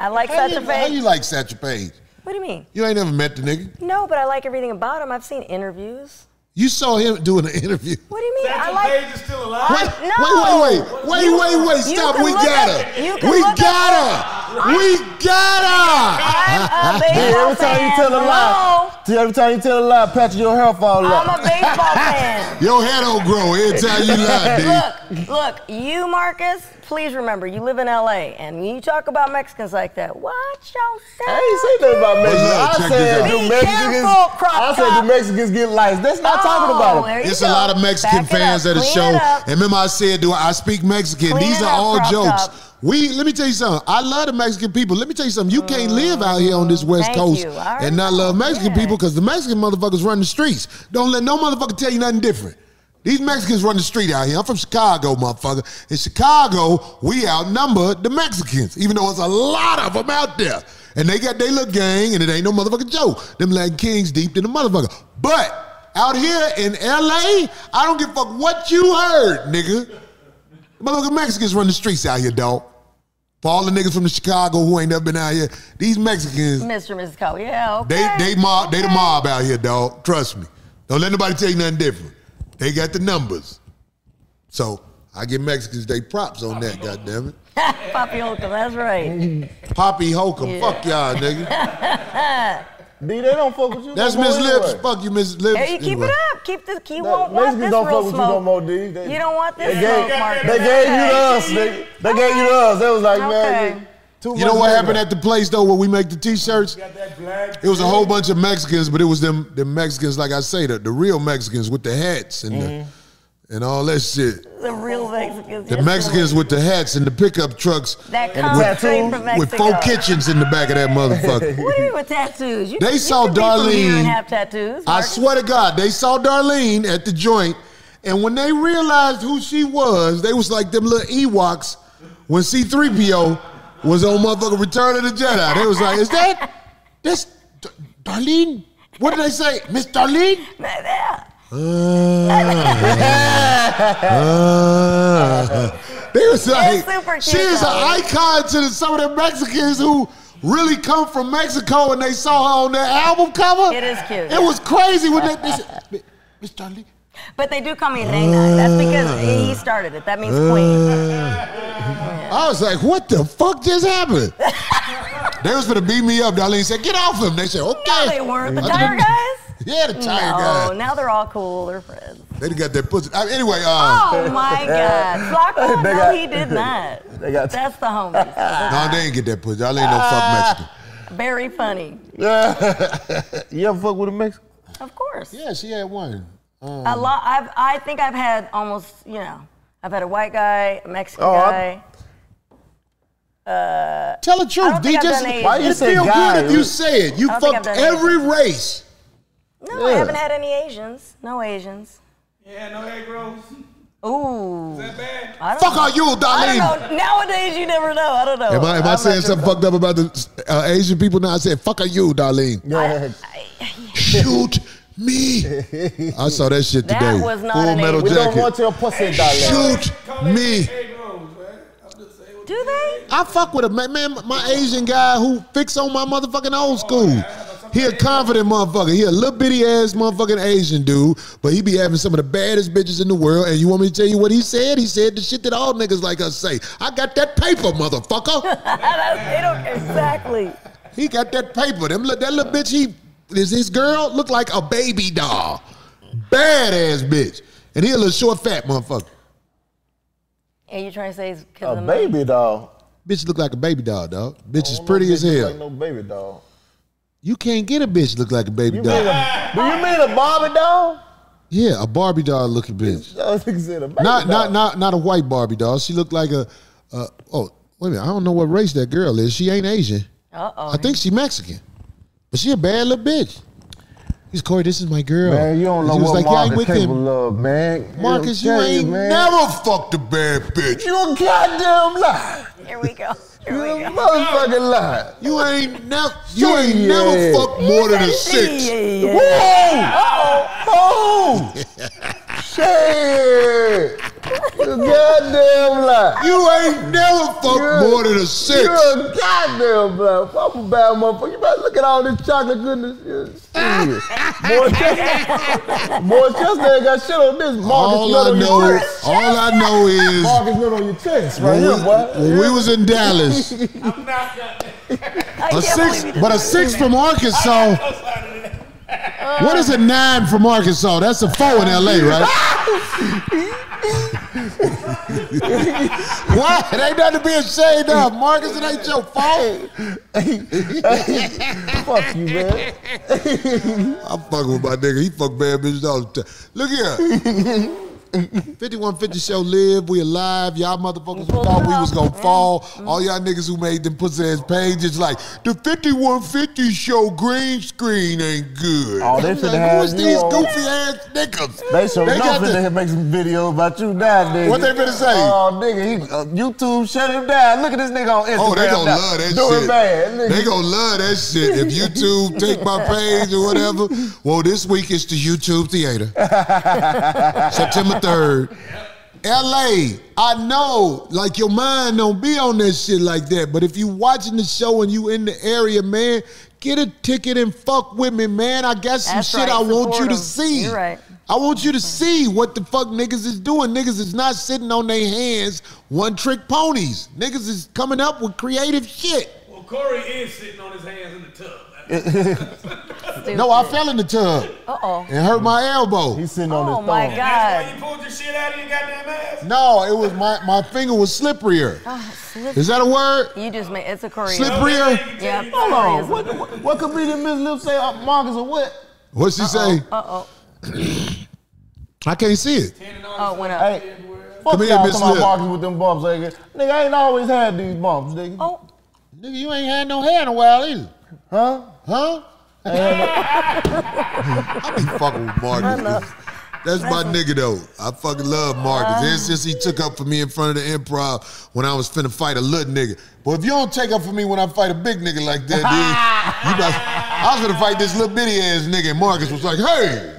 Speaker 4: I like
Speaker 3: How you,
Speaker 4: Satchel
Speaker 3: how you
Speaker 4: Paige.
Speaker 3: like Satchel Page?
Speaker 4: What do you mean?
Speaker 3: You ain't never met the nigga.
Speaker 4: No, but I like everything about him. I've seen interviews.
Speaker 3: You saw him doing an interview.
Speaker 4: What do you mean?
Speaker 8: Satchel
Speaker 4: I like.
Speaker 8: Paige is still alive.
Speaker 3: Wait,
Speaker 4: No.
Speaker 3: wait, wait, wait, wait,
Speaker 4: You-
Speaker 3: wait, wait,
Speaker 4: you
Speaker 3: stop.
Speaker 4: can
Speaker 3: We
Speaker 4: look
Speaker 3: got
Speaker 4: up- you
Speaker 3: her.
Speaker 4: can
Speaker 3: We
Speaker 4: look
Speaker 3: got
Speaker 4: up-
Speaker 3: her. We got her.
Speaker 4: I'm a baseball
Speaker 6: Every time you
Speaker 4: fan.
Speaker 6: tell a lie,
Speaker 4: Hello?
Speaker 6: see, every time you tell a lie, patch your hair fall out.
Speaker 4: I'm a baseball fan.
Speaker 3: Your hair don't grow every time you lie,
Speaker 4: Look, look, you, Marcus, please remember, you live in LA, and when you talk about Mexicans like that, watch yourself.
Speaker 6: I ain't say nothing about
Speaker 3: But look,
Speaker 6: Mexicans. I
Speaker 3: check
Speaker 6: said do
Speaker 3: this
Speaker 4: out. Be
Speaker 6: Mexicans.
Speaker 4: careful, crop
Speaker 6: I said
Speaker 4: top.
Speaker 6: do Mexicans get lights. That's not talking
Speaker 4: Oh,
Speaker 6: about
Speaker 4: there
Speaker 6: them.
Speaker 3: D.
Speaker 4: you
Speaker 3: It's
Speaker 4: go.
Speaker 3: a lot of Mexican
Speaker 4: Back it
Speaker 3: fans
Speaker 4: up.
Speaker 3: at the
Speaker 4: Clean
Speaker 3: show.
Speaker 4: it up.
Speaker 3: And remember I said, do I, I speak Mexican?
Speaker 4: Clean
Speaker 3: These
Speaker 4: it
Speaker 3: are
Speaker 4: up,
Speaker 3: all
Speaker 4: crop
Speaker 3: jokes.
Speaker 4: top.
Speaker 3: We let me tell you something. I love the Mexican people. Let me tell you something. You can't live out here on this West
Speaker 4: Thank
Speaker 3: Coast
Speaker 4: you. I already
Speaker 3: and not
Speaker 4: know.
Speaker 3: love Mexican
Speaker 4: Yeah.
Speaker 3: people because the Mexican motherfuckers run the streets. Don't let no motherfucker tell you nothing different. These Mexicans run the street out here. I'm from Chicago, motherfucker. In Chicago, we outnumber the Mexicans, even though it's a lot of them out there. And they got their little gang, and it ain't no motherfucking joke. Them Latin kings deep in the motherfucker. But out here in LA, I don't give a fuck what you heard, nigga. Motherfucking Mexicans run the streets out here, dog. For all the niggas from the Chicago who ain't never been out here, these Mexicans,
Speaker 4: Mr. and Mrs. Cole. Yeah,
Speaker 3: they
Speaker 4: okay.
Speaker 3: they mob, they the mob out here, dog. Trust me. Don't let nobody tell you nothing different. They got the numbers. So I give Mexicans they props on that, goddamn it.
Speaker 4: Poppy Holcomb, that's right.
Speaker 3: Poppy Holcomb, fuck y'all, nigga.
Speaker 6: D, they don't fuck with you.
Speaker 3: That's
Speaker 6: no more
Speaker 3: Miss Lips.
Speaker 6: anyway.
Speaker 3: Fuck you, Miss Lips.
Speaker 4: There you keep
Speaker 3: Anyway.
Speaker 4: it up. Keep this. You
Speaker 6: Nah,
Speaker 4: won't want
Speaker 6: Mexicans
Speaker 4: this
Speaker 6: don't fuck
Speaker 4: real
Speaker 6: with you
Speaker 4: smoke.
Speaker 6: no more, D. They-
Speaker 4: You don't want this
Speaker 6: They
Speaker 4: smoke,
Speaker 6: gave,
Speaker 4: Marcus.
Speaker 6: they gave you to
Speaker 4: Okay.
Speaker 6: us. They, they gave you to us. They was like, man,
Speaker 4: Okay.
Speaker 6: you- too
Speaker 3: You know
Speaker 6: much
Speaker 3: what
Speaker 6: nigga.
Speaker 3: happened at the place though where we make the t-shirts? It was a whole bunch of Mexicans, but it was them the Mexicans, like I say, the, the real Mexicans with the hats and the, and all that shit.
Speaker 4: The real Mexicans.
Speaker 3: The
Speaker 4: Mm-hmm. yes,
Speaker 3: Mexicans with the hats and the pickup trucks
Speaker 4: That comes straight from Mexico.
Speaker 3: with four kitchens in the back of that motherfucker.
Speaker 4: What do you mean with tattoos? You,
Speaker 3: They
Speaker 4: you
Speaker 3: saw
Speaker 4: can be from here
Speaker 3: Darlene.
Speaker 4: and have tattoos.
Speaker 3: I
Speaker 4: Marcus.
Speaker 3: swear to God, they saw Darlene at the joint, and when they realized who she was, they was like them little Ewoks when C-3PO was on motherfucking Return of the Jedi. They was like, is that that's D- Darlene? What did they say? Miss Darlene?
Speaker 4: Yeah.
Speaker 3: Uh, they was like,
Speaker 4: super cute,
Speaker 3: she is an
Speaker 4: though.
Speaker 3: icon to the, some of the Mexicans who really come from Mexico, and they saw her on their album cover.
Speaker 4: It is cute.
Speaker 3: It was crazy when they, they said, Miss Darlene.
Speaker 4: But they do call me a name nine. That's because
Speaker 3: Uh,
Speaker 4: he started it. That means queen.
Speaker 3: I was like, what the fuck just happened? they was gonna beat me up. Darlene said, get off him. They said, okay.
Speaker 4: No, they weren't. The tire guys?
Speaker 3: Yeah, uh, the tire
Speaker 4: No,
Speaker 3: guy.
Speaker 4: now they're all cool. They're friends.
Speaker 3: They got their pussy. I- anyway, uh,
Speaker 4: Oh my God. Flacco,
Speaker 6: They
Speaker 4: no,
Speaker 6: got-
Speaker 4: he did not.
Speaker 6: They got
Speaker 4: That's the homies.
Speaker 3: no, they ain't get that pussy. Y'all ain't no fuck
Speaker 4: uh.
Speaker 3: Mexican.
Speaker 4: Very funny.
Speaker 6: You ever fuck with a Mexican?
Speaker 4: Of course.
Speaker 3: Yeah, she had one.
Speaker 4: A lot. I've, I think I've had almost, you know, I've had a white guy, a Mexican
Speaker 6: Oh, I-
Speaker 4: guy.
Speaker 3: Tell the
Speaker 4: I
Speaker 3: truth.
Speaker 4: don't think I've done
Speaker 3: DJ,
Speaker 4: Asian.
Speaker 6: Why you
Speaker 3: it
Speaker 6: say
Speaker 3: feel
Speaker 6: guy?
Speaker 3: good if you say it. You
Speaker 4: I don't think
Speaker 3: fucked
Speaker 4: I've done
Speaker 3: every race.
Speaker 4: No, I haven't had any Asians. No Asians.
Speaker 8: Yeah, no egg rolls.
Speaker 4: Ooh.
Speaker 8: That bad.
Speaker 4: I don't
Speaker 3: Fuck
Speaker 4: know.
Speaker 3: are you,
Speaker 4: I
Speaker 3: Darlene?
Speaker 4: don't know. Nowadays, you never know. I don't know.
Speaker 3: Am I, am I
Speaker 4: I'm
Speaker 3: saying
Speaker 4: not
Speaker 3: something fucked up about the uh, Asian people now? I said, fuck are you, Darlene?
Speaker 6: Yeah.
Speaker 3: Shoot me. I saw that shit today.
Speaker 4: That was not
Speaker 3: Full
Speaker 4: an
Speaker 3: metal
Speaker 4: Asian.
Speaker 6: We don't
Speaker 3: jacket.
Speaker 6: want your pussy, darling.
Speaker 3: Shoot me.
Speaker 8: Egg rolls, man. I'm just saying what
Speaker 4: Do they?
Speaker 3: I fuck with a man, man. My Asian guy who fix on my motherfucking old school. He a confident motherfucker. He a little bitty ass motherfucking Asian dude, but he be having some of the baddest bitches in the world. And you want me to tell you what he said? He said the shit that all niggas like us say. I got that paper, motherfucker.
Speaker 4: they don't exactly.
Speaker 3: he got that paper. Them li- that little bitch. He is his girl. Look like a baby doll. Badass bitch. And he a little short, fat motherfucker.
Speaker 4: And you're trying to say it's because of
Speaker 6: A
Speaker 4: the money?
Speaker 6: baby doll.
Speaker 3: Bitch look like a baby doll, dog. Bitch is pretty as hell.
Speaker 6: Oh, Like no baby doll.
Speaker 3: You can't get a bitch look like a baby
Speaker 6: You
Speaker 3: doll.
Speaker 6: mean a, do you mean a Barbie doll?
Speaker 3: yeah, a Barbie doll looking bitch.
Speaker 6: I was thinking said a baby
Speaker 3: Not
Speaker 6: doll.
Speaker 3: not not not a white Barbie doll. She looked like a uh, oh wait a minute. I don't know what race that girl is. She ain't Asian.
Speaker 4: Uh oh.
Speaker 3: I think she Mexican, but she a bad little bitch. He's Corey. This is my girl.
Speaker 6: Man, you don't know
Speaker 3: she was
Speaker 6: what
Speaker 3: like, yeah, I ain't
Speaker 6: Marcus
Speaker 3: with
Speaker 6: Table
Speaker 3: him.
Speaker 6: love, man.
Speaker 3: Marcus, you
Speaker 6: It'll tell
Speaker 3: ain't
Speaker 6: man.
Speaker 3: never fucked a bad bitch.
Speaker 6: You a goddamn lie.
Speaker 4: Here we go.
Speaker 6: You
Speaker 4: Here we
Speaker 6: a
Speaker 4: go.
Speaker 6: motherfucking lie.
Speaker 3: You ain't never. You ain't
Speaker 6: Yeah.
Speaker 3: never fucked more than a
Speaker 4: Yeah,
Speaker 3: six.
Speaker 4: yeah, yeah.
Speaker 6: Whoa! Oh! Shit! You goddamn lie.
Speaker 3: You ain't never fucked
Speaker 6: Yeah.
Speaker 3: more than a
Speaker 6: You
Speaker 3: six.
Speaker 6: a goddamn lie. Fuck a bad motherfucker. You better look at all this chocolate goodness. Yeah, shit. Boy, Chester- Boy, Chester ain't got shit on this. Marcus
Speaker 3: All
Speaker 6: nut
Speaker 3: I
Speaker 6: on your
Speaker 3: know,
Speaker 6: chest.
Speaker 3: all I know is
Speaker 6: Marcus nut on your chest right
Speaker 3: when,
Speaker 6: here,
Speaker 3: we,
Speaker 6: boy.
Speaker 3: when we was in Dallas,
Speaker 4: I
Speaker 3: a
Speaker 4: can't
Speaker 3: six,
Speaker 4: believe you just
Speaker 3: but a
Speaker 4: told me
Speaker 3: six
Speaker 4: that.
Speaker 3: from Arkansas. What is a nine from Arkansas? That's a four in L.A., right? Why? It ain't nothing to be ashamed of, Marcus. It ain't your fault.
Speaker 6: Fuck you, man.
Speaker 3: I'm fucking with my nigga. He fuck bad bitches all the time. Look here. 5150 show live. We alive. Y'all motherfuckers thought we was gonna fall. All y'all niggas who made them pussy ass pages like the 5150 show green screen ain't good.
Speaker 6: Oh, they
Speaker 3: I'm
Speaker 6: finna
Speaker 3: like,
Speaker 6: have
Speaker 3: who's
Speaker 6: you
Speaker 3: these
Speaker 6: on-
Speaker 3: goofy ass niggas?
Speaker 6: They should know
Speaker 3: got
Speaker 6: finna
Speaker 3: the-
Speaker 6: hit- make some videos about you now, nigga.
Speaker 3: What they finna say?
Speaker 6: Oh, nigga, he, uh, YouTube shut him down. Look at this nigga on Instagram.
Speaker 3: Oh, they gonna
Speaker 6: now.
Speaker 3: love that
Speaker 6: Doing
Speaker 3: shit.
Speaker 6: bad, nigga.
Speaker 3: They gonna love that shit. If YouTube take my page or whatever, well, this week it's the YouTube Theater, September third. LA, I know, like your mind don't be on that shit like that. But if you watching the show and you in the area, man, get a ticket and fuck with me, man. I got some
Speaker 4: That's
Speaker 3: shit
Speaker 4: right.
Speaker 3: I want you
Speaker 4: Support
Speaker 3: to
Speaker 4: 'em.
Speaker 3: see.
Speaker 4: You're right.
Speaker 3: I want you to see what the fuck niggas is doing. Niggas is not sitting on their hands, one trick ponies. Niggas is coming up with creative shit.
Speaker 8: Well, Corey is sitting on his hands in the tub.
Speaker 3: No, I fell in the tub
Speaker 4: Uh oh.
Speaker 3: and hurt my elbow.
Speaker 6: He's sitting on his
Speaker 4: Oh
Speaker 6: thumb.
Speaker 4: my
Speaker 8: That's why
Speaker 4: God.
Speaker 8: you pulled your shit out of your goddamn ass.
Speaker 3: No, it was my, my finger was slipperier.
Speaker 4: Ah.
Speaker 3: Is that a word?
Speaker 4: You just made it's a Korean.
Speaker 3: Slipperier?
Speaker 4: Yeah.
Speaker 6: Hold on. What, what, what comedian Miss Lip say? Uh, Marcus or what?
Speaker 3: What's she say?
Speaker 4: Uh oh.
Speaker 3: I can't see it.
Speaker 4: Oh, it went up.
Speaker 6: Hey, fuck
Speaker 3: Come here,
Speaker 6: y'all
Speaker 3: Miss
Speaker 6: talking about
Speaker 3: Lip.
Speaker 6: Marcus with them bumps, nigga. Nigga, I ain't always had these bumps, nigga.
Speaker 4: Oh,
Speaker 3: Nigga, you ain't had no hair in a while either.
Speaker 6: Huh?
Speaker 3: Huh? I be fucking with Marcus. That's my nigga though. I fucking love Marcus. Ever since he took up for me in front of the improv when I was finna fight a little nigga. But if you don't take up for me when I fight a big nigga like that, dude, you about, I was gonna fight this little bitty ass nigga, and Marcus was like, hey.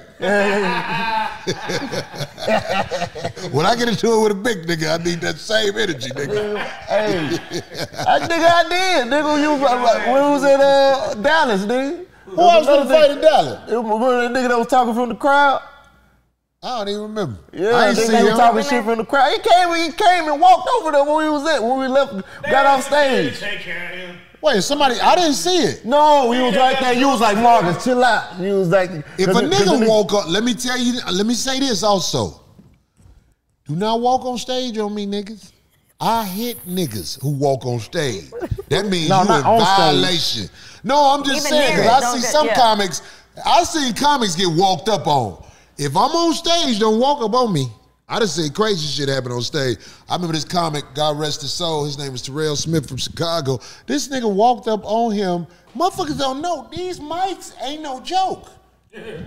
Speaker 3: when I get into it with a big nigga, I need that same energy, nigga.
Speaker 6: hey, I, nigga, I did. Nigga, you, we was in uh, Dallas, nigga. Who
Speaker 3: I was finna fight in Dallas.
Speaker 6: Remember that nigga that was talking from the crowd?
Speaker 3: I don't even remember.
Speaker 6: Yeah,
Speaker 3: I ain't
Speaker 6: they,
Speaker 3: see
Speaker 6: they were
Speaker 3: him.
Speaker 6: talking shit from the crowd. He came, he came and walked over there when we was at when we left, got off stage.
Speaker 8: Take care of him.
Speaker 3: Wait, somebody, I didn't see it.
Speaker 6: No, we was right there. You was like Marcus, chill out. You was like,
Speaker 3: If a
Speaker 6: cause- cause the
Speaker 3: nigga walk up, let me tell you, let me say this also. Do not walk on stage on me, niggas. I hit niggas who walk on stage. That means
Speaker 6: No,
Speaker 3: you
Speaker 6: not
Speaker 3: in
Speaker 6: on stage.
Speaker 3: violation. No, I'm just
Speaker 4: Even
Speaker 3: saying,
Speaker 4: here,
Speaker 3: because I
Speaker 4: don't
Speaker 3: see
Speaker 4: get-
Speaker 3: some
Speaker 4: yeah.
Speaker 3: comics, I seen comics get walked up on. If I'm on stage, don't walk up on me. I just seen crazy shit happen on stage. I remember this comic, God rest his soul, his name was Terrell Smith from Chicago. This nigga walked up on him. Motherfuckers don't know, these mics ain't no joke.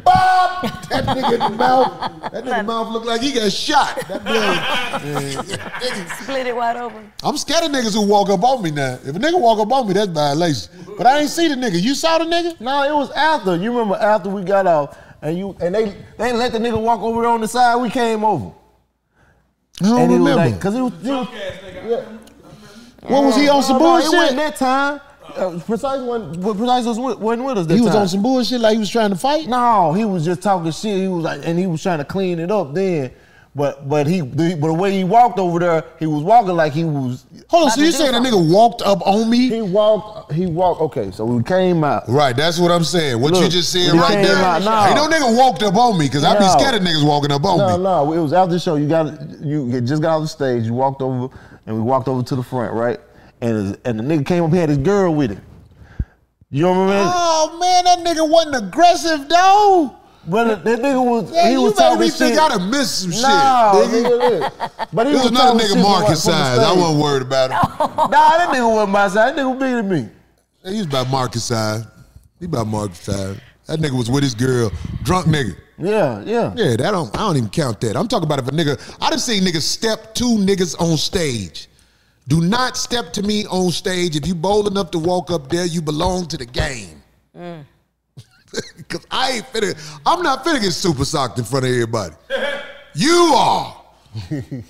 Speaker 3: Bob! That nigga in the mouth, that nigga mouth looked like he got shot. That blood.
Speaker 4: split it wide open.
Speaker 3: I'm scared of niggas who walk up on me now. If a nigga walk up on me, that's violation. But I ain't see the nigga. You saw the nigga?
Speaker 6: No, it was after. You remember after we got off, and you and they they let the nigga walk over there on the side. We came over.
Speaker 3: I don't
Speaker 6: and he
Speaker 3: remember.
Speaker 6: was like, cause he was, he was- What was he on some bullshit?
Speaker 7: It wasn't that time. Uh, precise one, precise was, with- wasn't with us. That
Speaker 6: He was
Speaker 7: time.
Speaker 6: on some bullshit like he was trying to fight.
Speaker 7: No, he was just talking shit. He was like, and he was trying to clean it up then. But but he the, but the way he walked over there, he was walking like he was.
Speaker 3: Hold on, so you saying a nigga walked up on me?
Speaker 7: He walked. He walked. Okay, so we came out.
Speaker 3: Right, that's what I'm saying. What you
Speaker 7: Look,
Speaker 3: just said
Speaker 7: when he
Speaker 3: right
Speaker 7: came
Speaker 3: there.
Speaker 7: out, no.
Speaker 3: Ain't no nigga walked up on me because i be
Speaker 7: No.
Speaker 3: scared of niggas walking up on
Speaker 7: No,
Speaker 3: me.
Speaker 7: no, it was after the show. You got you you just got off the stage. You walked over, and we walked over to the front, right? And and the nigga came up, he had his girl with him. You remember? that?
Speaker 3: Oh man, that nigga wasn't aggressive though.
Speaker 7: But that nigga was
Speaker 3: Yeah,
Speaker 7: he
Speaker 3: you
Speaker 7: was
Speaker 3: made
Speaker 7: talking
Speaker 3: me
Speaker 7: shit.
Speaker 3: think I'd have missed some
Speaker 7: Nah,
Speaker 3: shit. Nigga.
Speaker 7: nigga, look. But he
Speaker 3: It was
Speaker 7: talking
Speaker 3: another
Speaker 7: shit
Speaker 3: nigga
Speaker 7: from-
Speaker 3: market
Speaker 7: from the
Speaker 3: size. I
Speaker 7: stage.
Speaker 3: wasn't worried about him.
Speaker 7: Nah, that nigga wasn't my size. That nigga bigger than me.
Speaker 3: He was about market size. He about market size. That nigga was with his girl, drunk nigga.
Speaker 7: Yeah, yeah.
Speaker 3: Yeah, that don't. I don't even count that. I'm talking about if a nigga. I done seen niggas step two niggas on stage. Do not step to me on stage. If you bold enough to walk up there, you belong to the game.
Speaker 4: Mm.
Speaker 3: Cause I ain't finna. I'm not finna get super socked in front of everybody. you are.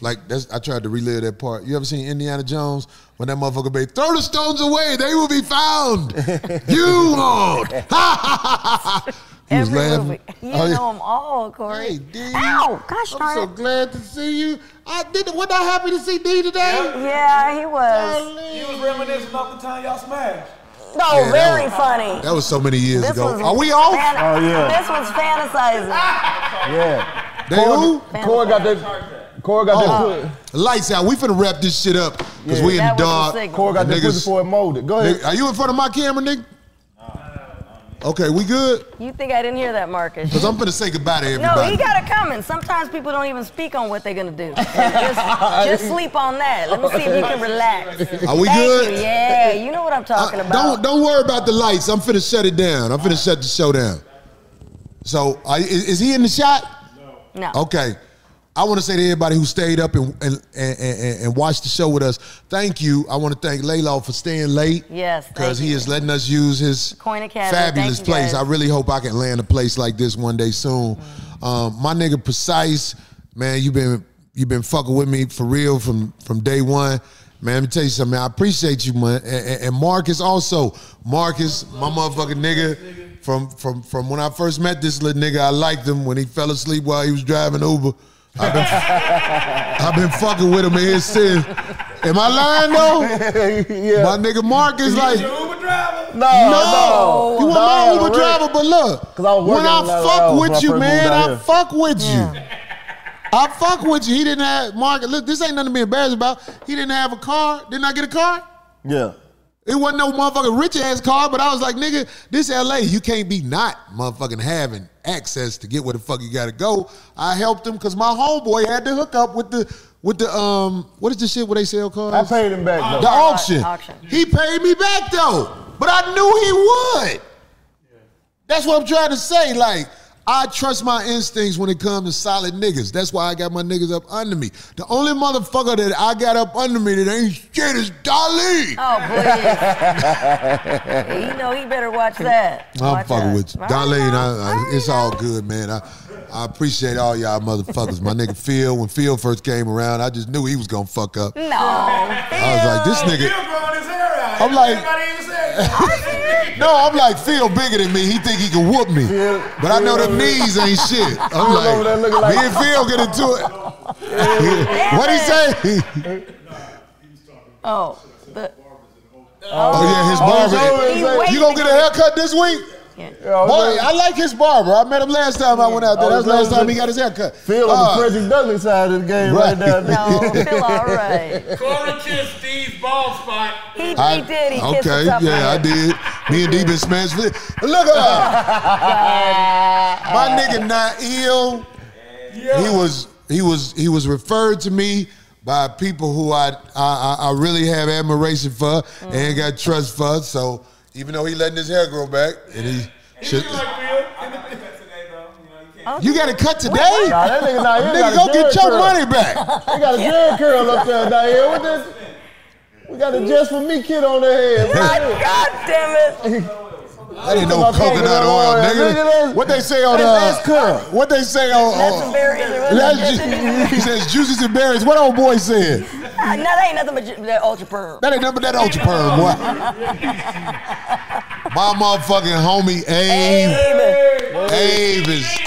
Speaker 3: like that's. I tried to relive that part. You ever seen Indiana Jones when that motherfucker be throw the stones away? They will be found. you won't. Ha ha ha ha. He was
Speaker 4: Every
Speaker 3: laughing.
Speaker 4: movie. You know
Speaker 3: Oh, yeah.
Speaker 4: 'em know them all, Corey.
Speaker 3: Hey, D.
Speaker 4: Ow! Gosh
Speaker 3: I'm
Speaker 4: darn
Speaker 3: so
Speaker 4: it.
Speaker 3: glad to see you. I did. Wasn't I happy to see D today?
Speaker 4: Yeah, he was.
Speaker 8: He was reminiscing off the time y'all smashed.
Speaker 4: No,
Speaker 3: that
Speaker 4: very
Speaker 3: was-
Speaker 4: funny.
Speaker 3: That was so many years
Speaker 4: This
Speaker 3: ago.
Speaker 4: was
Speaker 3: Are we off?
Speaker 4: fan-
Speaker 7: Oh, yeah.
Speaker 4: This was fantasizing.
Speaker 7: Yeah.
Speaker 3: They who?
Speaker 6: Corey got that. Corey got that.
Speaker 3: Oh, lights out. We finna wrap this shit up because we in the
Speaker 4: That was
Speaker 3: dark.
Speaker 4: the signal.
Speaker 7: Corey got that
Speaker 3: Niggas-
Speaker 7: pussy for it molded. Go ahead.
Speaker 3: Nigga, Are you in front of my camera, nigga? Okay, we good?
Speaker 4: You think I didn't hear that, Marcus?
Speaker 3: Because I'm finna say goodbye to
Speaker 4: No,
Speaker 3: everybody.
Speaker 4: he got it coming. Sometimes people don't even speak on what they're gonna do. Just, just sleep on that. Let me see if you can relax.
Speaker 3: Are we
Speaker 4: Thank
Speaker 3: good?
Speaker 4: you. Yeah, you know what I'm talking
Speaker 3: Uh,
Speaker 4: about.
Speaker 3: Don't don't worry about the lights. I'm finna shut it down. I'm finna shut the show down. So I- is, is he in the shot?
Speaker 4: No.
Speaker 3: Okay. I want to say to everybody who stayed up and and, and, and and watched the show with us, thank you. I want to thank Laylaw for staying late.
Speaker 4: Yes, thank
Speaker 3: Because he
Speaker 4: you.
Speaker 3: is letting us use his
Speaker 4: Coin Academy,
Speaker 3: fabulous
Speaker 4: thank you
Speaker 3: place.
Speaker 4: guys.
Speaker 3: I really hope I can land a place like this one day soon.
Speaker 4: Mm.
Speaker 3: Um, my nigga Precise, man, you've been you've been fucking with me for real from from day one. Man, let me tell you something. I appreciate you, man. And, and- and Marcus also. Marcus, my motherfucking nigga. From from from when I first met this little nigga, I liked him when he fell asleep while he was driving Uber. I've been, I've been fucking with him ever since. Am I lying though?
Speaker 7: yeah.
Speaker 3: My nigga Mark is like,
Speaker 8: Your Uber driver.
Speaker 7: No,
Speaker 3: no, you want my
Speaker 7: No,
Speaker 3: Uber
Speaker 7: Rick.
Speaker 3: driver, but look,
Speaker 7: 'Cause I was
Speaker 3: when
Speaker 7: working
Speaker 3: I
Speaker 7: a lot of
Speaker 3: fuck
Speaker 7: hours when I
Speaker 3: with you,
Speaker 7: first
Speaker 3: man,
Speaker 7: moved out
Speaker 3: I
Speaker 7: here.
Speaker 3: fuck with you. I fuck with you. He didn't have Mark. Look, this ain't nothing to be embarrassed about. He didn't have a car. Didn't I get a car?
Speaker 7: Yeah.
Speaker 3: It wasn't no motherfucking rich ass car, but I was like, nigga, this LA, you can't be not motherfucking having access to get where the fuck you gotta go. I helped him because my homeboy had to hook up with the with the um what is the shit where they sell cars?
Speaker 7: I paid him back though.
Speaker 3: The auction.
Speaker 4: Auction.
Speaker 3: He paid me back though, but I knew he would. That's what I'm trying to say. Like, I trust my instincts when it comes to solid niggas. That's why I got my niggas up under me. The only motherfucker that I got up under me that ain't shit is Dolly.
Speaker 4: Oh, please. you know he better watch that.
Speaker 3: I'm
Speaker 4: Oh, Watch
Speaker 3: fucking
Speaker 4: out.
Speaker 3: with you.
Speaker 4: All
Speaker 3: Darlene,
Speaker 4: right,
Speaker 3: I, I, it's
Speaker 4: right.
Speaker 3: all good, man. I, I appreciate all y'all motherfuckers. My nigga Phil, when Phil first came around, I just knew he was gonna fuck up.
Speaker 4: No.
Speaker 3: I was like, this
Speaker 8: Phil
Speaker 3: nigga.
Speaker 8: growing his hair out.
Speaker 3: I'm like-
Speaker 8: Everybody even said
Speaker 3: No, I'm like Phil bigger than me. He think he can whoop me, but I know them knees ain't shit. I'm
Speaker 7: over there
Speaker 3: like,
Speaker 7: looking like-
Speaker 3: me and Phil get into it. what he say?
Speaker 4: Oh. The,
Speaker 3: Oh yeah, his barber.
Speaker 4: he waited
Speaker 3: You gonna get a haircut this week?
Speaker 4: Yeah.
Speaker 3: Boy, I like his barber. I met him last time I went out there.
Speaker 7: Oh,
Speaker 3: That's the last
Speaker 7: no,
Speaker 3: time he got his haircut.
Speaker 7: Phil on
Speaker 3: Uh,
Speaker 7: the Frederick Douglass side of the game
Speaker 3: right.
Speaker 7: right, now.
Speaker 4: No, feel all right.
Speaker 8: that. Corey kissed Steve's bald spot.
Speaker 4: He,
Speaker 3: I-
Speaker 4: he did. He kissed
Speaker 3: okay,
Speaker 4: the top of
Speaker 3: yeah, I
Speaker 4: my head.
Speaker 3: did. Me and D been smashed. Look at her. my nigga not ill. He was he was he was referred to me by people who I I, I I really have admiration for
Speaker 4: Mm.
Speaker 3: and got trust for. So even though he letting his hair grow back and he
Speaker 8: He
Speaker 3: should,
Speaker 8: like Phil. I got to cut today though. You know you can't.
Speaker 3: you got to cut today.
Speaker 7: Nah, that nigga not here.
Speaker 3: Nigga,
Speaker 7: got
Speaker 3: go
Speaker 7: a
Speaker 3: get
Speaker 7: Jerry
Speaker 3: your
Speaker 7: curl.
Speaker 3: money back.
Speaker 7: They got a Jerry curl up there down here. What this? We got a just for me kid on the head.
Speaker 4: My God damn it.
Speaker 3: That ain't no
Speaker 7: Look at my
Speaker 3: coconut
Speaker 7: coconut
Speaker 3: oil,
Speaker 7: oil. Nigga,
Speaker 3: nigga.
Speaker 7: this-
Speaker 3: What they say on
Speaker 7: That's
Speaker 3: uh,
Speaker 7: ass curl.
Speaker 3: what they say on
Speaker 4: That's
Speaker 3: on-
Speaker 4: a very interesting.
Speaker 3: That's ju- he says juices and berries. What old boy said?
Speaker 4: no, that ain't nothing but ju- that ultra perm.
Speaker 3: That ain't nothing but that ultra perm, boy. My motherfucking homie Abe. Abe is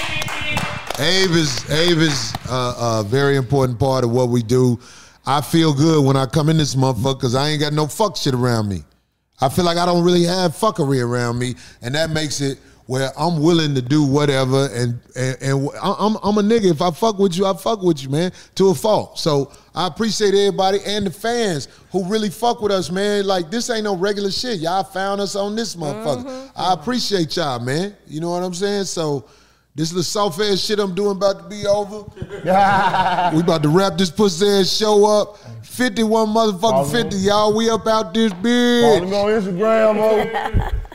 Speaker 3: Abe is Abe is uh, a very important part of what we do. I feel good when I come in this motherfucker because I ain't got no fuck shit around me. I feel like I don't really have fuckery around me, and that makes it where I'm willing to do whatever. And and, and I- I'm I'm a nigga. If I fuck with you, I fuck with you, man, to a fault. So I appreciate everybody and the fans who really fuck with us, man. Like this ain't no regular shit. Y'all found us on this motherfucker. I appreciate y'all, man. You know what I'm saying? So. This little soft ass shit I'm doing about to be over. we about to wrap this pussy ass show up. 51 motherfucking 50, y'all. We up out this bitch.
Speaker 6: Follow me on Instagram, ho.